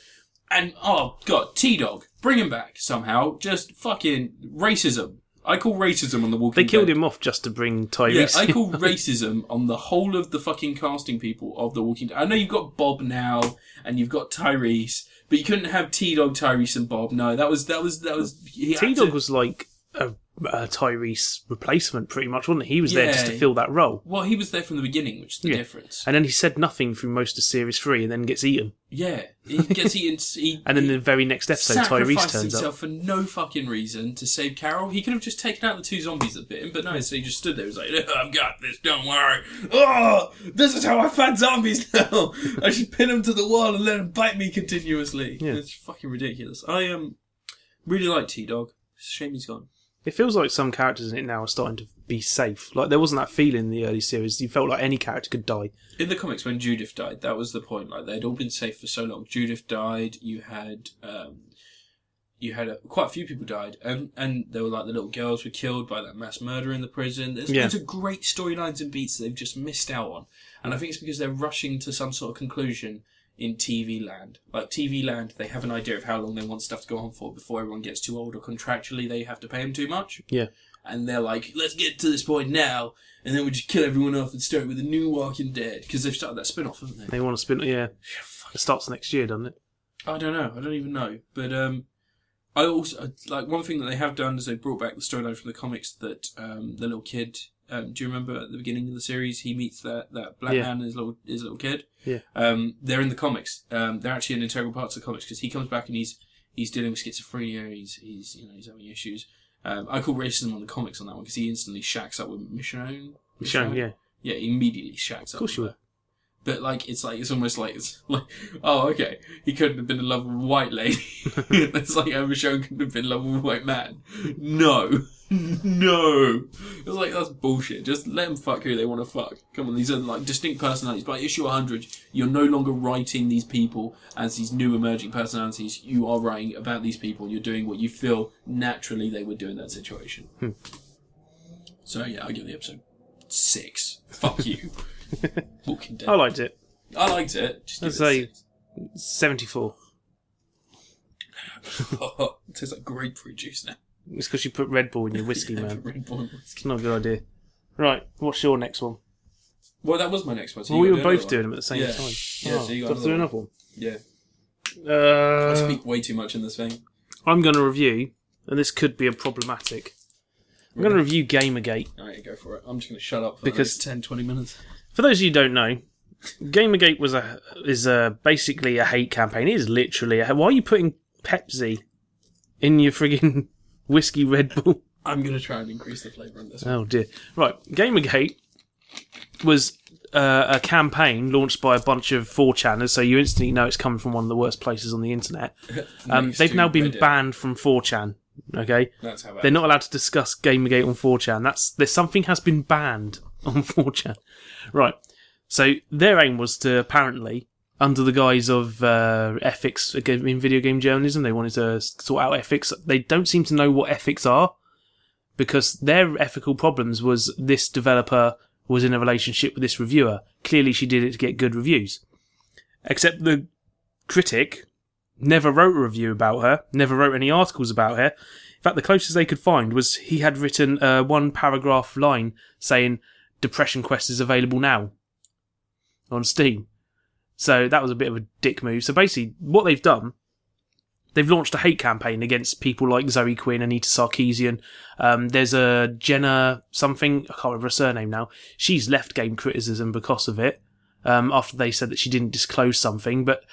Speaker 2: And oh god, T Dog, bring him back somehow. Just fucking racism. I call racism on the Walking
Speaker 1: They killed
Speaker 2: Dead.
Speaker 1: him off just to bring
Speaker 2: Yeah,
Speaker 1: Tyrese.
Speaker 2: I call racism on the whole of the fucking casting people of The Walking Dead. I know you've got Bob now and you've got Tyrese, but you couldn't have T Dog, Tyrese, and Bob. No, that was that was that was. he had
Speaker 1: T Dog
Speaker 2: to-
Speaker 1: was like a, a Tyrese replacement, pretty much, wasn't he? He was there just to
Speaker 2: Yeah.
Speaker 1: fill that role.
Speaker 2: well, he was there from the beginning, which is the
Speaker 1: Yeah.
Speaker 2: difference.
Speaker 1: And then he said nothing through most of series three and then gets eaten.
Speaker 2: Yeah, he gets he, he
Speaker 1: And then
Speaker 2: he
Speaker 1: the very next episode, Tyrese
Speaker 2: sacrificed
Speaker 1: turns
Speaker 2: himself
Speaker 1: up.
Speaker 2: for no fucking reason to save Carol. He could have just taken out the two zombies that bit him, but no, so he just stood there. He was like, "I've got this. Don't worry. Oh, this is how I fight zombies now. I should pin them to the wall and let them bite me continuously.
Speaker 1: Yeah.
Speaker 2: It's fucking ridiculous. I um really like T Dog. Shame he's gone.
Speaker 1: It feels like some characters in it now are starting to be safe. Like there wasn't that feeling in the early series. You felt like any character could die.
Speaker 2: In the comics, when Judith died, that was the point. Like they'd all been safe for so long. Judith died. You had, um, you had a, quite a few people died, and and they were like the little girls were killed by that mass murder in the prison. There's
Speaker 1: Yeah.
Speaker 2: loads of great storylines and beats that they've just missed out on, and I think it's because they're rushing to some sort of conclusion in TV land. Like TV land, they have an idea of how long they want stuff to go on for before everyone gets too old, or contractually they have to pay them too much
Speaker 1: Yeah.
Speaker 2: and they're like, let's get to this point now, and then we just kill everyone off and start with a new Walking Dead because they've started that spin off, haven't they?
Speaker 1: They want to spin yeah. It starts next year, doesn't it?
Speaker 2: I don't know, I don't even know, but um, I also uh, like one thing that they have done is they brought back the storyline from the comics that um, the little kid. Um, do you remember at the beginning of the series he meets that, that black
Speaker 1: Yeah.
Speaker 2: man and his little his little kid?
Speaker 1: Yeah.
Speaker 2: Um, they're in the comics. Um, they're actually an integral part of the comics because he comes back and he's he's dealing with schizophrenia. He's he's you know he's having issues. Um, I call racism on the comics on that one because he instantly shacks up with Michonne.
Speaker 1: Shown, yeah.
Speaker 2: Yeah, he immediately shacks up. Of
Speaker 1: course you would.
Speaker 2: But like, it's like it's almost like it's like, oh, okay, he couldn't have been in love with a white lady. it's like Emma Stone couldn't have been in love with a white man. No, no. It's like that's bullshit. Just let them fuck who they want to fuck. Come on, these are like distinct personalities. By issue 100, you're no longer writing these people as these new emerging personalities. You are writing about these people. You're doing what you feel naturally they would do in that situation. So yeah, I give the episode six. Fuck you. Walking Dead.
Speaker 1: I liked it.
Speaker 2: I liked it. Just give
Speaker 1: I'd
Speaker 2: it
Speaker 1: say-
Speaker 2: a six.
Speaker 1: Seventy four.
Speaker 2: it tastes like grapefruit juice now.
Speaker 1: It's because you put Red Bull in your whiskey, man.
Speaker 2: Red Bull whiskey.
Speaker 1: It's not a good idea. Right, what's your next one?
Speaker 2: Well, that was my next one. So
Speaker 1: Well,
Speaker 2: you
Speaker 1: we
Speaker 2: gotta
Speaker 1: were
Speaker 2: do another
Speaker 1: both
Speaker 2: one.
Speaker 1: doing them at the same
Speaker 2: Yeah.
Speaker 1: time.
Speaker 2: Yeah,
Speaker 1: Oh,
Speaker 2: so you got
Speaker 1: got to do
Speaker 2: another
Speaker 1: another one.
Speaker 2: Yeah. I
Speaker 1: Uh,
Speaker 2: speak way too much in this thing.
Speaker 1: I'm going to review, and this could be a problematic. I'm going to review Gamergate.
Speaker 2: All right, go for it. I'm just going to shut up for
Speaker 1: Because-
Speaker 2: because the next 10, 20 minutes.
Speaker 1: For those of you who don't know, Gamergate was a is a basically a hate campaign. It is literally a, why are you putting Pepsi in your friggin' whiskey Red Bull?
Speaker 2: I'm going to try and increase the flavour on this.
Speaker 1: Oh dear. Right, Gamergate was uh, a campaign launched by a bunch of 4chaners, so you instantly know it's coming from one of the worst places on the internet. Um,
Speaker 2: Next
Speaker 1: they've
Speaker 2: to
Speaker 1: now been
Speaker 2: Reddit.
Speaker 1: banned from 4chan. Okay,
Speaker 2: That's how
Speaker 1: they're not allowed to discuss Gamergate on 4chan. That's there's something has been banned on 4chan. Right. So their aim was to apparently, under the guise of uh, ethics again, in video game journalism, they wanted to sort out ethics. They don't seem to know what ethics are because their ethical problems was this developer was in a relationship with this reviewer. Clearly, she did it to get good reviews. Except the critic never wrote a review about her, never wrote any articles about her. In fact, the closest they could find was he had written a one paragraph line saying, Depression Quest is available now on Steam. So that was a bit of a dick move. So basically, what they've done, they've launched a hate campaign against people like Zoe Quinn, Anita Sarkeesian. Um, there's a Jenna something, I can't remember her surname now. She's left game criticism because of it, um, after they said that she didn't disclose something, but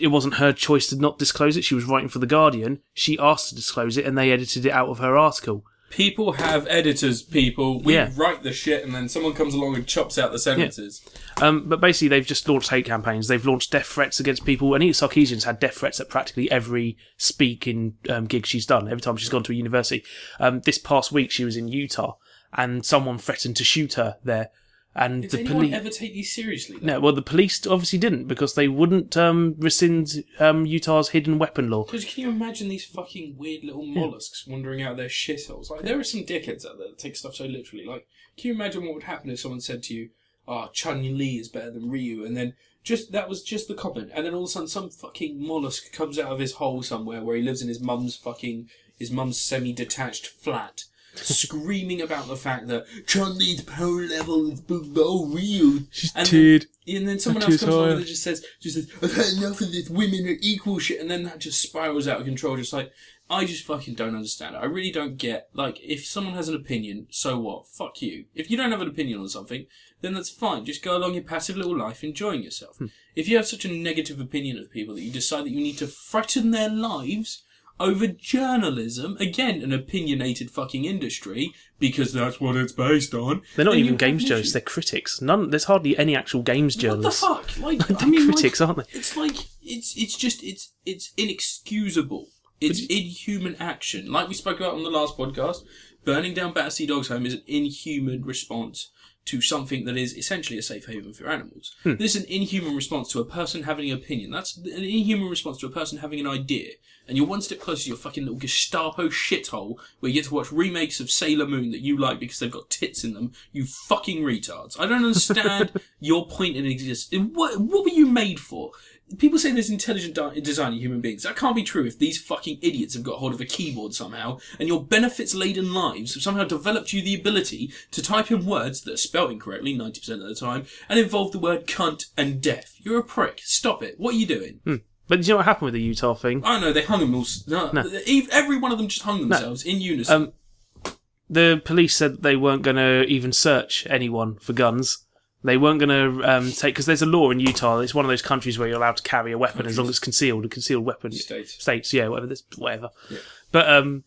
Speaker 1: it wasn't her choice to not disclose it. She was writing for The Guardian. She asked to disclose it and they edited it out of her article.
Speaker 2: People have editors, people. We
Speaker 1: Yeah.
Speaker 2: write the shit and then someone comes along and chops out the sentences.
Speaker 1: Um, but basically, they've just launched hate campaigns. They've launched death threats against people. Anita Sarkeesian's had death threats at practically every speaking um, gig she's done. Every time she's gone to a university. Um, this past week, she was in Utah, and someone threatened to shoot her there. And
Speaker 2: Did
Speaker 1: the
Speaker 2: anyone
Speaker 1: police.
Speaker 2: ever take these seriously?
Speaker 1: no, well, the police obviously didn't because they wouldn't um, rescind um, Utah's hidden weapon law.
Speaker 2: Because can you imagine these fucking weird little mollusks wandering out of their shitholes? Like, there are some dickheads out there that take stuff so literally. Like, can you imagine what would happen if someone said to you, oh, Chun Li is better than Ryu, and then just that was just the comment, and then all of a sudden some fucking mollusk comes out of his hole somewhere where he lives in his mum's fucking his mum's semi-detached flat. Screaming about the fact that Chun Li's power level is below Ryu. She's
Speaker 1: tiered.
Speaker 2: and then someone
Speaker 1: Her
Speaker 2: else
Speaker 1: tears
Speaker 2: comes along
Speaker 1: higher.
Speaker 2: and just says, just says, I've had enough of this women are equal shit, and then that just spirals out of control. Just like, I just fucking don't understand it. I really don't get, like, if someone has an opinion, so what? Fuck you. If you don't have an opinion on something, then that's fine. Just go along your passive little life enjoying yourself.
Speaker 1: Hmm.
Speaker 2: If you have such a negative opinion of people that you decide that you need to threaten their lives over journalism, again, an opinionated fucking industry, because that's what it's based on.
Speaker 1: They're not
Speaker 2: then you
Speaker 1: even
Speaker 2: have
Speaker 1: games
Speaker 2: an
Speaker 1: journalists;
Speaker 2: issue.
Speaker 1: they're critics. None. There's hardly any actual games journalists.
Speaker 2: What the fuck? Like, I
Speaker 1: They're
Speaker 2: mean,
Speaker 1: critics,
Speaker 2: like,
Speaker 1: aren't they?
Speaker 2: It's like it's it's just it's it's inexcusable. It's inhuman action. Like we spoke about on the last podcast, burning down Battersea Dogs Home is an inhuman response to something that is essentially a safe haven for animals. This is an inhuman response to a person having an opinion. That's an inhuman response to a person having an idea. And you're one step closer to your fucking little Gestapo shithole where you get to watch remakes of Sailor Moon that you like because they've got tits in them. You fucking retards. I don't understand your point in existence. What, what were you made for? People say there's intelligent di- design in human beings. That can't be true if these fucking idiots have got hold of a keyboard somehow, and your benefits laden lives have somehow developed you the ability to type in words that are spelled incorrectly 90% of the time and involve the word cunt and deaf. You're a prick. Stop it. What are you doing?
Speaker 1: But do you know what happened with the Utah thing?
Speaker 2: I know, they hung them all. s- No, ev- Every one of them just hung themselves in unison.
Speaker 1: Um, the police said they weren't going to even search anyone for guns. They weren't going to um, take because there's a law in Utah. It's one of those countries where you're allowed to carry a weapon as long as it's concealed. A concealed weapon
Speaker 2: States.
Speaker 1: states, yeah, whatever. This, whatever. But um,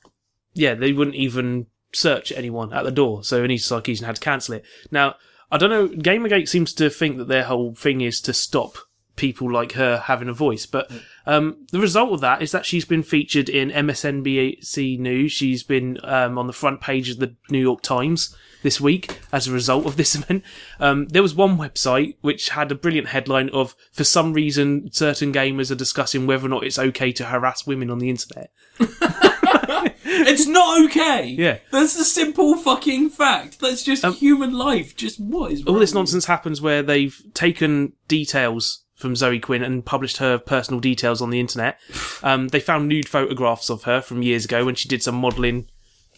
Speaker 1: yeah, they wouldn't even search anyone at the door. So Anita Sarkeesian had to cancel it. Now I don't know. Gamergate seems to think that their whole thing is to stop people like her having a voice, but um, the result of that is that she's been featured in MSNBC News. She's been um, on the front page of the New York Times this week as a result of this event. Um, there was one website which had a brilliant headline of, for some reason, certain gamers are discussing whether or not it's okay to harass women on the internet.
Speaker 2: It's not okay.
Speaker 1: Yeah. Um,
Speaker 2: That's the simple fucking fact. That's just human life. Just what is
Speaker 1: All
Speaker 2: wrong
Speaker 1: this
Speaker 2: with
Speaker 1: nonsense happens where they've taken details from Zoe Quinn and published her personal details on the internet. Um, they found nude photographs of her from years ago when she did some modelling,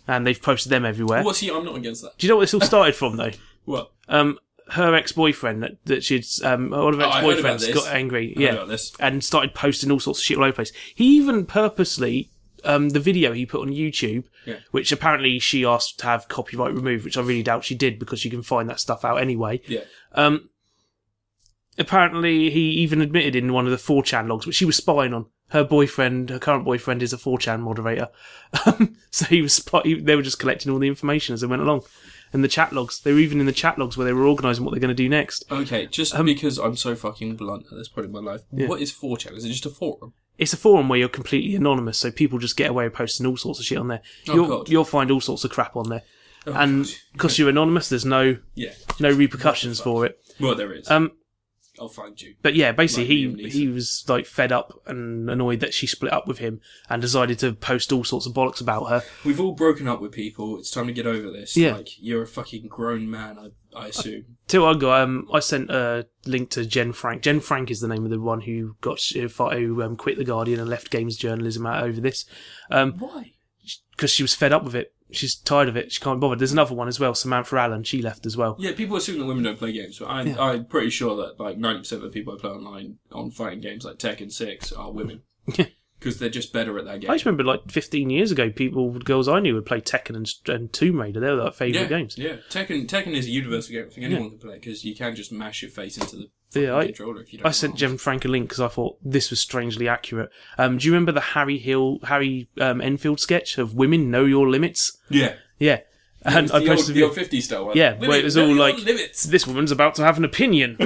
Speaker 1: and they've posted them everywhere.
Speaker 2: you? What's he? I'm not against that.
Speaker 1: Do you know what this all started from though?
Speaker 2: What?
Speaker 1: Um, her ex-boyfriend that, that she'd um, one of her
Speaker 2: Oh, I heard about
Speaker 1: ex-boyfriends
Speaker 2: this.
Speaker 1: got angry,
Speaker 2: heard
Speaker 1: yeah,
Speaker 2: about this.
Speaker 1: and started posting all sorts of shit all over the place. He even purposely um, the video he put on YouTube,
Speaker 2: Yeah.
Speaker 1: which apparently she asked to have copyright removed, which I really doubt she did because you can find that stuff out anyway.
Speaker 2: Yeah.
Speaker 1: Um, apparently he even admitted in one of the 4chan logs, which she was spying on. Her boyfriend, her current boyfriend, is a 4chan moderator, Um, so he was spy- he- they were just collecting all the information as they went along. And the chat logs, they were even in the chat logs where they were organising what they're going to do next.
Speaker 2: Okay, just
Speaker 1: Um,
Speaker 2: because I'm so fucking blunt at this point in my life, what is 4chan? Is it just a forum?
Speaker 1: It's a forum where you're completely anonymous, so people just get away with posting all sorts of shit on there.
Speaker 2: Oh,
Speaker 1: you'll
Speaker 2: God. Oh,
Speaker 1: you'll find all sorts of crap on there, and
Speaker 2: God.
Speaker 1: because you're anonymous, there's no
Speaker 2: Yeah.
Speaker 1: no repercussions for it.
Speaker 2: Well, there is.
Speaker 1: Um,
Speaker 2: I'll find you.
Speaker 1: But yeah, basically
Speaker 2: Like Liam
Speaker 1: he
Speaker 2: Neeson.
Speaker 1: he was like fed up and annoyed that she split up with him and decided to post all sorts of bollocks about her.
Speaker 2: We've all broken up with people. It's time to get over this.
Speaker 1: Yeah. Uh,
Speaker 2: Like, you're a fucking grown man, I, I assume.
Speaker 1: Till I got, um, I sent a link to Jen Frank. Jen Frank is the name of the one who got who fi- who um, quit the Guardian and left games journalism out over this
Speaker 2: Why?
Speaker 1: because she was fed up with it. She's tired of it. She can't bother. There's another one as well, Samantha Allen. She left as well.
Speaker 2: Yeah, people assume that women don't play games, but I, I'm pretty sure that like 90% of the people I play online on fighting games like Tekken 6 are women. Because they're just better at that game.
Speaker 1: I just remember like 15 years ago, people, girls I knew, would play Tekken and, and Tomb Raider. They were their favourite
Speaker 2: yeah,
Speaker 1: games.
Speaker 2: yeah. Tekken Tekken is a universal game. I think anyone can play because you can just mash your face into the fucking
Speaker 1: Yeah, I-
Speaker 2: controller if you don't.
Speaker 1: I sent
Speaker 2: know.
Speaker 1: Jen Frank a link because I thought this was strangely accurate. Um, do you remember the Harry Hill, Harry um, Enfield sketch of women know your limits?
Speaker 2: Yeah,
Speaker 1: Yeah, and
Speaker 2: It's
Speaker 1: I
Speaker 2: the old,
Speaker 1: posted.
Speaker 2: the old 50 style one.
Speaker 1: yeah, where it was
Speaker 2: no,
Speaker 1: all
Speaker 2: you're
Speaker 1: like,
Speaker 2: on limits.
Speaker 1: "This woman's about to have an opinion,"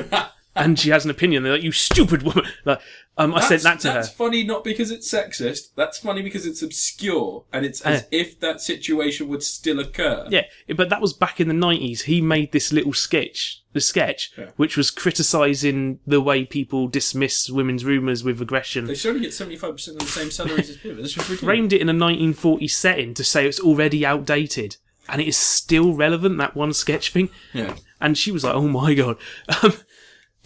Speaker 1: and she has an opinion. They're like, "You stupid woman!" Like, um, I sent that
Speaker 2: That's-
Speaker 1: to her.
Speaker 2: That's funny, not because it's sexist. That's funny because it's obscure, and it's as
Speaker 1: Yeah.
Speaker 2: if that situation would still occur.
Speaker 1: Yeah, but that was back in the nineties. He made this little sketch, the sketch,
Speaker 2: Yeah.
Speaker 1: which was criticising the way people dismiss women's rumours with aggression.
Speaker 2: They should only get seventy-five percent of the same salaries as women. This is ridiculous.
Speaker 1: framed it in a 1940s setting to say it's already outdated and it is still relevant that one sketch thing
Speaker 2: Yeah.
Speaker 1: and she was like oh my god um,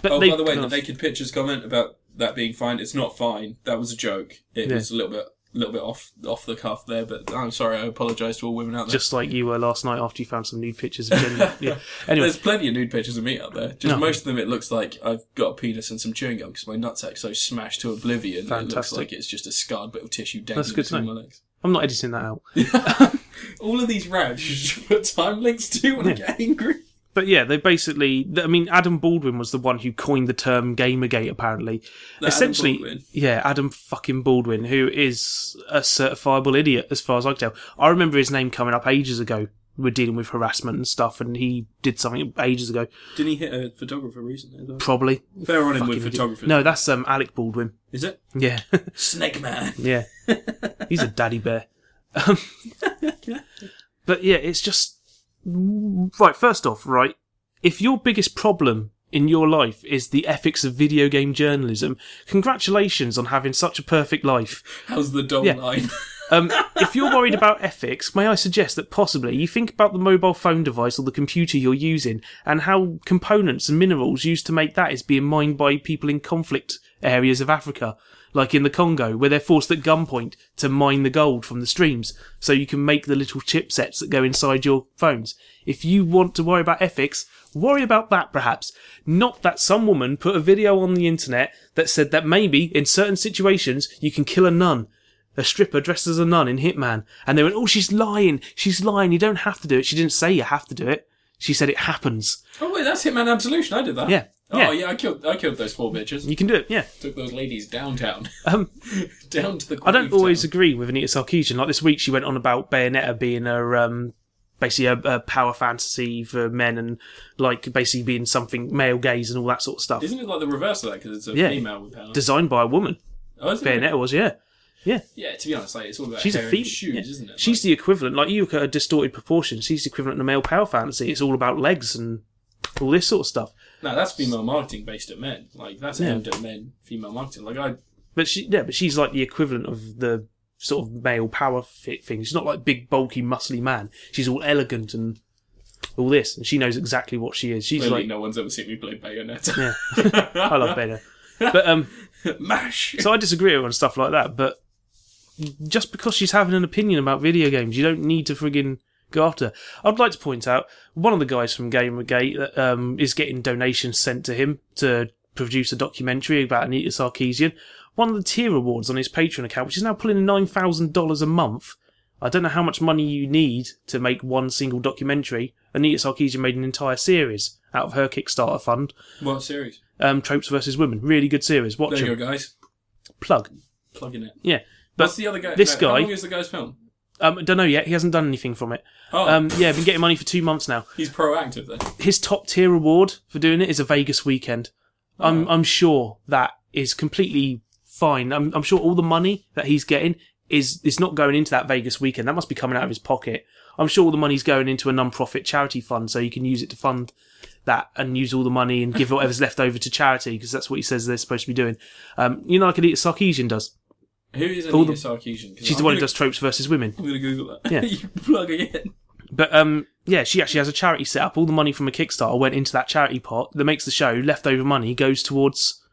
Speaker 1: but
Speaker 2: Oh,
Speaker 1: they
Speaker 2: by the way,
Speaker 1: kind
Speaker 2: the
Speaker 1: of-
Speaker 2: naked pictures comment about that being fine. It's not fine. That was a joke. It
Speaker 1: Yeah.
Speaker 2: was a little bit, little bit off, off the cuff there. But I'm sorry. I apologise to all women out there.
Speaker 1: just like you were last night after you found some nude pictures of Jen. yeah anyway
Speaker 2: There's plenty of nude pictures of me out there. Just
Speaker 1: No.
Speaker 2: most of them, it looks like I've got a penis and some chewing gum because my nutsack's so smashed to oblivion. It looks
Speaker 1: Fantastic.
Speaker 2: like it's just a scarred bit of tissue
Speaker 1: That's
Speaker 2: dangling
Speaker 1: good to
Speaker 2: between
Speaker 1: know.
Speaker 2: my legs.
Speaker 1: i'm not editing that out
Speaker 2: All of these rants you should put time links to when I get angry.
Speaker 1: but yeah they basically th- i mean adam baldwin was the one who coined the term gamergate apparently
Speaker 2: Adam
Speaker 1: essentially
Speaker 2: Baldwin.
Speaker 1: yeah adam fucking baldwin who is a certifiable idiot as far as i can tell i remember his name coming up ages ago we we're dealing with harassment and stuff and he did something ages ago
Speaker 2: Didn't he hit a photographer recently? Though?
Speaker 1: Probably.
Speaker 2: Fair on him
Speaker 1: Fucking
Speaker 2: with
Speaker 1: idiot.
Speaker 2: photographers.
Speaker 1: No, that's um, Alec Baldwin.
Speaker 2: is it
Speaker 1: Yeah,
Speaker 2: Snake Man?
Speaker 1: yeah. He's a daddy bear. Um, but yeah, it's just right. First off, right, if your biggest problem in your life is the ethics of video game journalism, congratulations on having such a perfect life.
Speaker 2: How's the doll
Speaker 1: Yeah.
Speaker 2: line?
Speaker 1: Um, if you're worried about ethics, may I suggest that possibly you think about the mobile phone device or the computer you're using and how components and minerals used to make that is being mined by people in conflict areas of Africa, like in the Congo, where they're forced at gunpoint to mine the gold from the streams so you can make the little chipsets that go inside your phones. If you want to worry about ethics, worry about that perhaps. Not that some woman put a video on the internet that said that maybe in certain situations you can kill a nun a stripper dressed as a nun in Hitman, and they went, "Oh, she's lying. She's lying. You don't have to do it." She didn't say you have to do it. She said it happens.
Speaker 2: oh wait, that's Hitman Absolution. I did that.
Speaker 1: Yeah. Yeah.
Speaker 2: Oh yeah, I killed. I killed those four bitches.
Speaker 1: You can do it. Yeah.
Speaker 2: Took those ladies downtown,
Speaker 1: Um,
Speaker 2: down to the.
Speaker 1: I don't
Speaker 2: Queenstown.
Speaker 1: always agree with Anita Sarkeesian. Like this week, she went on about Bayonetta being a um, basically a, a power fantasy for men and like basically being something male gaze and all that sort of stuff.
Speaker 2: Isn't it like the reverse of that because it's a
Speaker 1: Yeah.
Speaker 2: female with power?
Speaker 1: Designed by a woman.
Speaker 2: oh, is it?
Speaker 1: Bayonetta was yeah.
Speaker 2: Yeah, to be honest, like it's all about
Speaker 1: She's a
Speaker 2: hair and
Speaker 1: female.
Speaker 2: shoes,
Speaker 1: yeah.
Speaker 2: isn't it?
Speaker 1: She's the equivalent. Like you look at her distorted proportions. She's the equivalent of male power fantasy. It's all about legs and all this sort of stuff.
Speaker 2: No, that's female marketing based at men. Like that's
Speaker 1: Yeah.
Speaker 2: aimed at men, female marketing. Like I
Speaker 1: But she, yeah, but she's like the equivalent of the sort of male power fit thing. She's not like big, bulky, muscly man. She's all elegant and all this, and she knows exactly what she is. She's
Speaker 2: clearly
Speaker 1: like,
Speaker 2: no one's ever seen me play Bayonetta.
Speaker 1: yeah, I love Beta. But um,
Speaker 2: Mash.
Speaker 1: so I disagree with her on stuff like that. But just because she's having an opinion about video games, you don't need to friggin' go after. her. I'd like to point out one of the guys from Gamergate that, um, is getting donations sent to him to produce a documentary about Anita Sarkeesian. One of the tier awards on his Patreon account, which is now pulling in nine thousand dollars a month. I don't know how much money you need to make one single documentary. Anita Sarkeesian made an entire series out of her Kickstarter fund.
Speaker 2: What series?
Speaker 1: um, Tropes versus Women. Really good series. Watch
Speaker 2: There you
Speaker 1: them.
Speaker 2: go, guys.
Speaker 1: Plug.
Speaker 2: Plugging it.
Speaker 1: Yeah.
Speaker 2: What's
Speaker 1: But
Speaker 2: the other guy?
Speaker 1: this
Speaker 2: no,
Speaker 1: guy-
Speaker 2: How long is the guy's film?
Speaker 1: um, don't know yet. He hasn't done anything from it.
Speaker 2: Oh,
Speaker 1: Um, yeah, been getting money for two months now.
Speaker 2: he's proactive then.
Speaker 1: His top tier reward for doing it is a Vegas weekend. I'm I'm sure that is completely fine. I'm I'm sure all the money that he's getting is is not going into that Vegas weekend. That must be coming out of his pocket. I'm sure all the money's going into a non-profit charity fund, so you can use it to fund that and use all the money and give whatever's left over to charity because that's what he says they're supposed to be doing. Um, you know, like Anita Sarkeesian does.
Speaker 2: Who is
Speaker 1: All the-
Speaker 2: Anita Sarkeesian? 'Cause
Speaker 1: She's
Speaker 2: I'm
Speaker 1: the one who
Speaker 2: gonna-
Speaker 1: does tropes versus women.
Speaker 2: I'm gonna Google that.
Speaker 1: Yeah.
Speaker 2: you plug again.
Speaker 1: But um, yeah, she actually has a charity set up. All the money from a Kickstarter went into that charity pot that makes the show. Leftover money goes towards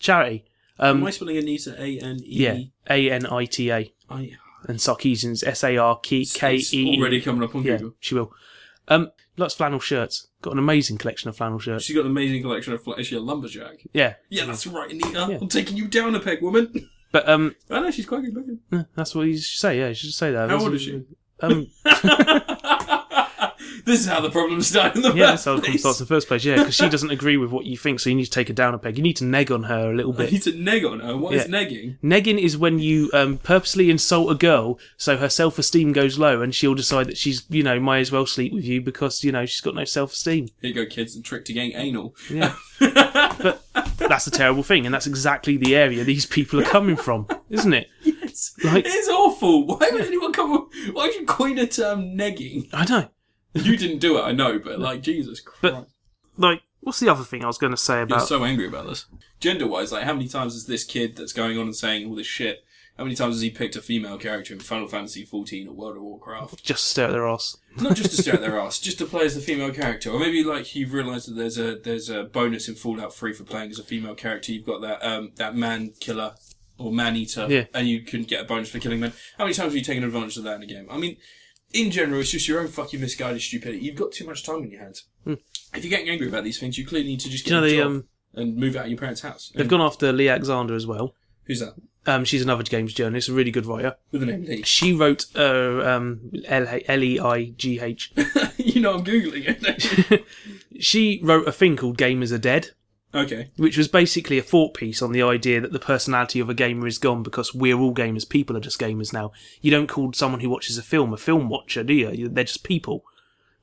Speaker 1: charity.
Speaker 2: Am
Speaker 1: Um,
Speaker 2: I spelling Anita A N E?
Speaker 1: yeah, A N I T A
Speaker 2: I-
Speaker 1: and Sarkeesian's S A R K
Speaker 2: it's
Speaker 1: K E.
Speaker 2: already coming up on
Speaker 1: Yeah,
Speaker 2: Google.
Speaker 1: she will. Um, lots of flannel shirts. Got an amazing collection of flannel shirts.
Speaker 2: She's got an amazing collection of. fl- Is she a lumberjack?
Speaker 1: Yeah,
Speaker 2: Yeah, that's right, Anita.
Speaker 1: Yeah.
Speaker 2: I'm taking you down a peg, woman.
Speaker 1: but um,
Speaker 2: I know she's quite good looking.
Speaker 1: eh, that's what you should say. Yeah, you should say that.
Speaker 2: How
Speaker 1: That's-
Speaker 2: old is she?
Speaker 1: Um,
Speaker 2: this is how the problem started in the
Speaker 1: yeah, that's
Speaker 2: first
Speaker 1: how the problem
Speaker 2: place.
Speaker 1: starts in the first place. Yeah, because she doesn't agree with what you think, so you need to take her down a peg. You need to neg on her a little
Speaker 2: I
Speaker 1: bit.
Speaker 2: need to neg on her. What
Speaker 1: Yeah.
Speaker 2: is negging?
Speaker 1: Negging is when you um, purposely insult a girl so her self esteem goes low and she'll decide that she's, you know, might as well sleep with you because, you know, she's got no self esteem.
Speaker 2: Here you go, kids, and trick to getting anal.
Speaker 1: Yeah. but that's a terrible thing and that's exactly the area these people are coming from, isn't it?
Speaker 2: Yes.
Speaker 1: Like-
Speaker 2: it's awful. Why would anyone come up? Why would you coin a term negging?
Speaker 1: I know.
Speaker 2: You didn't do it, I know, but like, Jesus Christ.
Speaker 1: But- uh, Like, what's the other thing I was going to say
Speaker 2: You're
Speaker 1: about.
Speaker 2: so angry about this. Gender wise, like, how many times is this kid that's going on and saying all this shit? How many times has he picked a female character in Final Fantasy XIV or World of Warcraft?
Speaker 1: just stare at their ass.
Speaker 2: not just to stare at their ass, just to play as the female character, or maybe like you've realised that there's a there's a bonus in Fallout Three for playing as a female character. You've got that um that man killer or man eater,
Speaker 1: Yeah.
Speaker 2: and you can get a bonus for killing men. How many times have you taken advantage of that in a game? I mean, in general, it's just your own fucking misguided stupidity. You've got too much time on your hands. If you're getting angry about these things, you clearly need to just get
Speaker 1: Hmm. Do you know,
Speaker 2: a
Speaker 1: they,
Speaker 2: job
Speaker 1: um,
Speaker 2: and move out of your parents' house.
Speaker 1: they've
Speaker 2: And
Speaker 1: gone after Lee Alexander as well.
Speaker 2: who's that?
Speaker 1: Um, she's another games journalist, a really good writer.
Speaker 2: With the name Lee.
Speaker 1: She wrote uh, um, L E I G H.
Speaker 2: you know, I'm googling it.
Speaker 1: She wrote a thing called Gamers Are Dead.
Speaker 2: okay.
Speaker 1: which was basically a thought piece on the idea that the personality of a gamer is gone because we're all gamers. People are just gamers now. You don't call someone who watches a film a film watcher, do you? You- They're just people.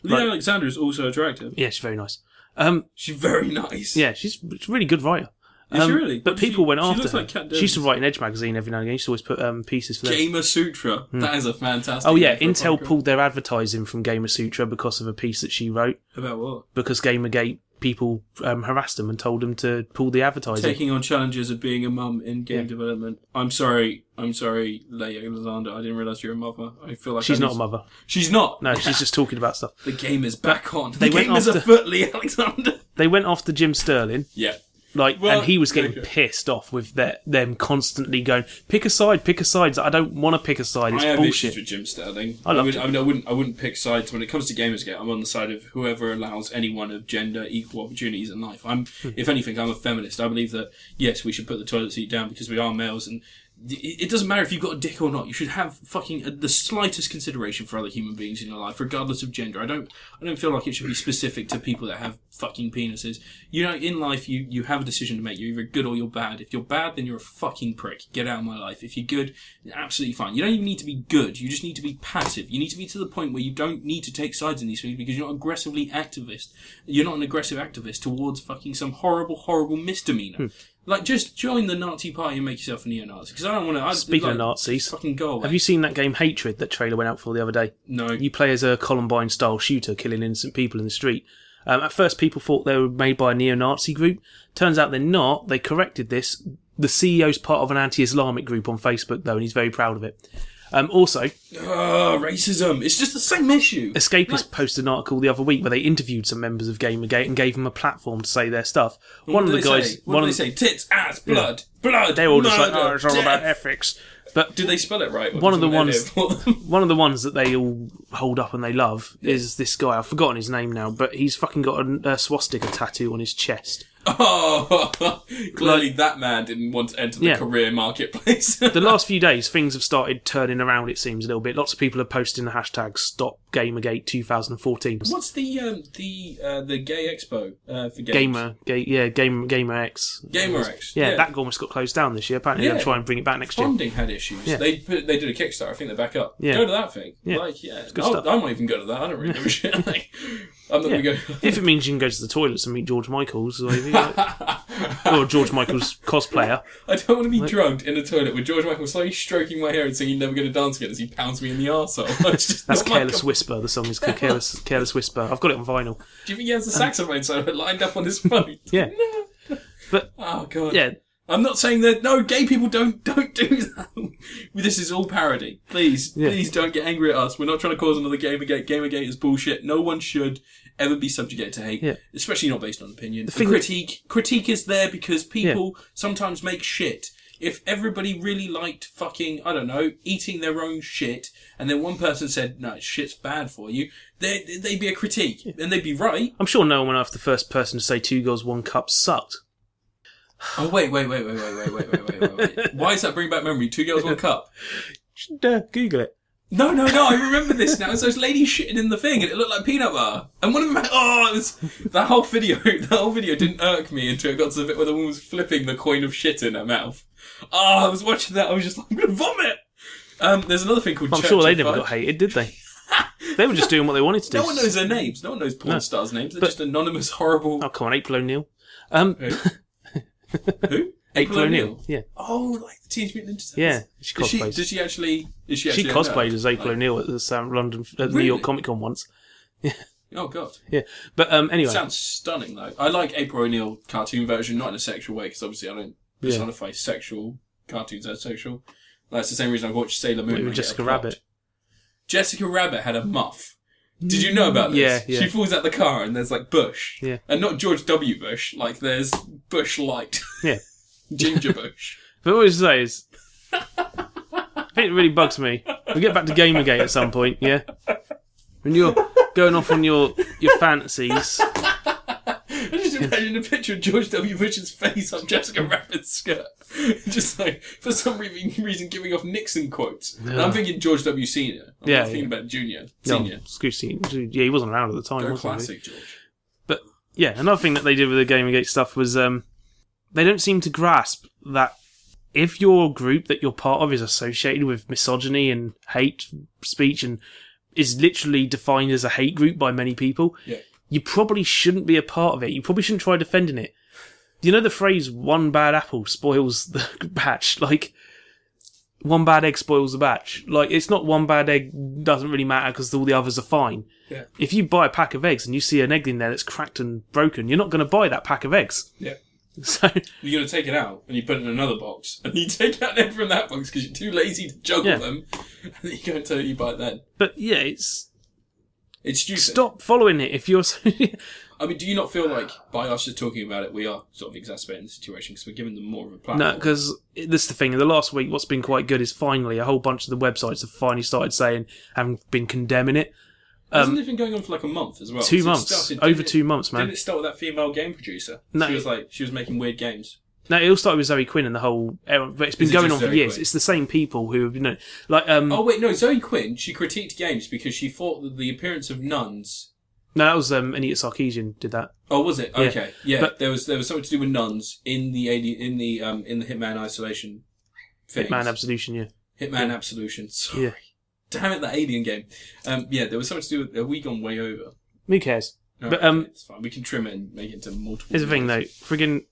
Speaker 2: Lee
Speaker 1: Right.
Speaker 2: Alexander is also attractive.
Speaker 1: Yeah, she's very nice. Um,
Speaker 2: She's very nice.
Speaker 1: yeah, she's, she's a really good writer.
Speaker 2: Is she
Speaker 1: Um,
Speaker 2: really?
Speaker 1: But
Speaker 2: What does
Speaker 1: people
Speaker 2: she-
Speaker 1: went
Speaker 2: she
Speaker 1: after
Speaker 2: looks
Speaker 1: her.
Speaker 2: like Kat
Speaker 1: she used to
Speaker 2: Dennings.
Speaker 1: write an Edge magazine every now and again. She used to always put um, pieces for them.
Speaker 2: Gamer Sutra. That is a fantastic.
Speaker 1: Hmm. Oh yeah,
Speaker 2: name for a
Speaker 1: Intel
Speaker 2: podcast.
Speaker 1: pulled their advertising from Gamer Sutra because of a piece that she wrote
Speaker 2: about what
Speaker 1: because GamerGate people um, harassed them and told them to pull the advertising.
Speaker 2: taking on challenges of being a mum in game
Speaker 1: Yeah.
Speaker 2: development. I'm sorry, I'm sorry, Leia Alexander. I didn't realize you're a mother. I feel like
Speaker 1: she's
Speaker 2: I
Speaker 1: not a
Speaker 2: need-
Speaker 1: mother.
Speaker 2: She's not.
Speaker 1: No, she's just talking about stuff.
Speaker 2: The game is back on.
Speaker 1: They
Speaker 2: the
Speaker 1: went
Speaker 2: game is
Speaker 1: after-
Speaker 2: afoot, Lee Alexander.
Speaker 1: They went after Jim Sterling
Speaker 2: Yeah.
Speaker 1: Like,
Speaker 2: Well,
Speaker 1: and he was getting
Speaker 2: okay.
Speaker 1: pissed off with their, them constantly going, pick a side, pick a side. I don't want to pick a side. It's
Speaker 2: I have issues
Speaker 1: bullshit.
Speaker 2: with Jim Sterling.
Speaker 1: I loved
Speaker 2: would,
Speaker 1: him.
Speaker 2: I, mean, I wouldn't. I wouldn't pick sides when it comes to Gamersgate. I'm on the side of whoever allows anyone of gender equal opportunities in life. I'm,
Speaker 1: Hmm.
Speaker 2: if anything, I'm a feminist. I believe that yes, we should put the toilet seat down because we are males, and it it doesn't matter if you've got a dick or not. You should have fucking uh, the slightest consideration for other human beings in your life, regardless of gender. I don't. I don't feel like it should be specific to people that have fucking penises. You know, in life, you you have a decision to make. You're either good or you're bad. If you're bad, then you're a fucking prick. Get out of my life. If you're good, absolutely fine. You don't even need to be good. You just need to be passive. You need to be to the point where you don't need to take sides in these things because you're not aggressively activist. You're not an aggressive activist towards fucking some horrible, horrible misdemeanor.
Speaker 1: Hmm.
Speaker 2: Like, just join the Nazi party and make yourself a neo-Nazi. Because I don't want to.
Speaker 1: Speaking
Speaker 2: like,
Speaker 1: of Nazis,
Speaker 2: fucking go away.
Speaker 1: have you seen that game Hatred that trailer went out for the other day?
Speaker 2: No.
Speaker 1: You play as a Columbine style shooter killing innocent people in the street. Um, at first, people thought they were made by a neo Nazi group. Turns out they're not. They corrected this. The CEO's part of an anti Islamic group on Facebook, though, and he's very proud of it. Um, also,
Speaker 2: Ah, racism. It's just the same issue.
Speaker 1: Escapist posted an article the other week where they interviewed some members of Gamergate and gave them a platform to say their stuff. One
Speaker 2: What
Speaker 1: of
Speaker 2: do
Speaker 1: the
Speaker 2: they
Speaker 1: guys,
Speaker 2: say? What
Speaker 1: one
Speaker 2: do
Speaker 1: of
Speaker 2: they
Speaker 1: the,
Speaker 2: say? Tits, ass, blood, blood.
Speaker 1: they're all just like,
Speaker 2: murder,
Speaker 1: oh, it's all about
Speaker 2: death."
Speaker 1: ethics. But
Speaker 2: Do they spell it right? or
Speaker 1: One of
Speaker 2: does
Speaker 1: the
Speaker 2: it
Speaker 1: ones-
Speaker 2: for them?
Speaker 1: one of the ones that they all hold up and they love is this guy. I've forgotten his name now, but he's fucking got a, a swastika tattoo on his chest.
Speaker 2: Oh, clearly that man didn't want to enter the
Speaker 1: Yeah.
Speaker 2: career marketplace.
Speaker 1: The last few days, things have started turning around. It seems a little bit. Lots of people are posting the hashtag Stop Gamergate 2014.
Speaker 2: What's the um, the uh, the gay expo uh, for games?
Speaker 1: Gamer, ga- yeah, game, Gamer X.
Speaker 2: GamerX.
Speaker 1: Yeah, that almost got closed down this year. Apparently, they'll
Speaker 2: Yeah.
Speaker 1: try and bring it back next year.
Speaker 2: funding had issues.
Speaker 1: Yeah.
Speaker 2: They put, they did a Kickstarter. I think they're back up.
Speaker 1: Yeah.
Speaker 2: Go to that thing.
Speaker 1: Yeah.
Speaker 2: Like, yeah.
Speaker 1: good
Speaker 2: I'll-
Speaker 1: stuff.
Speaker 2: I might even go to that. I don't really give a shit. Like, I'm not
Speaker 1: Yeah.
Speaker 2: gonna go.
Speaker 1: if it means you can go to the toilets and meet George Michael's, maybe, like- or George Michael's cosplayer.
Speaker 2: I don't want to be drugged in a toilet with George Michael slowly stroking my hair and singing "Never Gonna Dance Again" as he pounds me in the arsehole. It's just
Speaker 1: That's
Speaker 2: not Oh my
Speaker 1: Careless
Speaker 2: cup-
Speaker 1: Whisper. The song is called Careless, Careless Whisper. I've got it on vinyl.
Speaker 2: Do you think he has the saxophone solo lined up on his phone?
Speaker 1: Um, Yeah.
Speaker 2: No.
Speaker 1: But-
Speaker 2: oh god.
Speaker 1: Yeah,
Speaker 2: I'm not saying that. No, gay people don't don't do that. this is all parody. Please,
Speaker 1: Yeah.
Speaker 2: please don't get angry at us. We're not trying to cause another Gamergate. Gamergate is bullshit. No one should ever be subjugated to hate,
Speaker 1: Yeah.
Speaker 2: especially not based on opinion.
Speaker 1: thing-
Speaker 2: critique critique is there because people sometimes make shit. If everybody really liked fucking, I don't know, eating their own shit, and then one person said, no, shit's bad for you, there- they'd be a critique. And they'd be right.
Speaker 1: I'm sure no one after the first person to say two girls, one cup sucked.
Speaker 2: Oh, wait, wait, wait, wait, wait, wait, wait, wait, wait, wait. Why is that bring back memory? Two girls, one cup.
Speaker 1: Just, uh, Google it.
Speaker 2: No, no, no, I remember this now. It's those ladies shitting in the thing and it looked like peanut butter. And one of them had, oh, it was, that whole video, that whole video didn't irk me until it got to the bit where the woman was flipping the coin of shit in her mouth. Oh, I was watching that, I was just like, I'm gonna vomit! Um, there's another thing called
Speaker 1: I'm sure they
Speaker 2: Churchill
Speaker 1: never
Speaker 2: Fudge.
Speaker 1: got hated, did they? they were just doing what they wanted to do.
Speaker 2: No one knows their names. No one knows porn stars' names. They're just anonymous, horrible.
Speaker 1: Oh, come on, April O'Neil. Um,
Speaker 2: Who?
Speaker 1: April O'Neil. Yeah,
Speaker 2: Oh, like the Teenage Mutant Ninja Turtles.
Speaker 1: yeah. She
Speaker 2: Did she,
Speaker 1: cosplays.
Speaker 2: did she actually? Is she
Speaker 1: she,
Speaker 2: actually? a nerd?
Speaker 1: cosplayed as April
Speaker 2: Like-
Speaker 1: O'Neil at the Sam London, at the New
Speaker 2: Really?
Speaker 1: York Comic Con once.
Speaker 2: Oh god.
Speaker 1: Yeah, but um, anyway,
Speaker 2: Sounds stunning though. I like April O'Neil cartoon version, not in a sexual way, because obviously I don't
Speaker 1: Yeah.
Speaker 2: personify sexual cartoons as sexual. That's the same reason I watched Sailor Moon.
Speaker 1: Wait,
Speaker 2: and
Speaker 1: with
Speaker 2: I get
Speaker 1: Jessica
Speaker 2: a plot.
Speaker 1: Rabbit.
Speaker 2: Jessica Rabbit had a muff. Did you know about
Speaker 1: Yeah,
Speaker 2: this?
Speaker 1: yeah.
Speaker 2: She falls out the car and there's like Bush,
Speaker 1: Yeah.
Speaker 2: and not George W. Bush. Like there's Bush Light,
Speaker 1: yeah.
Speaker 2: Ginger Bush.
Speaker 1: But what I was say is, I think it really bugs me. We get back to Gamergate at some point, yeah. When you're going off on your your fantasies,
Speaker 2: I just imagine a picture of George W. Bush's face on Jessica Rabbit's skirt. Just like, for some re- reason, giving off Nixon quotes. And I'm thinking George W. Senior. I'm
Speaker 1: Yeah,
Speaker 2: not thinking about Junior. Senior.
Speaker 1: no, Oh, screw scene. Yeah, he wasn't around at the time.
Speaker 2: Go
Speaker 1: was he, really?
Speaker 2: classic, George.
Speaker 1: But yeah, another thing that they did with the Gamergate stuff was um, they don't seem to grasp that if your group that you're part of is associated with misogyny and hate speech and is literally defined as a hate group by many people,
Speaker 2: Yeah.
Speaker 1: you probably shouldn't be a part of it. You probably shouldn't try defending it. You know the phrase "one bad apple spoils the batch." Like one bad egg spoils the batch. Like it's not one bad egg doesn't really matter because all the others are fine.
Speaker 2: Yeah.
Speaker 1: If you buy a pack of eggs and you see an egg in there that's cracked and broken, you're not going to buy that pack of eggs.
Speaker 2: Yeah.
Speaker 1: So
Speaker 2: You're going to take it out and you put it in another box. And you take out egg from that box because you're too lazy to juggle
Speaker 1: Yeah.
Speaker 2: them. And then you go until you buy it then.
Speaker 1: but yeah, it's
Speaker 2: It's stupid.
Speaker 1: stop following it if you're so
Speaker 2: I mean, do you not feel like by us just talking about it, we are sort of exacerbating the situation because we're giving them more of a platform?
Speaker 1: no because this is the thing. In the last week, what's been quite good is finally a whole bunch of the websites have finally started saying and been condemning it.
Speaker 2: Hasn't it been going on for like a month as well?
Speaker 1: um, Two
Speaker 2: Since it
Speaker 1: months.
Speaker 2: started,
Speaker 1: Over
Speaker 2: didn't it-
Speaker 1: two months, man.
Speaker 2: Didn't it start with that female game producer?
Speaker 1: No.
Speaker 2: She was like, she was making weird games.
Speaker 1: No, it all started with Zoe Quinn and the whole. era, But it's been
Speaker 2: Is it
Speaker 1: going
Speaker 2: just
Speaker 1: on for
Speaker 2: Zoe
Speaker 1: years.
Speaker 2: Quinn?
Speaker 1: It's the same people who have been doing it. like. Um,
Speaker 2: Oh wait, no, Zoe Quinn. She critiqued games because she thought that the appearance of nuns.
Speaker 1: No, that was um, Anita Sarkeesian did that.
Speaker 2: Oh, was it?
Speaker 1: Yeah.
Speaker 2: Okay, yeah.
Speaker 1: But-
Speaker 2: there was there was something to do with nuns in the alien, in the um in the Hitman Isolation. Things.
Speaker 1: Man Absolution, yeah.
Speaker 2: Hitman Absolution. Sorry.
Speaker 1: Yeah.
Speaker 2: Damn it, that alien game. Um, yeah, there was something to do with. Are we gone way over?
Speaker 1: Who cares?
Speaker 2: No,
Speaker 1: But, um,
Speaker 2: okay, it's fine. We can trim it and make it into multiple.
Speaker 1: Here's the thing though.
Speaker 2: videos.
Speaker 1: Friggin'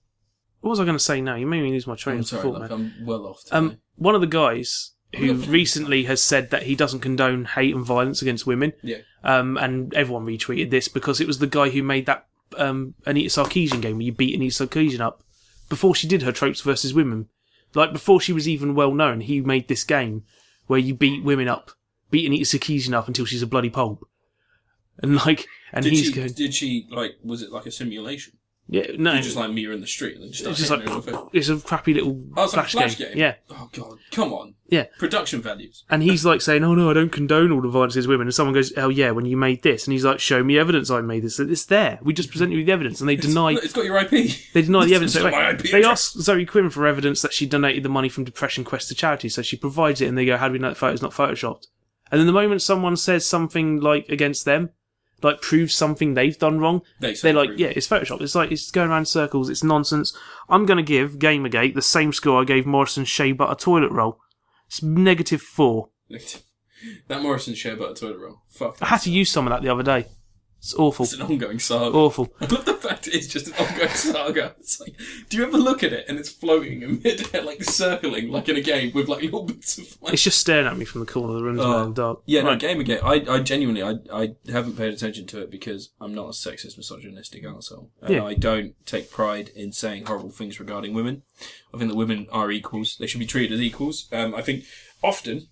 Speaker 1: what was I going to say now? You made me lose my train
Speaker 2: I'm
Speaker 1: of
Speaker 2: sorry,
Speaker 1: thought,
Speaker 2: like,
Speaker 1: man.
Speaker 2: I'm well off. Today.
Speaker 1: Um, one of the guys who
Speaker 2: Look.
Speaker 1: recently has said that he doesn't condone hate and violence against women.
Speaker 2: yeah.
Speaker 1: Um, and everyone retweeted this because it was the guy who made that um, Anita Sarkeesian game where you beat Anita Sarkeesian up before she did her tropes versus women. Like before she was even well known, he made this game where you beat women up, beat Anita Sarkeesian up until she's a bloody pulp. And like, and
Speaker 2: Did
Speaker 1: he's
Speaker 2: she?
Speaker 1: going,
Speaker 2: Did she like? Was it like a simulation?
Speaker 1: Yeah, no,
Speaker 2: You just like me in the street and then just
Speaker 1: it's just
Speaker 2: start hitting
Speaker 1: like
Speaker 2: everyone with it.
Speaker 1: it's a crappy little
Speaker 2: Oh, it's like a
Speaker 1: flash,
Speaker 2: flash
Speaker 1: game.
Speaker 2: game.
Speaker 1: Yeah,
Speaker 2: Oh god, come on.
Speaker 1: yeah.
Speaker 2: Production values.
Speaker 1: And he's like saying, "Oh no, I don't condone all the violence against women." And someone goes, "Oh yeah, when you made this," and he's like, "Show me evidence I made this. It's there. We just presented you with the evidence." And they deny
Speaker 2: Look, it's got your IP.
Speaker 1: they deny the evidence.
Speaker 2: It's
Speaker 1: straight
Speaker 2: my
Speaker 1: away.
Speaker 2: IP
Speaker 1: They
Speaker 2: address.
Speaker 1: ask Zoe Quinn for evidence that she donated the money from Depression Quest to charity, so she provides it, and they go, "How do we know that photo's not photoshopped?" And then the moment someone says something like against them, like proves something they've done wrong,
Speaker 2: They
Speaker 1: they're like,
Speaker 2: prove
Speaker 1: "Yeah, it's Photoshop. It's like it's going around in circles. It's nonsense." I'm going to give Gamergate the same score I gave Morrison's Shea Butter toilet roll. It's negative four.
Speaker 2: that Morrison share about a toilet roll. Fuck.
Speaker 1: I had to use some of that the other day. It's awful.
Speaker 2: It's an ongoing saga.
Speaker 1: Awful.
Speaker 2: I love the fact it's just an ongoing saga. It's like, do you ever look at it and it's floating in midair, like circling, like in a game with like little bits of like.
Speaker 1: It's just staring at me from the corner of the room
Speaker 2: Oh.
Speaker 1: oh. in the dark.
Speaker 2: Yeah, no,
Speaker 1: Right.
Speaker 2: game again. I, I genuinely, I, I haven't paid attention to it because I'm not a sexist, misogynistic asshole, and
Speaker 1: Yeah.
Speaker 2: I don't take pride in saying horrible things regarding women. I think that women are equals; they should be treated as equals. Um, I think often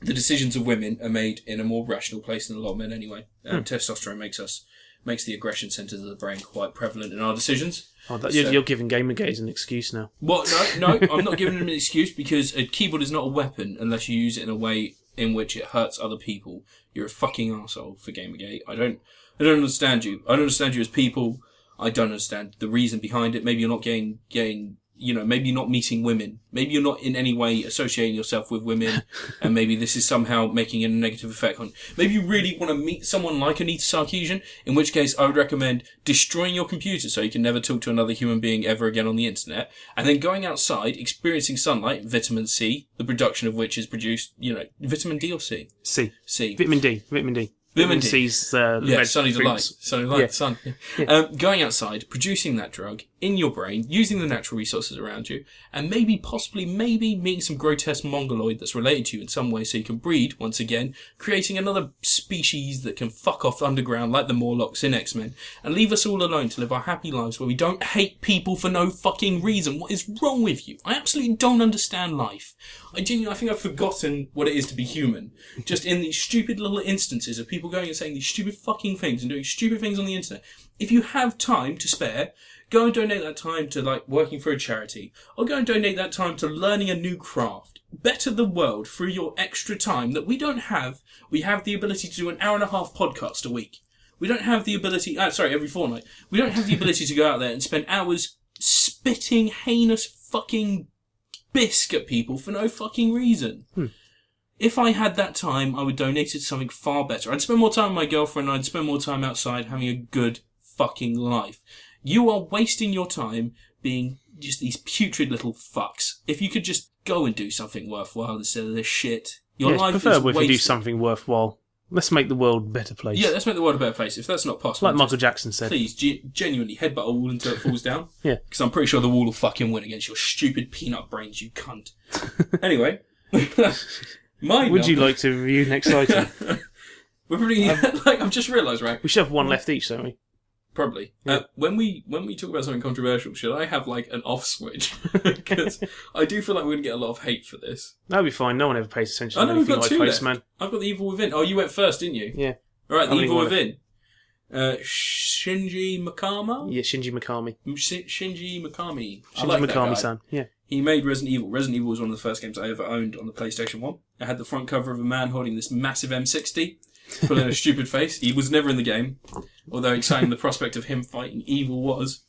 Speaker 2: the decisions of women are made in a more rational place than a lot of men. Anyway,
Speaker 1: Hmm.
Speaker 2: um, testosterone makes us makes the aggression centers of the brain quite prevalent in our decisions.
Speaker 1: Oh, that, you're,
Speaker 2: So-
Speaker 1: you're giving Gamergate as an excuse now.
Speaker 2: Well, no, no, I'm not giving them an excuse because a keyboard is not a weapon unless you use it in a way in which it hurts other people. You're a fucking asshole for Gamergate. I don't, I don't understand you. I don't understand you as people. I don't understand the reason behind it. Maybe you're not getting, getting, you know, maybe you're not meeting women. Maybe you're not in any way associating yourself with women, and maybe this is somehow making a negative effect on. Maybe you really want to meet someone like Anita Sarkeesian, in which case I would recommend destroying your computer so you can never talk to another human being ever again on the internet, and then going outside, experiencing sunlight, vitamin C, the production of which is produced, you know, vitamin D or C,
Speaker 1: C.
Speaker 2: C,
Speaker 1: Vitamin D. Vitamin D.
Speaker 2: Vitamin D.
Speaker 1: C's uh,
Speaker 2: yeah,
Speaker 1: red
Speaker 2: sunny
Speaker 1: fruits.
Speaker 2: delight. Sunny delight,
Speaker 1: Yeah.
Speaker 2: sun. Um, going outside, producing that drug in your brain, using the natural resources around you, and maybe, possibly, maybe meeting some grotesque mongoloid that's related to you in some way so you can breed once again, creating another species that can fuck off underground like the Morlocks in X Men, and leave us all alone to live our happy lives where we don't hate people for no fucking reason. What is wrong with you? I absolutely don't understand life. I genuinely, I think I've forgotten what it is to be human. Just in these stupid little instances of people going and saying these stupid fucking things and doing stupid things on the internet. If you have time to spare, go and donate that time to like working for a charity, or go and donate that time to learning a new craft. Better the world through your extra time that we don't have. We have the ability to do an hour and a half podcast a week. We don't have the ability. Uh, sorry, every fortnight. We don't have the ability to go out there and spend hours spitting heinous fucking bisque at people for no fucking reason.
Speaker 1: Hmm.
Speaker 2: If I had that time, I would donate it to something far better. I'd spend more time with my girlfriend. I'd spend more time outside having a good fucking life. You are wasting your time being just these putrid little fucks. If you could just go and do something worthwhile instead of this shit, your
Speaker 1: Yeah, it's
Speaker 2: life
Speaker 1: preferable
Speaker 2: is
Speaker 1: if
Speaker 2: wasted.
Speaker 1: you do something worthwhile. Let's make the world a better place.
Speaker 2: Yeah, let's make the world a better place. If that's not possible,
Speaker 1: like Michael Jackson said.
Speaker 2: please ge- genuinely headbutt a wall until it falls down.
Speaker 1: Yeah.
Speaker 2: Because I'm pretty sure the wall will fucking win against your stupid peanut brains, you cunt. anyway, my
Speaker 1: Would you
Speaker 2: number-
Speaker 1: like Um, to review next item?
Speaker 2: We're pretty, like I've just realised, right?
Speaker 1: we should have one left each, don't we?
Speaker 2: Probably. Uh, when we when we talk about something controversial, should I have like an off switch? Because I do feel like we're gonna get a lot of hate for this.
Speaker 1: That'd be fine. No one ever pays attention
Speaker 2: I
Speaker 1: to
Speaker 2: know we've
Speaker 1: anything
Speaker 2: got
Speaker 1: like
Speaker 2: two left.
Speaker 1: Postman.
Speaker 2: I've got the evil within. Oh, you went first, didn't you?
Speaker 1: Yeah.
Speaker 2: All right, the
Speaker 1: Only
Speaker 2: evil
Speaker 1: one.
Speaker 2: within. Uh, Shinji Mikami.
Speaker 1: Yeah, Shinji Mikami.
Speaker 2: Shi- Shinji Mikami. Oh. I
Speaker 1: Shinji
Speaker 2: like that guy.
Speaker 1: Mikami san. Yeah.
Speaker 2: He made Resident Evil. Resident Evil was one of the first games I ever owned on the PlayStation 1. It had the front cover of a man holding this massive M60, pulling a stupid face. He was never in the game, although exciting the prospect of him fighting evil was.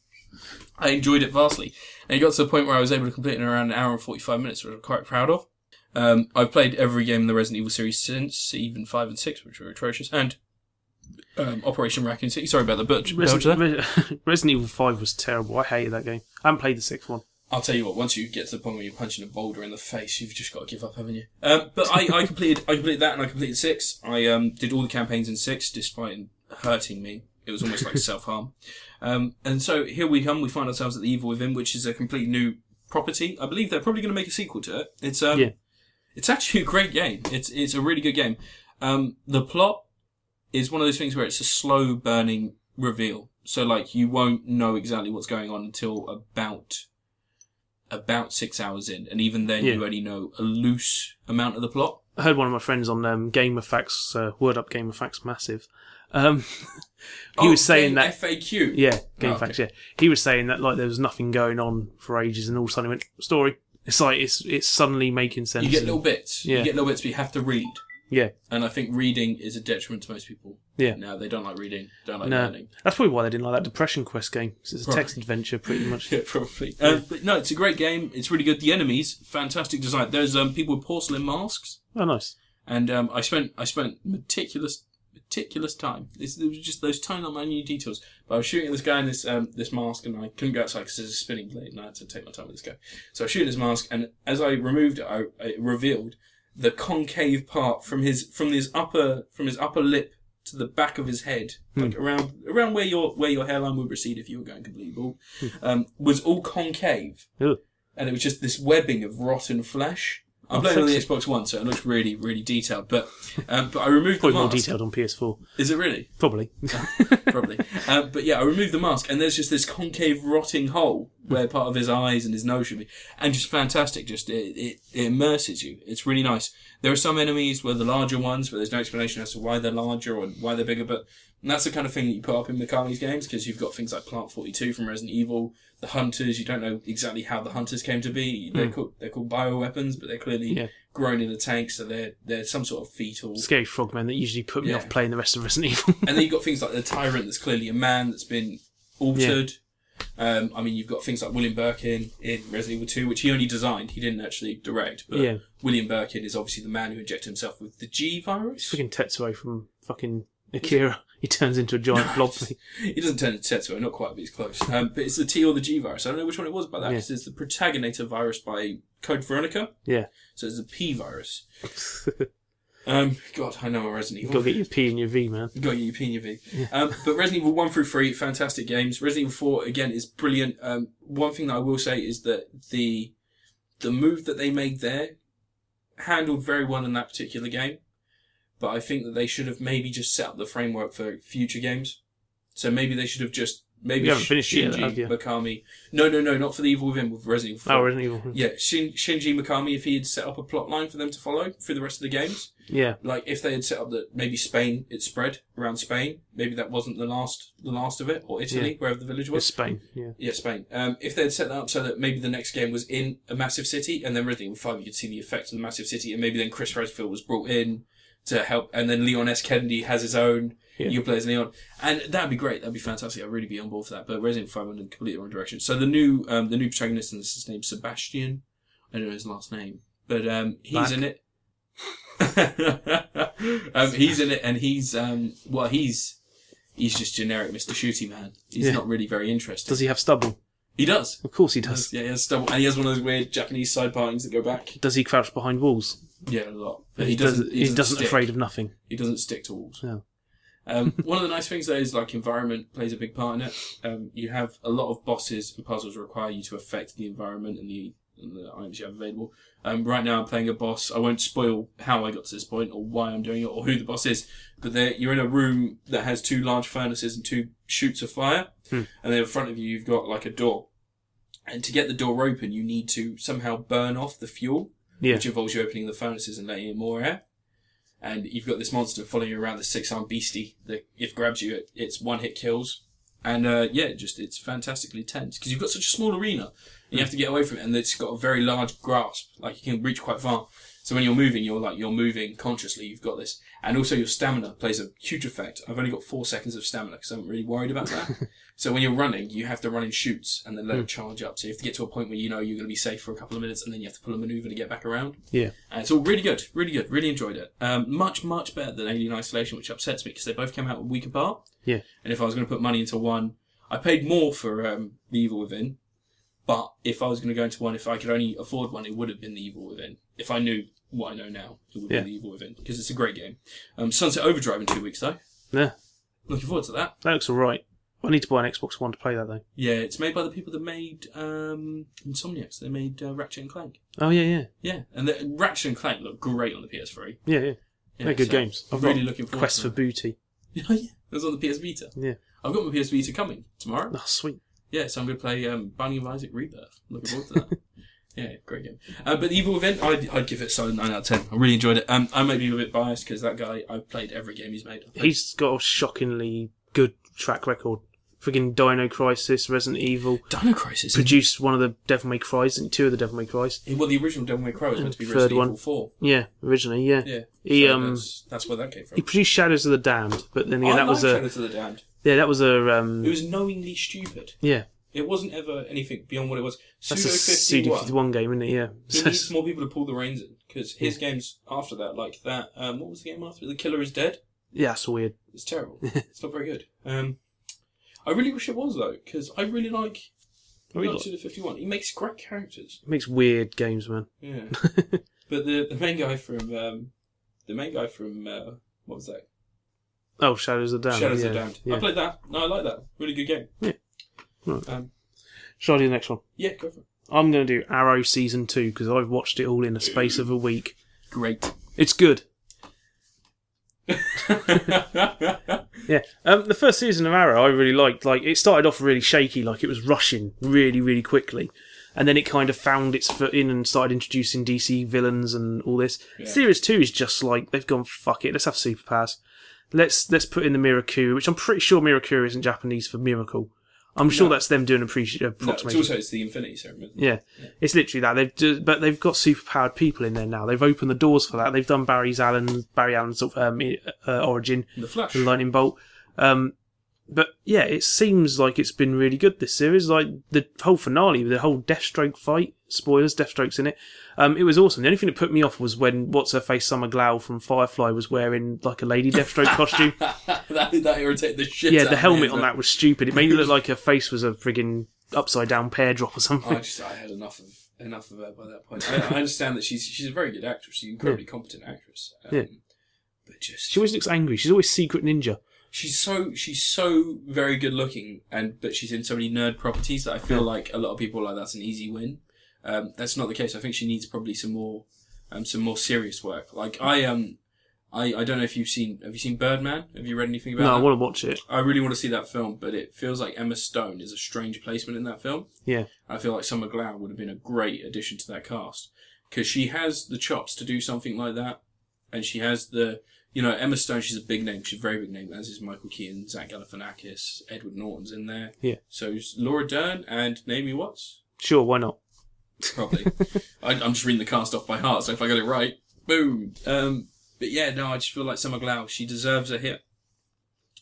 Speaker 2: I enjoyed it vastly. And it got to the point where I was able to complete it in around an hour and 45 minutes, which I'm quite proud of. Um, I've played every game in the Resident Evil series since, even 5 and 6, which were atrocious, and um, Operation Raccoon City. Sorry about the butch. belcher there.
Speaker 1: Resident, Re- Resident Evil 5 was terrible. I hated that game. I haven't played the sixth one.
Speaker 2: I'll tell you what. Once you get to the point where you're punching a boulder in the face, you've just got to give up, haven't you? Um, but I, I completed. I completed that, and I completed six. I um, did all the campaigns in six, despite hurting me. It was almost like self harm. Um, and so here we come. We find ourselves at the Evil Within, which is a complete new property. I believe they're probably going to make a sequel to it. It's um,
Speaker 1: Yeah.
Speaker 2: it's actually a great game. It's it's a really good game. Um, the plot is one of those things where it's a slow burning reveal. So like you won't know exactly what's going on until about about six hours in, and even then
Speaker 1: Yeah.
Speaker 2: you only know a loose amount of the plot.
Speaker 1: I heard one of my friends on um, Game of Facts, uh, Word Up Game of Facts Massive, Um, he
Speaker 2: Oh,
Speaker 1: was saying that
Speaker 2: FAQ.
Speaker 1: Yeah, Game
Speaker 2: Oh,
Speaker 1: Facts. Yeah, he was saying that like there was nothing going on for ages, and all of a sudden he went story. It's like it's it's suddenly making sense.
Speaker 2: You get
Speaker 1: and-
Speaker 2: little bits.
Speaker 1: Yeah.
Speaker 2: You get little bits, but you have to read.
Speaker 1: yeah,
Speaker 2: And I think reading is a detriment to most people.
Speaker 1: Yeah.
Speaker 2: Now they don't like reading. Don't like
Speaker 1: no,
Speaker 2: learning.
Speaker 1: that's probably why they didn't like that Depression Quest game. 'cause it's a
Speaker 2: Probably.
Speaker 1: text adventure, pretty much.
Speaker 2: Yeah, probably. Uh, but no, it's a great game. It's really good. The enemies, fantastic design. There's um, people with porcelain masks,
Speaker 1: Oh, nice.
Speaker 2: and um, I spent I spent meticulous meticulous time. It's, it was just those tiny little minute details. But I was shooting this guy in this um, this mask, and I couldn't go outside because there's a spinning blade, and I had to take my time with this guy. So I was shooting his mask, and as I removed it, I, it revealed the concave part from his from his upper from his upper lip to the back of his head, like around around where your where your hairline would recede if you were going completely bald, um, was all concave
Speaker 1: Ugh.
Speaker 2: and it was just this webbing of rotten flesh.
Speaker 1: Oh,
Speaker 2: I'm playing on the Xbox One, so it looks really, really detailed. But um, but I removed the
Speaker 1: Probably more
Speaker 2: mask.
Speaker 1: detailed on PS4.
Speaker 2: Is it really?
Speaker 1: Probably.
Speaker 2: Probably. um, but yeah, I removed the mask, and there's just this concave, rotting hole where part of his eyes and his nose should be, and just fantastic. Just it, it, it immerses you. It's really nice. There are some enemies where the larger ones, where there's no explanation as to why they're larger or why they're bigger, but and that's the kind of thing that you put up in Mikami's games because you've got things like Plant Forty Two from Resident Evil, the Hunters. You don't know exactly how the Hunters came to be. They're called they're called bioweapons, but they're clearly
Speaker 1: Yeah.
Speaker 2: grown in a tank, so they're they're some sort of fetal
Speaker 1: Scary frogmen that usually put me
Speaker 2: Yeah.
Speaker 1: off playing the rest of Resident Evil.
Speaker 2: and then you've got things like the tyrant that's clearly a man that's been altered. Um, I mean, you've got things like William Birkin in Resident Evil 2, which he only designed. He didn't actually direct. But
Speaker 1: Yeah.
Speaker 2: William Birkin is obviously the man who injected himself with the G virus.
Speaker 1: Freaking Tetsuo from fucking Akira. He turns into a giant blob. thing.
Speaker 2: He doesn't turn into Tetsuo, not quite, but he's close. Um, but it's the T or the G virus. I don't know which one it was by that,
Speaker 1: Yeah.
Speaker 2: because it's the Protagonator virus by Code Veronica.
Speaker 1: Yeah.
Speaker 2: So it's the P virus. Um, God, I know a Resident Evil.
Speaker 1: Gotta get your P and your V, man.
Speaker 2: Got you, P and your V. Um, but Resident Evil 1 through 3, fantastic games. Resident Evil 4, again, is brilliant. Um, one thing that I will say is that the the move that they made there handled very well in that particular game. But I think that they should have maybe just set up the framework for future games. So maybe they should have just. Maybe
Speaker 1: You haven't finished it yet,
Speaker 2: Shinji
Speaker 1: have you?
Speaker 2: Mikami. No, no, no, not for the Evil Within, with Resident Evil 4.
Speaker 1: Oh, Resident Evil.
Speaker 2: yeah, Shin, Shinji Mikami, if he had set up a plot line for them to follow through the rest of the games,
Speaker 1: Yeah.
Speaker 2: like if they had set up that maybe Spain it spread around Spain, maybe that wasn't the last the last of it, or Italy,
Speaker 1: Yeah.
Speaker 2: wherever the village
Speaker 1: It's
Speaker 2: was.
Speaker 1: Spain. Yeah.
Speaker 2: Yeah, Spain. Um, if they had set that up so that maybe the next game was in a massive city, and then Resident Evil Five, you could see the effects of the massive city, and maybe then Chris Redfield was brought in to help, and then Leon S. Kennedy has his own.
Speaker 1: Yeah.
Speaker 2: You play as Leon, and that'd be great. That'd be fantastic. I'd really be on board for that. But Resident Evil Five went in a completely wrong direction. So the new um, the new protagonist, and this is named Sebastian. I don't know his last name, but um, he's
Speaker 1: Back.
Speaker 2: in it. um, he's in it, and he's um, well, he's he's just generic Mr. Shooty Man. He's
Speaker 1: Yeah.
Speaker 2: not really very interesting.
Speaker 1: Does he have stubble?
Speaker 2: He does.
Speaker 1: Of course he does.
Speaker 2: Yeah, he has double, and he has one of those weird Japanese side partings that go back.
Speaker 1: Does he crouch behind walls?
Speaker 2: Yeah, a lot. But
Speaker 1: But
Speaker 2: he, doesn't. He doesn't, stick.
Speaker 1: afraid of nothing.
Speaker 2: He doesn't stick to walls.
Speaker 1: No.
Speaker 2: Um, one of the nice things though is like environment plays a big part in it. Um, you have a lot of bosses and puzzles require you to affect the environment and the, and the items you have available. Um, right now I'm playing a boss. I won't spoil how I got to this point or why I'm doing it or who the boss is, but there- you're in a room that has two large furnaces and two shoots of fire,
Speaker 1: Hmm.
Speaker 2: and then in front of you you've got like a door. And to get the door open, you need to somehow burn off the fuel
Speaker 1: Yeah.
Speaker 2: which involves you opening the furnaces and letting in more air. And you've got this monster following you around, the six-armed beastie that if grabs you, it, it's one-hit kills. And uh, yeah, just it's fantastically tense because you've got such a small arena and you have to get away from it, and it's got a very large grasp, like you can reach quite far. So when you're moving, you're like you're moving consciously. You've got this, and also your stamina plays a huge effect. I've only got four seconds of stamina because I'm really worried about that. so when you're running, you have to run in shoots and then let it charge up. So you have to get to a point where you know you're going to be safe for a couple of minutes, and then you have to pull a maneuver to get back around.
Speaker 1: yeah.
Speaker 2: And it's all really good, really good, really enjoyed it. Um, much, much better than Alien Isolation, which upsets me because they both came out a week apart.
Speaker 1: Yeah.
Speaker 2: And if I was going to put money into one, I paid more for um, The Evil Within. But if I was going to go into one, if I could only afford one, it would have been The Evil Within. If I knew what I know now, it would
Speaker 1: Yeah.
Speaker 2: be The Evil Within because it's a great game. Um, Sunset Overdrive in two weeks though.
Speaker 1: Yeah.
Speaker 2: Looking forward to that.
Speaker 1: That looks alright. I need to buy an Xbox One to play that though.
Speaker 2: Yeah, it's made by the people that made um, Insomniacs. They made uh, Ratchet and Clank.
Speaker 1: Oh yeah, yeah.
Speaker 2: Yeah, and the, Ratchet and Clank looked great on the PS3.
Speaker 1: Yeah, yeah.
Speaker 2: Yeah,
Speaker 1: They're good
Speaker 2: so
Speaker 1: games.
Speaker 2: I'm
Speaker 1: I've
Speaker 2: really
Speaker 1: got
Speaker 2: looking forward
Speaker 1: Quest
Speaker 2: to
Speaker 1: for
Speaker 2: them.
Speaker 1: Booty.
Speaker 2: Yeah, yeah. It was on the PS Vita.
Speaker 1: Yeah.
Speaker 2: I've got my PS Vita coming tomorrow.
Speaker 1: Oh sweet.
Speaker 2: Yeah, so I'm going to play um, Binding of Isaac Rebirth. Looking forward to that. Yeah, great game. Uh, but the Evil Within, I'd, I'd give it a solid 9 out of 10. I really enjoyed it. Um, I might be a bit biased because that guy, I've played every game he's made.
Speaker 1: He's got a shockingly good track record. Friggin' Dino Crisis, Resident Evil.
Speaker 2: Dino Crisis.
Speaker 1: Produced one of the Devil May Cry's, I think two of the Devil May Cry's.
Speaker 2: Well, the original Devil May Cry was meant to be
Speaker 1: Third
Speaker 2: Resident
Speaker 1: one.
Speaker 2: Evil 4.
Speaker 1: Yeah, originally, yeah.
Speaker 2: Yeah.
Speaker 1: He,
Speaker 2: So
Speaker 1: um,
Speaker 2: that's, that's where that came
Speaker 1: He
Speaker 2: from.
Speaker 1: produced Shadows of the Damned, but then
Speaker 2: I
Speaker 1: yeah, that was
Speaker 2: like
Speaker 1: a
Speaker 2: Shadow to the Damned.
Speaker 1: yeah, that was a um,
Speaker 2: It was knowingly stupid.
Speaker 1: yeah.
Speaker 2: It wasn't ever anything beyond what it was.
Speaker 1: That's
Speaker 2: Pseudo
Speaker 1: a Pseudo
Speaker 2: 51.
Speaker 1: 51 game, isn't it? Yeah.
Speaker 2: He
Speaker 1: So
Speaker 2: needs more people to pull the reins in because his games after that, like that, um, what was the game after? The Killer is Dead.
Speaker 1: yeah, that's weird.
Speaker 2: It's terrible. it's not very good. Um, I really wish it was though because I really like
Speaker 1: I really
Speaker 2: Killer Pseudo Fifty One. He makes great characters.
Speaker 1: It makes weird games, man.
Speaker 2: Yeah, but the the main guy from um, the main guy from uh, what was that?
Speaker 1: oh, Shadows of the Damned.
Speaker 2: Shadows
Speaker 1: yeah.
Speaker 2: of the Damned.
Speaker 1: Yeah.
Speaker 2: I played that. No, I like that. Really good game.
Speaker 1: Yeah. Right.
Speaker 2: Um,
Speaker 1: Shall I do the next one?
Speaker 2: yeah, go for it.
Speaker 1: I'm going to do Arrow Season 2 because I've watched it all in a space of a week.
Speaker 2: Great.
Speaker 1: It's good.
Speaker 2: yeah,
Speaker 1: Yeah. Um, the first season of Arrow I really liked. Like it started off really shaky, like it was rushing really, really quickly. And then it kind of found its foot in and started introducing DC villains and all this. Series two is just like they've gone fuck it, let's have superpowers. Let's let's put in the Mirakuru, which I'm pretty sure Mirakuru isn't Japanese for miracle. I'm sure that's them doing appreci-
Speaker 2: no, it's
Speaker 1: approximation.
Speaker 2: also it's the Infinity Serum. isn't it?
Speaker 1: Yeah, it's literally that. They've ju- but they've got superpowered people in there now. They've opened the doors for that. They've done Barry's Allen, Barry Allen's sort of, um, i- uh, origin,
Speaker 2: The Flash.
Speaker 1: the lightning bolt. Um, but yeah, it seems like it's been really good this series. Like the whole finale, the whole Deathstroke fight. Spoilers, Deathstroke's in it. Um, it was awesome. The only thing that put me off was when what's her face Summer Glau from Firefly was wearing like a Lady Deathstroke costume.
Speaker 2: that, that irritated the shit.
Speaker 1: Yeah,
Speaker 2: out
Speaker 1: the
Speaker 2: of me,
Speaker 1: helmet
Speaker 2: isn't
Speaker 1: on
Speaker 2: it?
Speaker 1: that was stupid. It made it look like her face was a friggin' upside down pear drop or something.
Speaker 2: I just I had enough of enough of her by that point. I, I understand that she's she's a very good actress, she's an incredibly competent actress. Um,
Speaker 1: Yeah.
Speaker 2: But just
Speaker 1: She always looks angry. She's always secret ninja.
Speaker 2: she's so she's so very good looking, and but she's in so many nerd properties that I feel like a lot of people are like that's an easy win. Um, that's not the case. I think she needs probably some more um, some more serious work. Like I um I, I don't know if you've seen have you seen Birdman? Have you read anything about?
Speaker 1: No, I
Speaker 2: that?
Speaker 1: want to watch it.
Speaker 2: I really want to see that film, but it feels like Emma Stone is a strange placement in that film.
Speaker 1: Yeah,
Speaker 2: I feel like Summer Glau would have been a great addition to that cast because she has the chops to do something like that, and she has the you know Emma Stone. She's a big name. She's a very big name. As is Michael Keaton, Zach Galifianakis, Edward Norton's in there.
Speaker 1: Yeah.
Speaker 2: So it's Laura Dern and Naomi Watts
Speaker 1: sure, why not?
Speaker 2: probably. I, I'm just reading the cast off by heart, so if I got it right, boom. Um, but yeah, no, I just feel like Summer Glau. She deserves a hit.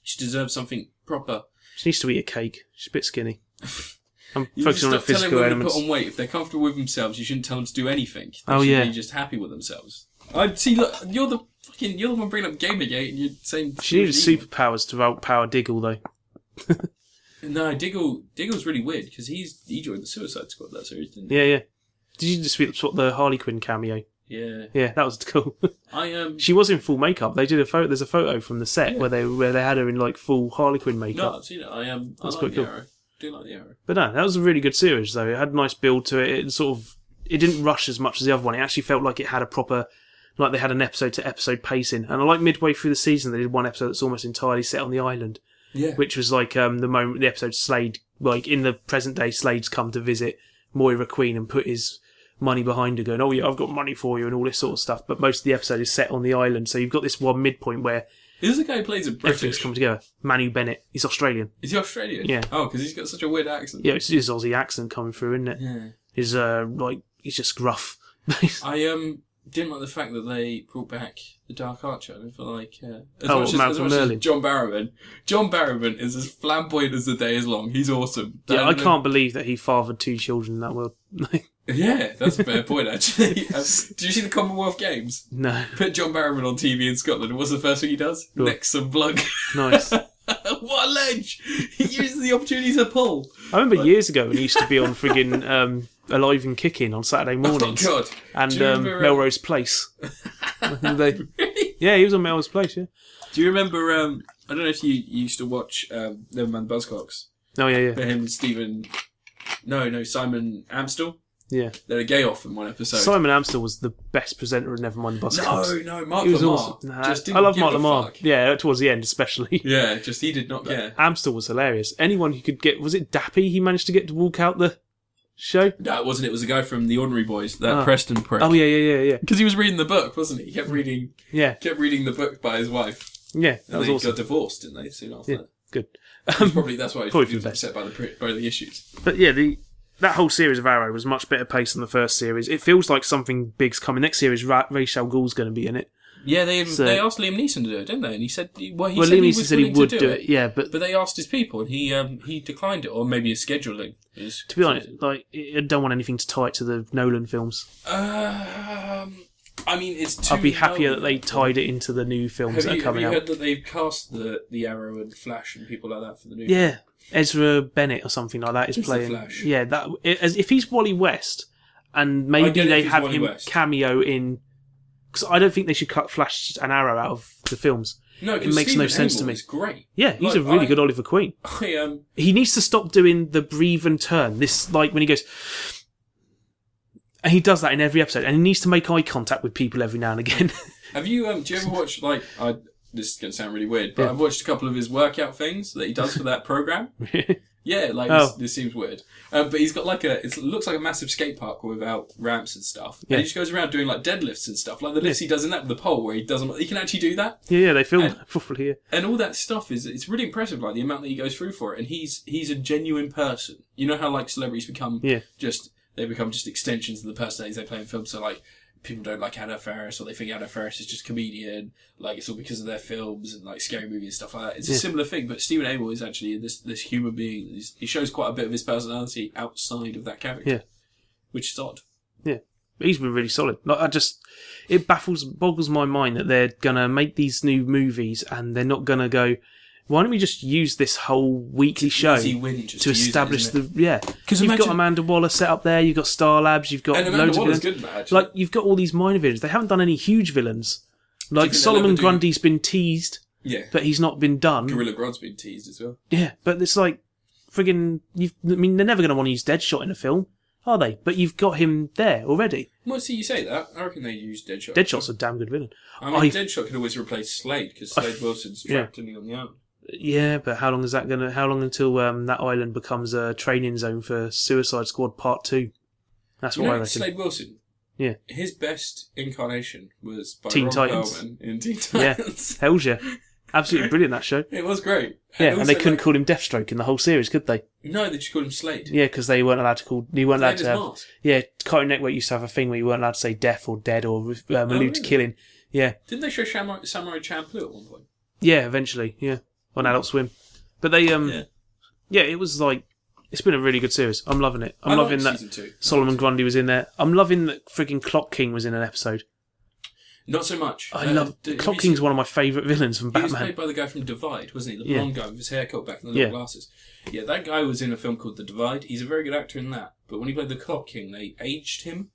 Speaker 2: She deserves something proper.
Speaker 1: She needs to eat a cake. She's a bit skinny. I'm
Speaker 2: You
Speaker 1: focusing on her
Speaker 2: just stop telling
Speaker 1: physical
Speaker 2: women
Speaker 1: elements.
Speaker 2: To put on weight. If they're comfortable with themselves, you shouldn't tell them to do anything. They
Speaker 1: Oh,
Speaker 2: should
Speaker 1: yeah.
Speaker 2: be just happy with themselves. I see. Look, you're the fucking. You're the one bringing up Gamergate, and you're saying
Speaker 1: She needed superpowers to outpower Diggle, though.
Speaker 2: No, Diggle. Diggle's really weird because he's he joined the Suicide Squad that series, didn't
Speaker 1: Yeah, yeah. Did you just spot the Harley Quinn cameo?
Speaker 2: he? Yeah.
Speaker 1: Yeah, that was cool.
Speaker 2: I um.
Speaker 1: she was in full makeup. They did a photo. There's a photo from the set where they where they had her in like full Harley Quinn makeup.
Speaker 2: No, I've seen it. I um. I
Speaker 1: That's
Speaker 2: like
Speaker 1: quite
Speaker 2: the
Speaker 1: cool.
Speaker 2: arrow. Do like the arrow.
Speaker 1: But no, that was a really good series though. It had a nice build to it. It sort of it didn't rush as much as the other one. It actually felt like it had a proper like they had an episode to episode pacing. And I like midway through the season they did one episode that's almost entirely set on the island.
Speaker 2: Yeah.
Speaker 1: Which was like um the moment the episode Slade like in the present day Slade's come to visit Moira Queen and put his money behind her going, Oh yeah, I've got money for you and all this sort of stuff. But most of the episode is set on the island, so you've got this one midpoint where
Speaker 2: This is the guy who plays a
Speaker 1: everything's
Speaker 2: British.
Speaker 1: come together. Manu Bennett, he's Australian.
Speaker 2: Is he Australian?
Speaker 1: Yeah.
Speaker 2: Oh, because he's got such a weird accent.
Speaker 1: Yeah, it's his Aussie accent coming through, isn't it?
Speaker 2: Yeah.
Speaker 1: is uh like he's just gruff.
Speaker 2: I um didn't like the fact that they brought back the Dark Archer. I feel like uh, as
Speaker 1: Oh,
Speaker 2: much as,
Speaker 1: Malcolm
Speaker 2: as, much as
Speaker 1: Merlin.
Speaker 2: John Barrowman. John Barrowman is as flamboyant as the day is long. He's awesome.
Speaker 1: yeah, I
Speaker 2: That-
Speaker 1: can't believe that he fathered two children in that world.
Speaker 2: Yeah, that's a fair point actually. Um, do you see the Commonwealth Games?
Speaker 1: no,
Speaker 2: Put John Barrowman on TV in Scotland. What's the first thing he does?
Speaker 1: Sure.
Speaker 2: Next some bloke.
Speaker 1: nice. I
Speaker 2: what a ledge! He uses the opportunity to pull.
Speaker 1: remember years ago when he used to be on friggin' um, Alive and Kicking on Saturday
Speaker 2: Oh
Speaker 1: mornings
Speaker 2: God!
Speaker 1: and
Speaker 2: Do you
Speaker 1: um,
Speaker 2: remember, uh,
Speaker 1: Melrose Place. They- yeah, he was on Melrose Place. Yeah.
Speaker 2: Do you remember? Um, I don't know if you, you used to watch um, Nevermind the Buzzcocks.
Speaker 1: Oh yeah, yeah,
Speaker 2: But him and Stephen. No, no, Simon Amstel.
Speaker 1: yeah.
Speaker 2: They had a gay off in one episode.
Speaker 1: Simon Amstel was the best presenter of Nevermind Bus
Speaker 2: no, no, Mark
Speaker 1: he was
Speaker 2: Lamar.
Speaker 1: awesome. Nah,
Speaker 2: just didn't
Speaker 1: I love
Speaker 2: give
Speaker 1: Mark
Speaker 2: a
Speaker 1: Lamar.
Speaker 2: fuck.
Speaker 1: Yeah, towards the end especially.
Speaker 2: Yeah, just he did not care.
Speaker 1: Amstel was hilarious. Anyone who could get was it Dappy? He managed to get to walk out the show?
Speaker 2: No, it wasn't. It was a guy from the Ordinary Boys, that
Speaker 1: Ah.
Speaker 2: Preston prick.
Speaker 1: Oh yeah, yeah, yeah, yeah,
Speaker 2: Because he was reading the book, wasn't he? He kept reading,
Speaker 1: yeah,
Speaker 2: kept reading the book by his wife,
Speaker 1: yeah. That
Speaker 2: and
Speaker 1: was
Speaker 2: they
Speaker 1: awesome.
Speaker 2: got divorced, didn't they? Soon after
Speaker 1: Yeah,
Speaker 2: that,
Speaker 1: good.
Speaker 2: It was probably that's why he
Speaker 1: Probably
Speaker 2: was
Speaker 1: for the best.
Speaker 2: upset by the pri- by the issues.
Speaker 1: But yeah, the that whole series of Arrow was much better paced than the first series. It feels like something big's coming. Next series, Ra- Rachel Ghoul's going to be in it.
Speaker 2: Yeah, they
Speaker 1: So-
Speaker 2: they asked Liam Neeson to do it, didn't they? And he said, he- well, he
Speaker 1: well,
Speaker 2: said,
Speaker 1: Liam
Speaker 2: he
Speaker 1: Neeson
Speaker 2: was
Speaker 1: said he
Speaker 2: willing to
Speaker 1: would do, it. Yeah, but,
Speaker 2: But they asked his people, and he um, he declined it, or maybe his scheduling. is-
Speaker 1: to be honest, like I I don't want anything to tie it to the Nolan films.
Speaker 2: um, I mean, it's. Too
Speaker 1: I'd be happier that they
Speaker 2: low.
Speaker 1: tied it into the new films
Speaker 2: Have
Speaker 1: that
Speaker 2: you,
Speaker 1: are
Speaker 2: have
Speaker 1: coming
Speaker 2: you
Speaker 1: out.
Speaker 2: heard that they've cast the, the Arrow and Flash and people like that for the new?
Speaker 1: Yeah, Ezra Bennett or something like that is
Speaker 2: Who's the
Speaker 1: playing.
Speaker 2: Flash?
Speaker 1: Yeah, that i- as if he's Wally West, and maybe
Speaker 2: get it
Speaker 1: they
Speaker 2: if he's
Speaker 1: have
Speaker 2: Wally
Speaker 1: him
Speaker 2: West.
Speaker 1: cameo in. Because I don't think they should cut Flash and Arrow out of the films.
Speaker 2: No,
Speaker 1: It
Speaker 2: 'cause
Speaker 1: makes
Speaker 2: Stephen
Speaker 1: no sense to
Speaker 2: Amell
Speaker 1: me.
Speaker 2: is great.
Speaker 1: Yeah, he's
Speaker 2: Like,
Speaker 1: a really
Speaker 2: I-
Speaker 1: good Oliver Queen.
Speaker 2: I um,
Speaker 1: He needs to stop doing the breathe and turn. This like when he goes. And he does that in every episode, and he needs to make eye contact with people every now and again.
Speaker 2: have you um, do you ever watch like I? This is gonna sound really weird, but
Speaker 1: Yeah. Mm.
Speaker 2: I've watched a couple of his workout things that he does for that program. Yeah, like
Speaker 1: Oh.
Speaker 2: this, this seems weird, um, but he's got like a it's- it looks like a massive skate park without ramps and stuff,
Speaker 1: Yeah.
Speaker 2: and he just goes around doing like deadlifts and stuff, like the lifts he does in that with the pole where he doesn't he can actually do that.
Speaker 1: yeah, yeah, they filmed
Speaker 2: And-
Speaker 1: that properly. Yeah.
Speaker 2: and all that stuff is it's really impressive like the amount that he goes through for it and he's he's a genuine person you know how like celebrities become
Speaker 1: Yeah.
Speaker 2: just they become just extensions of the personalities they play in films so like people don't like Anna Faris or they think Anna Faris is just a comedian like it's all because of their films and like scary movies and stuff like that it's a
Speaker 1: Yeah.
Speaker 2: similar thing but Stephen Amell is actually this this human being He's- he shows quite a bit of his personality outside of that character
Speaker 1: Yeah.
Speaker 2: which is odd
Speaker 1: he's been really solid. Like I just, it baffles, boggles my mind that they're gonna make these new movies and they're not gonna go. Why don't we just use this whole weekly show
Speaker 2: easy win just
Speaker 1: to
Speaker 2: use it,
Speaker 1: establish
Speaker 2: isn't it?
Speaker 1: the yeah?
Speaker 2: 'Cause
Speaker 1: Because you've got
Speaker 2: imagine-
Speaker 1: Amanda Waller set up there, you've got Star Labs, you've got
Speaker 2: and Amanda
Speaker 1: loads
Speaker 2: Waller's
Speaker 1: of villains.
Speaker 2: good in that actually
Speaker 1: Like you've got all these minor villains. They haven't done any huge villains. Like
Speaker 2: think they'll
Speaker 1: Solomon
Speaker 2: ever do-
Speaker 1: Grundy's been teased,
Speaker 2: yeah
Speaker 1: but he's not been done.
Speaker 2: Gorilla Grodd's been teased as well
Speaker 1: Yeah, but it's like friggin' you've. I mean, they're never gonna want to use Deadshot in a film, are they? But you've got him there already.
Speaker 2: Well, see, you say that. I reckon they use Deadshot.
Speaker 1: Deadshot's a damn good villain.
Speaker 2: I mean,
Speaker 1: I-
Speaker 2: Deadshot could always replace Slade because
Speaker 1: I-
Speaker 2: Slade Wilson's
Speaker 1: yeah.
Speaker 2: trapped in the on the island.
Speaker 1: Yeah, but how long is that gonna? How long until um, that island becomes a training zone for Suicide Squad Part Two? That's
Speaker 2: You
Speaker 1: what I
Speaker 2: know,
Speaker 1: reckon.
Speaker 2: Slade Wilson.
Speaker 1: Yeah.
Speaker 2: His best incarnation was by
Speaker 1: Teen
Speaker 2: Ron
Speaker 1: Titans.
Speaker 2: Perlman in Teen
Speaker 1: Yeah.
Speaker 2: Titans.
Speaker 1: Hell's yeah, absolutely brilliant that show.
Speaker 2: it was great.
Speaker 1: Yeah, and they
Speaker 2: also,
Speaker 1: couldn't
Speaker 2: like-
Speaker 1: call him Deathstroke in the whole series, could they?
Speaker 2: No, they just called him Slade.
Speaker 1: Yeah, because they weren't allowed to call. You weren't allowed
Speaker 2: Slade
Speaker 1: to.
Speaker 2: is
Speaker 1: Have,
Speaker 2: mask.
Speaker 1: yeah, Cartoon Network used to have a thing where you weren't allowed to say death or dead or um, allude to
Speaker 2: Oh, really?
Speaker 1: killing. Yeah,
Speaker 2: Didn't they show Samurai, Samurai Champloo at one point?
Speaker 1: yeah, eventually, yeah, on Adult Swim. But they, um, yeah.
Speaker 2: Yeah.
Speaker 1: it was like it's been a really good series. I'm loving it. I'm
Speaker 2: I
Speaker 1: loving
Speaker 2: liked
Speaker 1: that
Speaker 2: season two.
Speaker 1: Solomon Grundy was in there. I'm loving that frigging Clock King was in an episode.
Speaker 2: Not so much.
Speaker 1: I
Speaker 2: Uh,
Speaker 1: love
Speaker 2: did- have
Speaker 1: Clock
Speaker 2: you seen-
Speaker 1: King's one of my favourite villains from
Speaker 2: He was
Speaker 1: Batman.
Speaker 2: played by the guy from Divide, wasn't he? The
Speaker 1: Yeah.
Speaker 2: blonde guy with his hair cut back and the little
Speaker 1: Yeah.
Speaker 2: glasses. Yeah, that guy was in a film called The Divide. He's a very good actor in that. But when he played the Clock King, they aged him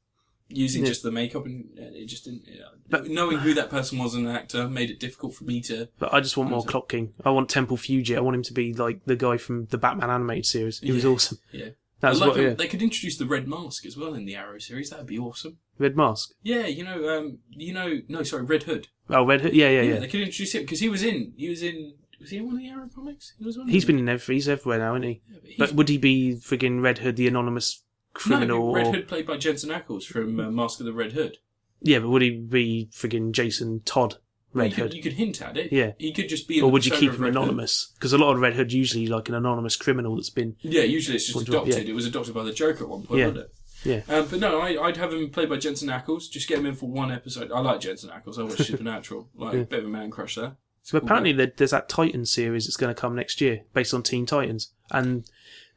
Speaker 2: using
Speaker 1: Yeah.
Speaker 2: just the makeup, and uh, it just didn't. You know,
Speaker 1: But-
Speaker 2: knowing who that person was as an actor made it difficult for me to.
Speaker 1: But I just want more Clock King. I want Temple Fuji. I want him to be like the guy from the Batman animated series. He was
Speaker 2: Yeah.
Speaker 1: awesome.
Speaker 2: Yeah,
Speaker 1: That's
Speaker 2: I'd like
Speaker 1: what
Speaker 2: them-
Speaker 1: yeah.
Speaker 2: they could introduce the Red Mask as well in the Arrow series. That'd be awesome.
Speaker 1: Red Mask.
Speaker 2: Yeah, you know, um, you know, no, sorry, Red Hood.
Speaker 1: Oh, Red Hood. Yeah, yeah, yeah.
Speaker 2: they could introduce him because he was in. He was in. Was he in one of the Arrow comics? He was one.
Speaker 1: He's been in every. He's everywhere now, isn't he?
Speaker 2: He's,
Speaker 1: But would he be friggin' Red Hood, the anonymous criminal?
Speaker 2: no, Red
Speaker 1: or...
Speaker 2: Hood played by Jensen Ackles from uh, Mask of the Red Hood.
Speaker 1: Yeah, but would he be friggin' Jason Todd Red
Speaker 2: you could,
Speaker 1: Hood?
Speaker 2: you could hint at it.
Speaker 1: Yeah.
Speaker 2: He could just be. in
Speaker 1: Or
Speaker 2: the
Speaker 1: would you
Speaker 2: persona
Speaker 1: keep
Speaker 2: of
Speaker 1: him
Speaker 2: Red Hood.
Speaker 1: anonymous? Because a lot of Red Hood usually like an anonymous criminal that's been.
Speaker 2: Yeah, usually it's just
Speaker 1: Would-
Speaker 2: adopted.
Speaker 1: yeah.
Speaker 2: It was adopted by the Joker at one point,
Speaker 1: Yeah.
Speaker 2: wasn't it?
Speaker 1: Yeah.
Speaker 2: Um, but no, I, I'd have him played by Jensen Ackles. Just get him in for one episode. I like Jensen Ackles. I watched Supernatural. Like a bit of a man crush there.
Speaker 1: So apparently there- there's that Titan series that's going to come next year based on Teen Titans, and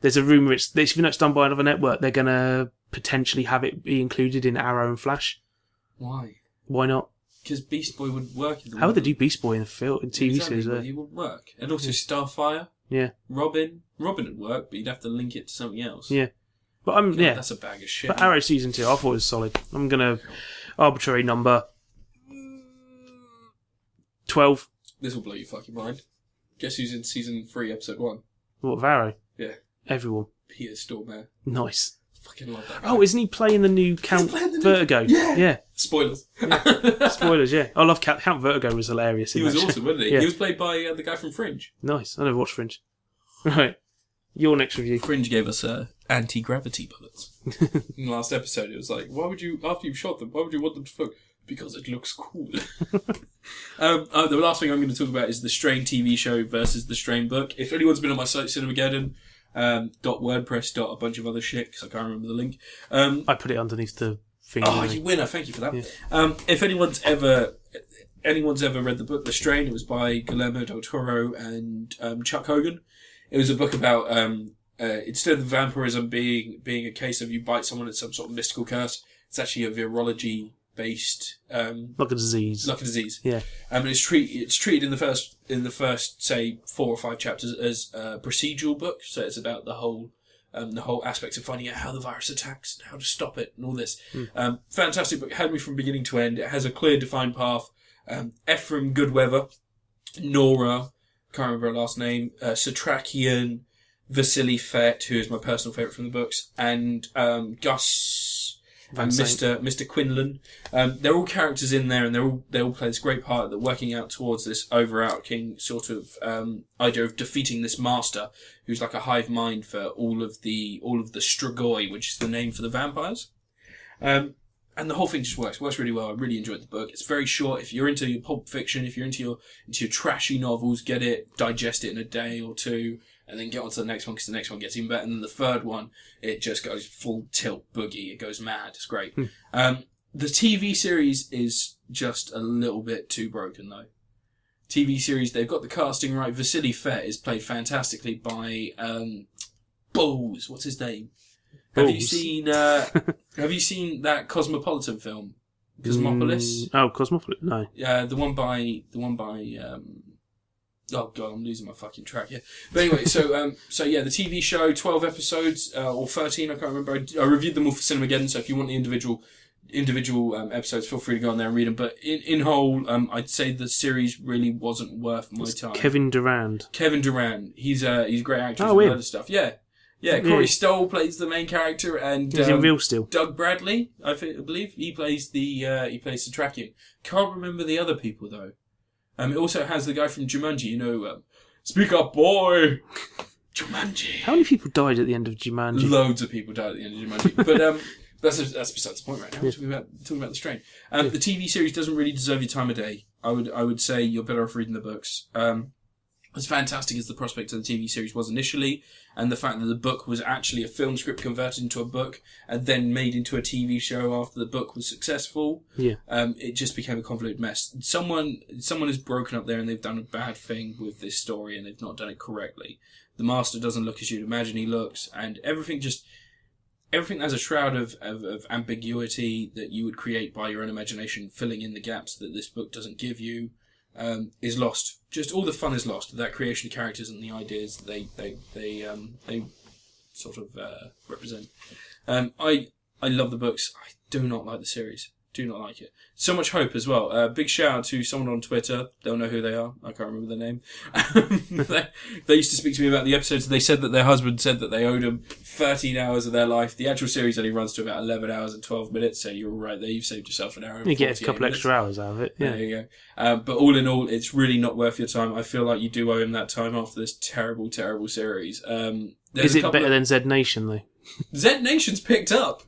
Speaker 1: there's a rumor it's they- even though it's done by another network, they're going to potentially have it be included in Arrow and Flash.
Speaker 2: Why?
Speaker 1: Why not?
Speaker 2: Because Beast Boy would work. In the
Speaker 1: How would they do Beast Boy in a film in TV
Speaker 2: exactly,
Speaker 1: series?
Speaker 2: but
Speaker 1: There?
Speaker 2: He would work, and also Starfire,
Speaker 1: Yeah,
Speaker 2: Robin. Robin would work, but you'd have to link it to something else.
Speaker 1: yeah. But I'm
Speaker 2: God,
Speaker 1: yeah.
Speaker 2: That's a bag of shit.
Speaker 1: But Arrow season two, I thought it was solid. I'm gonna arbitrary number twelve.
Speaker 2: This will blow your fucking mind. Guess who's in season three, episode one?
Speaker 1: What of Arrow?
Speaker 2: Yeah,
Speaker 1: Everyone.
Speaker 2: Peter Stormare.
Speaker 1: Nice.
Speaker 2: Fucking love that. guy.
Speaker 1: Oh, isn't he playing the new Count
Speaker 2: playing the new-
Speaker 1: Vertigo?
Speaker 2: Yeah.
Speaker 1: yeah.
Speaker 2: Spoilers.
Speaker 1: Spoilers, yeah. I love Count, Count Vertigo was hilarious. in
Speaker 2: he was
Speaker 1: that show.
Speaker 2: awesome, wasn't he?
Speaker 1: Yeah.
Speaker 2: He was played by uh, the guy from Fringe.
Speaker 1: Nice. I never watched Fringe. Right. Your next review.
Speaker 2: Fringe gave us a anti gravity bullets. In the last episode, it was like, why would you, after you've shot them, why would you want them to look? Because it looks cool. um, uh, the last thing I'm going to talk about is the Strain TV show versus the Strain book. If anyone's been on my site, Cinemageddon. Um, dot WordPress dot a bunch of other shit because I can't remember the link. Um,
Speaker 1: I put it underneath the thing.
Speaker 2: Oh,
Speaker 1: didn't I?
Speaker 2: you winner! Thank you for that. Um, if anyone's ever anyone's ever read the book The Strain, it was by Guillermo del Toro and um, Chuck Hogan. It was a book about um, uh, instead of vampirism being being a case of you bite someone it's some sort of mystical curse, it's actually a virology based um,
Speaker 1: Like a disease.
Speaker 2: like a disease.
Speaker 1: Yeah.
Speaker 2: Um, and it's treat it's treated in the first in the first say four or five chapters as a procedural book. So it's about the whole um, the whole aspects of finding out how the virus attacks and how to stop it and all this.
Speaker 1: Hmm.
Speaker 2: Um, fantastic book. Had me from beginning to end. It has a clear defined path. Um, Ephraim Goodweather, Nora, can't remember her last name, uh, Satrakian, Vasily Fett, who is my personal favourite from the books, and um, Gus
Speaker 1: Van
Speaker 2: and
Speaker 1: Saint.
Speaker 2: Mr. Mr. Quinlan. Um, they're all characters in there, and they are all they all play this great part that working out towards this overarching sort of um, idea of defeating this master, who's like a hive mind for all of the all of the Strigoi, which is the name for the vampires. Um, and the whole thing just works. Works really well. I really enjoyed the book. It's very short. If you're into your pulp fiction, if you're into your into your trashy novels, get it, digest it in a day or two, and then get on to the next one because the next one gets even better. And then the third one, it just goes full tilt boogie. It goes mad. It's great. Um, the TV series is just a little bit too broken though. TV series, they've got the casting right. Vasily Fett is played fantastically by um, Bowes. What's his name? Have you
Speaker 1: Bowes.
Speaker 2: seen? Uh, have you seen that Cosmopolitan film, Cosmopolis?
Speaker 1: Mm, oh, Cosmopolis. No.
Speaker 2: Yeah, Uh, the one by the one by. Um, oh god, I'm losing my fucking track here. But anyway, so um, so yeah, the TV show, twelve episodes uh, or thirteen, I can't remember. I, d- I reviewed them all for Cinema Again, so if you want the individual individual um, episodes, feel free to go on there and read them. But in in whole, um, I'd say the series really wasn't worth my time.
Speaker 1: Kevin Durand.
Speaker 2: Kevin Durant. He's a he's a great actor.
Speaker 1: Oh,
Speaker 2: Oh,
Speaker 1: weird.
Speaker 2: other stuff. Yeah, yeah. Corey
Speaker 1: Yeah.
Speaker 2: Stoll plays the main character, and
Speaker 1: He's
Speaker 2: um,
Speaker 1: in Real Steel.
Speaker 2: Doug Bradley, I, thi- I believe he plays the uh, he plays Satrakian. Can't remember the other people though. Um, it also has the guy from Jumanji. You know, um, speak up, boy. Jumanji.
Speaker 1: How many people died at the end of Jumanji?
Speaker 2: Loads of people died at the end of Jumanji, but um, that's that's besides the point right now. We're Talking about talking about the strain. Um, The TV series doesn't really deserve your time of day. I would I would say you're better off reading the books. Um, as fantastic as the prospect of the TV series was initially, and the fact that the book was actually a film script converted into a book and then made into a TV show after the book was successful,
Speaker 1: Yeah.
Speaker 2: um, it just became a convoluted mess. Someone someone has broken up there and they've done a bad thing with this story and they've not done it correctly. The master doesn't look as you'd imagine he looks, and everything just everything has a shroud of, of, of ambiguity that you would create by your own imagination, filling in the gaps that this book doesn't give you, um, is lost. Just all the fun is lost. That creation of characters and the ideas that they they they um, they sort of uh, represent. Um, I I love the books. I do not like the series. Do not like it. So much hope as well. Uh, big shout out to someone on Twitter. Don't know who they are. I can't remember their name. they, they used to speak to me about the episodes. They said that their husband said that they owed them 13 hours of their life. The actual series only runs to about 11 hours and 12 minutes. So you're all right there. You've saved yourself an hour. And
Speaker 1: You get a
Speaker 2: 48
Speaker 1: couple
Speaker 2: minutes.
Speaker 1: extra hours out of it. Yeah.
Speaker 2: There you go. Um, but all in all, it's really not worth your time. I feel like you do owe him that time after this terrible, terrible series. Um, there's
Speaker 1: Is
Speaker 2: a
Speaker 1: it
Speaker 2: couple
Speaker 1: better
Speaker 2: of-
Speaker 1: than Z Nation though?
Speaker 2: Zed Nation's picked up.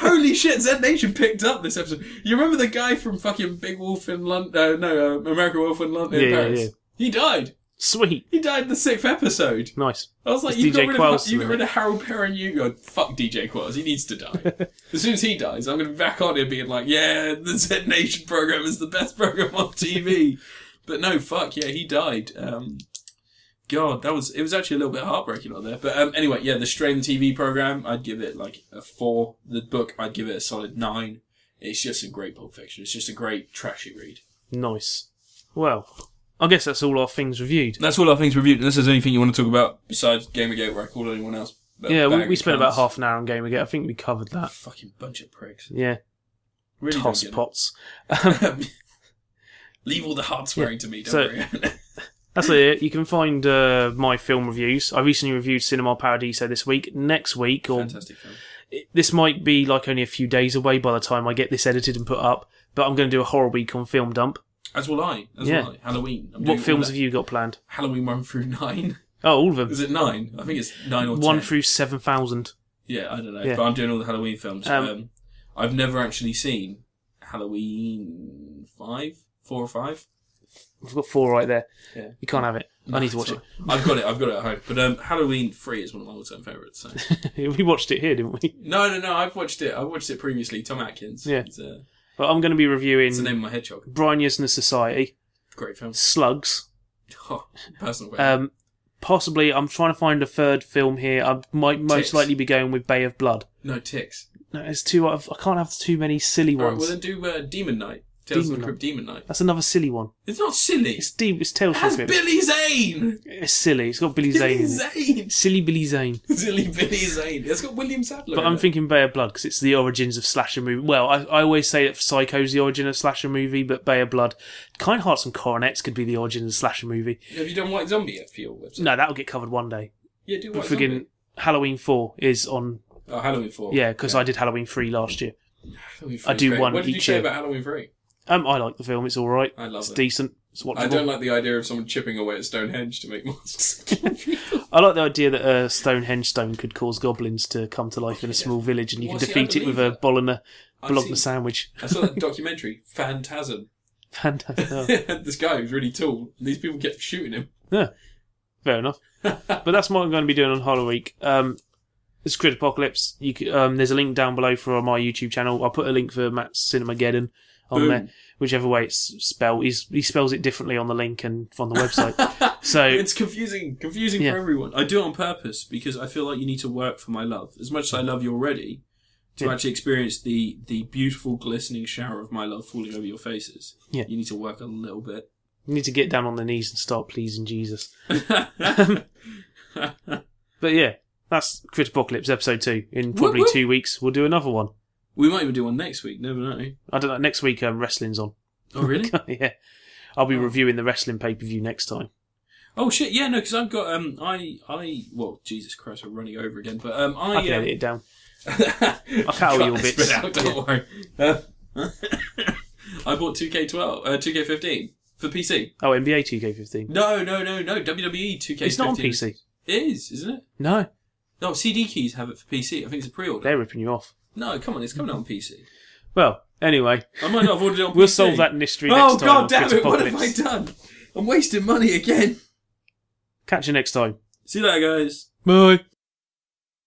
Speaker 2: Holy shit, Zed Nation picked up this episode. You remember the guy from fucking Big Wolf in London? Uh, no, uh, American Wolf in London, in
Speaker 1: Yeah, yeah,
Speaker 2: Paris.
Speaker 1: yeah.
Speaker 2: He died.
Speaker 1: Sweet.
Speaker 2: He died in the sixth episode.
Speaker 1: Nice.
Speaker 2: I was like,
Speaker 1: It's
Speaker 2: you got,
Speaker 1: DJ
Speaker 2: rid
Speaker 1: Qualls
Speaker 2: of, you got
Speaker 1: tonight.
Speaker 2: rid of Harold Perrin. You go, fuck DJ Qualls. He needs to die. as soon as he dies, I'm going to be back on him being like, yeah, the Z Nation program is the best program on TV. but no, fuck yeah, he died. Um, God, that was it was actually a little bit heartbreaking on there. But um, anyway, yeah, the Strain TV program, I'd give it like a four. The book, I'd give it a solid nine. It's just a great pulp fiction. It's just a great trashy read.
Speaker 1: Nice. Well, I guess that's all our things reviewed.
Speaker 2: That's all our things reviewed. Unless there's anything you want to talk about besides Gamergate, where I called anyone else. That
Speaker 1: yeah, we,
Speaker 2: bag
Speaker 1: we
Speaker 2: of
Speaker 1: spent about
Speaker 2: cunts.
Speaker 1: half an hour on Game Again. I think we covered that.
Speaker 2: Fucking bunch of pricks.
Speaker 1: Yeah.
Speaker 2: Really
Speaker 1: Toss
Speaker 2: don't get
Speaker 1: pots.
Speaker 2: it. Leave all the hard swearing to me, don't
Speaker 1: So-
Speaker 2: worry.
Speaker 1: That's it. You can find uh, my film reviews. I recently reviewed Cinema Paradiso this week. Next week, or
Speaker 2: Fantastic film.
Speaker 1: it- this might be like only a few days away by the time I get this edited and put up, but I'm going to do a horror week on Film Dump.
Speaker 2: As will I. As
Speaker 1: Yeah.
Speaker 2: will I. Halloween. I'm doing
Speaker 1: What
Speaker 2: all
Speaker 1: films
Speaker 2: that.
Speaker 1: have you got planned?
Speaker 2: Halloween one through nine.
Speaker 1: Oh, all of them.
Speaker 2: Is it nine? I think it's nine or
Speaker 1: One
Speaker 2: ten.
Speaker 1: through 7,000.
Speaker 2: Yeah, I don't know.
Speaker 1: Yeah.
Speaker 2: But I'm doing all the Halloween films.
Speaker 1: Um,
Speaker 2: Um, I've never actually seen Halloween five, four or five.
Speaker 1: We've got four right there.
Speaker 2: Yeah.
Speaker 1: You can't have it. I need to watch it.
Speaker 2: I've got it. I've got it at home. But um, Halloween three is one of my all-time favorites. So.
Speaker 1: we watched it here, didn't we?
Speaker 2: no, no, no. I've watched it. I watched it previously. Tom Atkins.
Speaker 1: Yeah.
Speaker 2: It's, uh,
Speaker 1: But I'm going to be reviewing
Speaker 2: it's the name of my hedgehog.
Speaker 1: Brian Yuzna Society,
Speaker 2: Great film.
Speaker 1: Slugs.
Speaker 2: Oh, personal favorite.
Speaker 1: Um, possibly, I'm trying to find a third film here. I might most
Speaker 2: Ticks.
Speaker 1: likely be going with Bay of Blood.
Speaker 2: no ticks.
Speaker 1: No, it's too. I've, I can't have too many silly
Speaker 2: All right.
Speaker 1: ones.
Speaker 2: Well, then do uh, Demon Night. Tales
Speaker 1: Demon
Speaker 2: of the Crypt Demon Night.
Speaker 1: That's another silly one.
Speaker 2: It's not silly.
Speaker 1: It's deep. It's
Speaker 2: It
Speaker 1: Tales from
Speaker 2: has
Speaker 1: the Crypt.
Speaker 2: Billy Zane.
Speaker 1: It's silly. It's got Billy Zane in
Speaker 2: Billy
Speaker 1: it.
Speaker 2: Zane.
Speaker 1: Silly Billy Zane.
Speaker 2: Silly Billy Zane. It's got William Sadler.
Speaker 1: But
Speaker 2: in
Speaker 1: I'm
Speaker 2: it.
Speaker 1: thinking Bay of Blood because it's the origins of slasher movie. Well, I, I always say that Psycho's the origin of slasher movie, but Bay of Blood, Kind Hearts and Coronets could be the origin of slasher movie.
Speaker 2: Have you done White Zombie yet for your website?
Speaker 1: No, that'll get covered one day.
Speaker 2: Yeah, do White
Speaker 1: Friggin'
Speaker 2: Zombie.
Speaker 1: Halloween Four is on.
Speaker 2: Oh, Halloween 4.
Speaker 1: Yeah, because I did Halloween Three last year.
Speaker 2: Halloween
Speaker 1: I
Speaker 2: three is
Speaker 1: do
Speaker 2: great.
Speaker 1: one
Speaker 2: What did you
Speaker 1: each
Speaker 2: say
Speaker 1: year.
Speaker 2: about Halloween 3?
Speaker 1: Um, I like the film. It's all right.
Speaker 2: I love
Speaker 1: it's
Speaker 2: it.
Speaker 1: decent. It's watchable.
Speaker 2: I don't like the idea of someone chipping away at Stonehenge to make monsters.
Speaker 1: I like the idea that a Stonehenge stone could cause goblins to come to life in a small village, and you
Speaker 2: Well,
Speaker 1: can
Speaker 2: see, I
Speaker 1: defeat it with a
Speaker 2: believe
Speaker 1: bologna,
Speaker 2: I've
Speaker 1: bologna
Speaker 2: seen-
Speaker 1: sandwich.
Speaker 2: I saw that documentary, Phantasm.
Speaker 1: Fantastic.
Speaker 2: this guy who's really tall. and These people kept shooting him.
Speaker 1: Fair enough. but that's what I'm going to be doing on Hollow Week. Um, it's Grid Apocalypse. You c um, there's a link down below for my YouTube channel. I'll put a link for Matt's Cinemageddon on
Speaker 2: Boom.
Speaker 1: there, whichever way it's spelled. He's, he spells it differently on the link and on the website. so
Speaker 2: It's confusing, confusing
Speaker 1: Yeah.
Speaker 2: for everyone. I do it on purpose because I feel like you need to work for my love. As much as I love you already, to
Speaker 1: Yeah.
Speaker 2: actually experience the the beautiful glistening shower of my love falling over your faces,
Speaker 1: Yeah.
Speaker 2: you need to work a little bit.
Speaker 1: you need to get down on the knees and start pleasing Jesus. Um, But yeah, that's Crit Apocalypse episode two. In probably
Speaker 2: whoop.
Speaker 1: two weeks, we'll do another one.
Speaker 2: we might even do one next week. Never know.
Speaker 1: I don't know. Next week, um, wrestling's on.
Speaker 2: Oh really?
Speaker 1: yeah, I'll be reviewing the wrestling pay per view next time.
Speaker 2: oh shit! Yeah, no, because I've got um, I I well, Jesus Christ, we're running over again. But um, I
Speaker 1: I can
Speaker 2: um,
Speaker 1: edit it down.
Speaker 2: I'll
Speaker 1: cut all your bits.
Speaker 2: don't worry. Uh, I bought 2K12, uh, 2K15 for PC.
Speaker 1: Oh, NBA 2K15.
Speaker 2: No, no, no, no. E WWE 2K15.
Speaker 1: It's not on PC.
Speaker 2: It is, isn't it?
Speaker 1: No,
Speaker 2: No, CD keys have it for PC. I think it's a pre-order.
Speaker 1: they're ripping you off.
Speaker 2: No, come on, it's coming out on PC.
Speaker 1: Well, anyway,
Speaker 2: I might not have ordered it on PC.
Speaker 1: we'll solve that mystery next
Speaker 2: Oh
Speaker 1: time. on
Speaker 2: god damn
Speaker 1: Crit
Speaker 2: it! What have I
Speaker 1: Apocalypse.
Speaker 2: done? I'm wasting money again.
Speaker 1: Catch you next time.
Speaker 2: See you later, guys.
Speaker 1: Bye.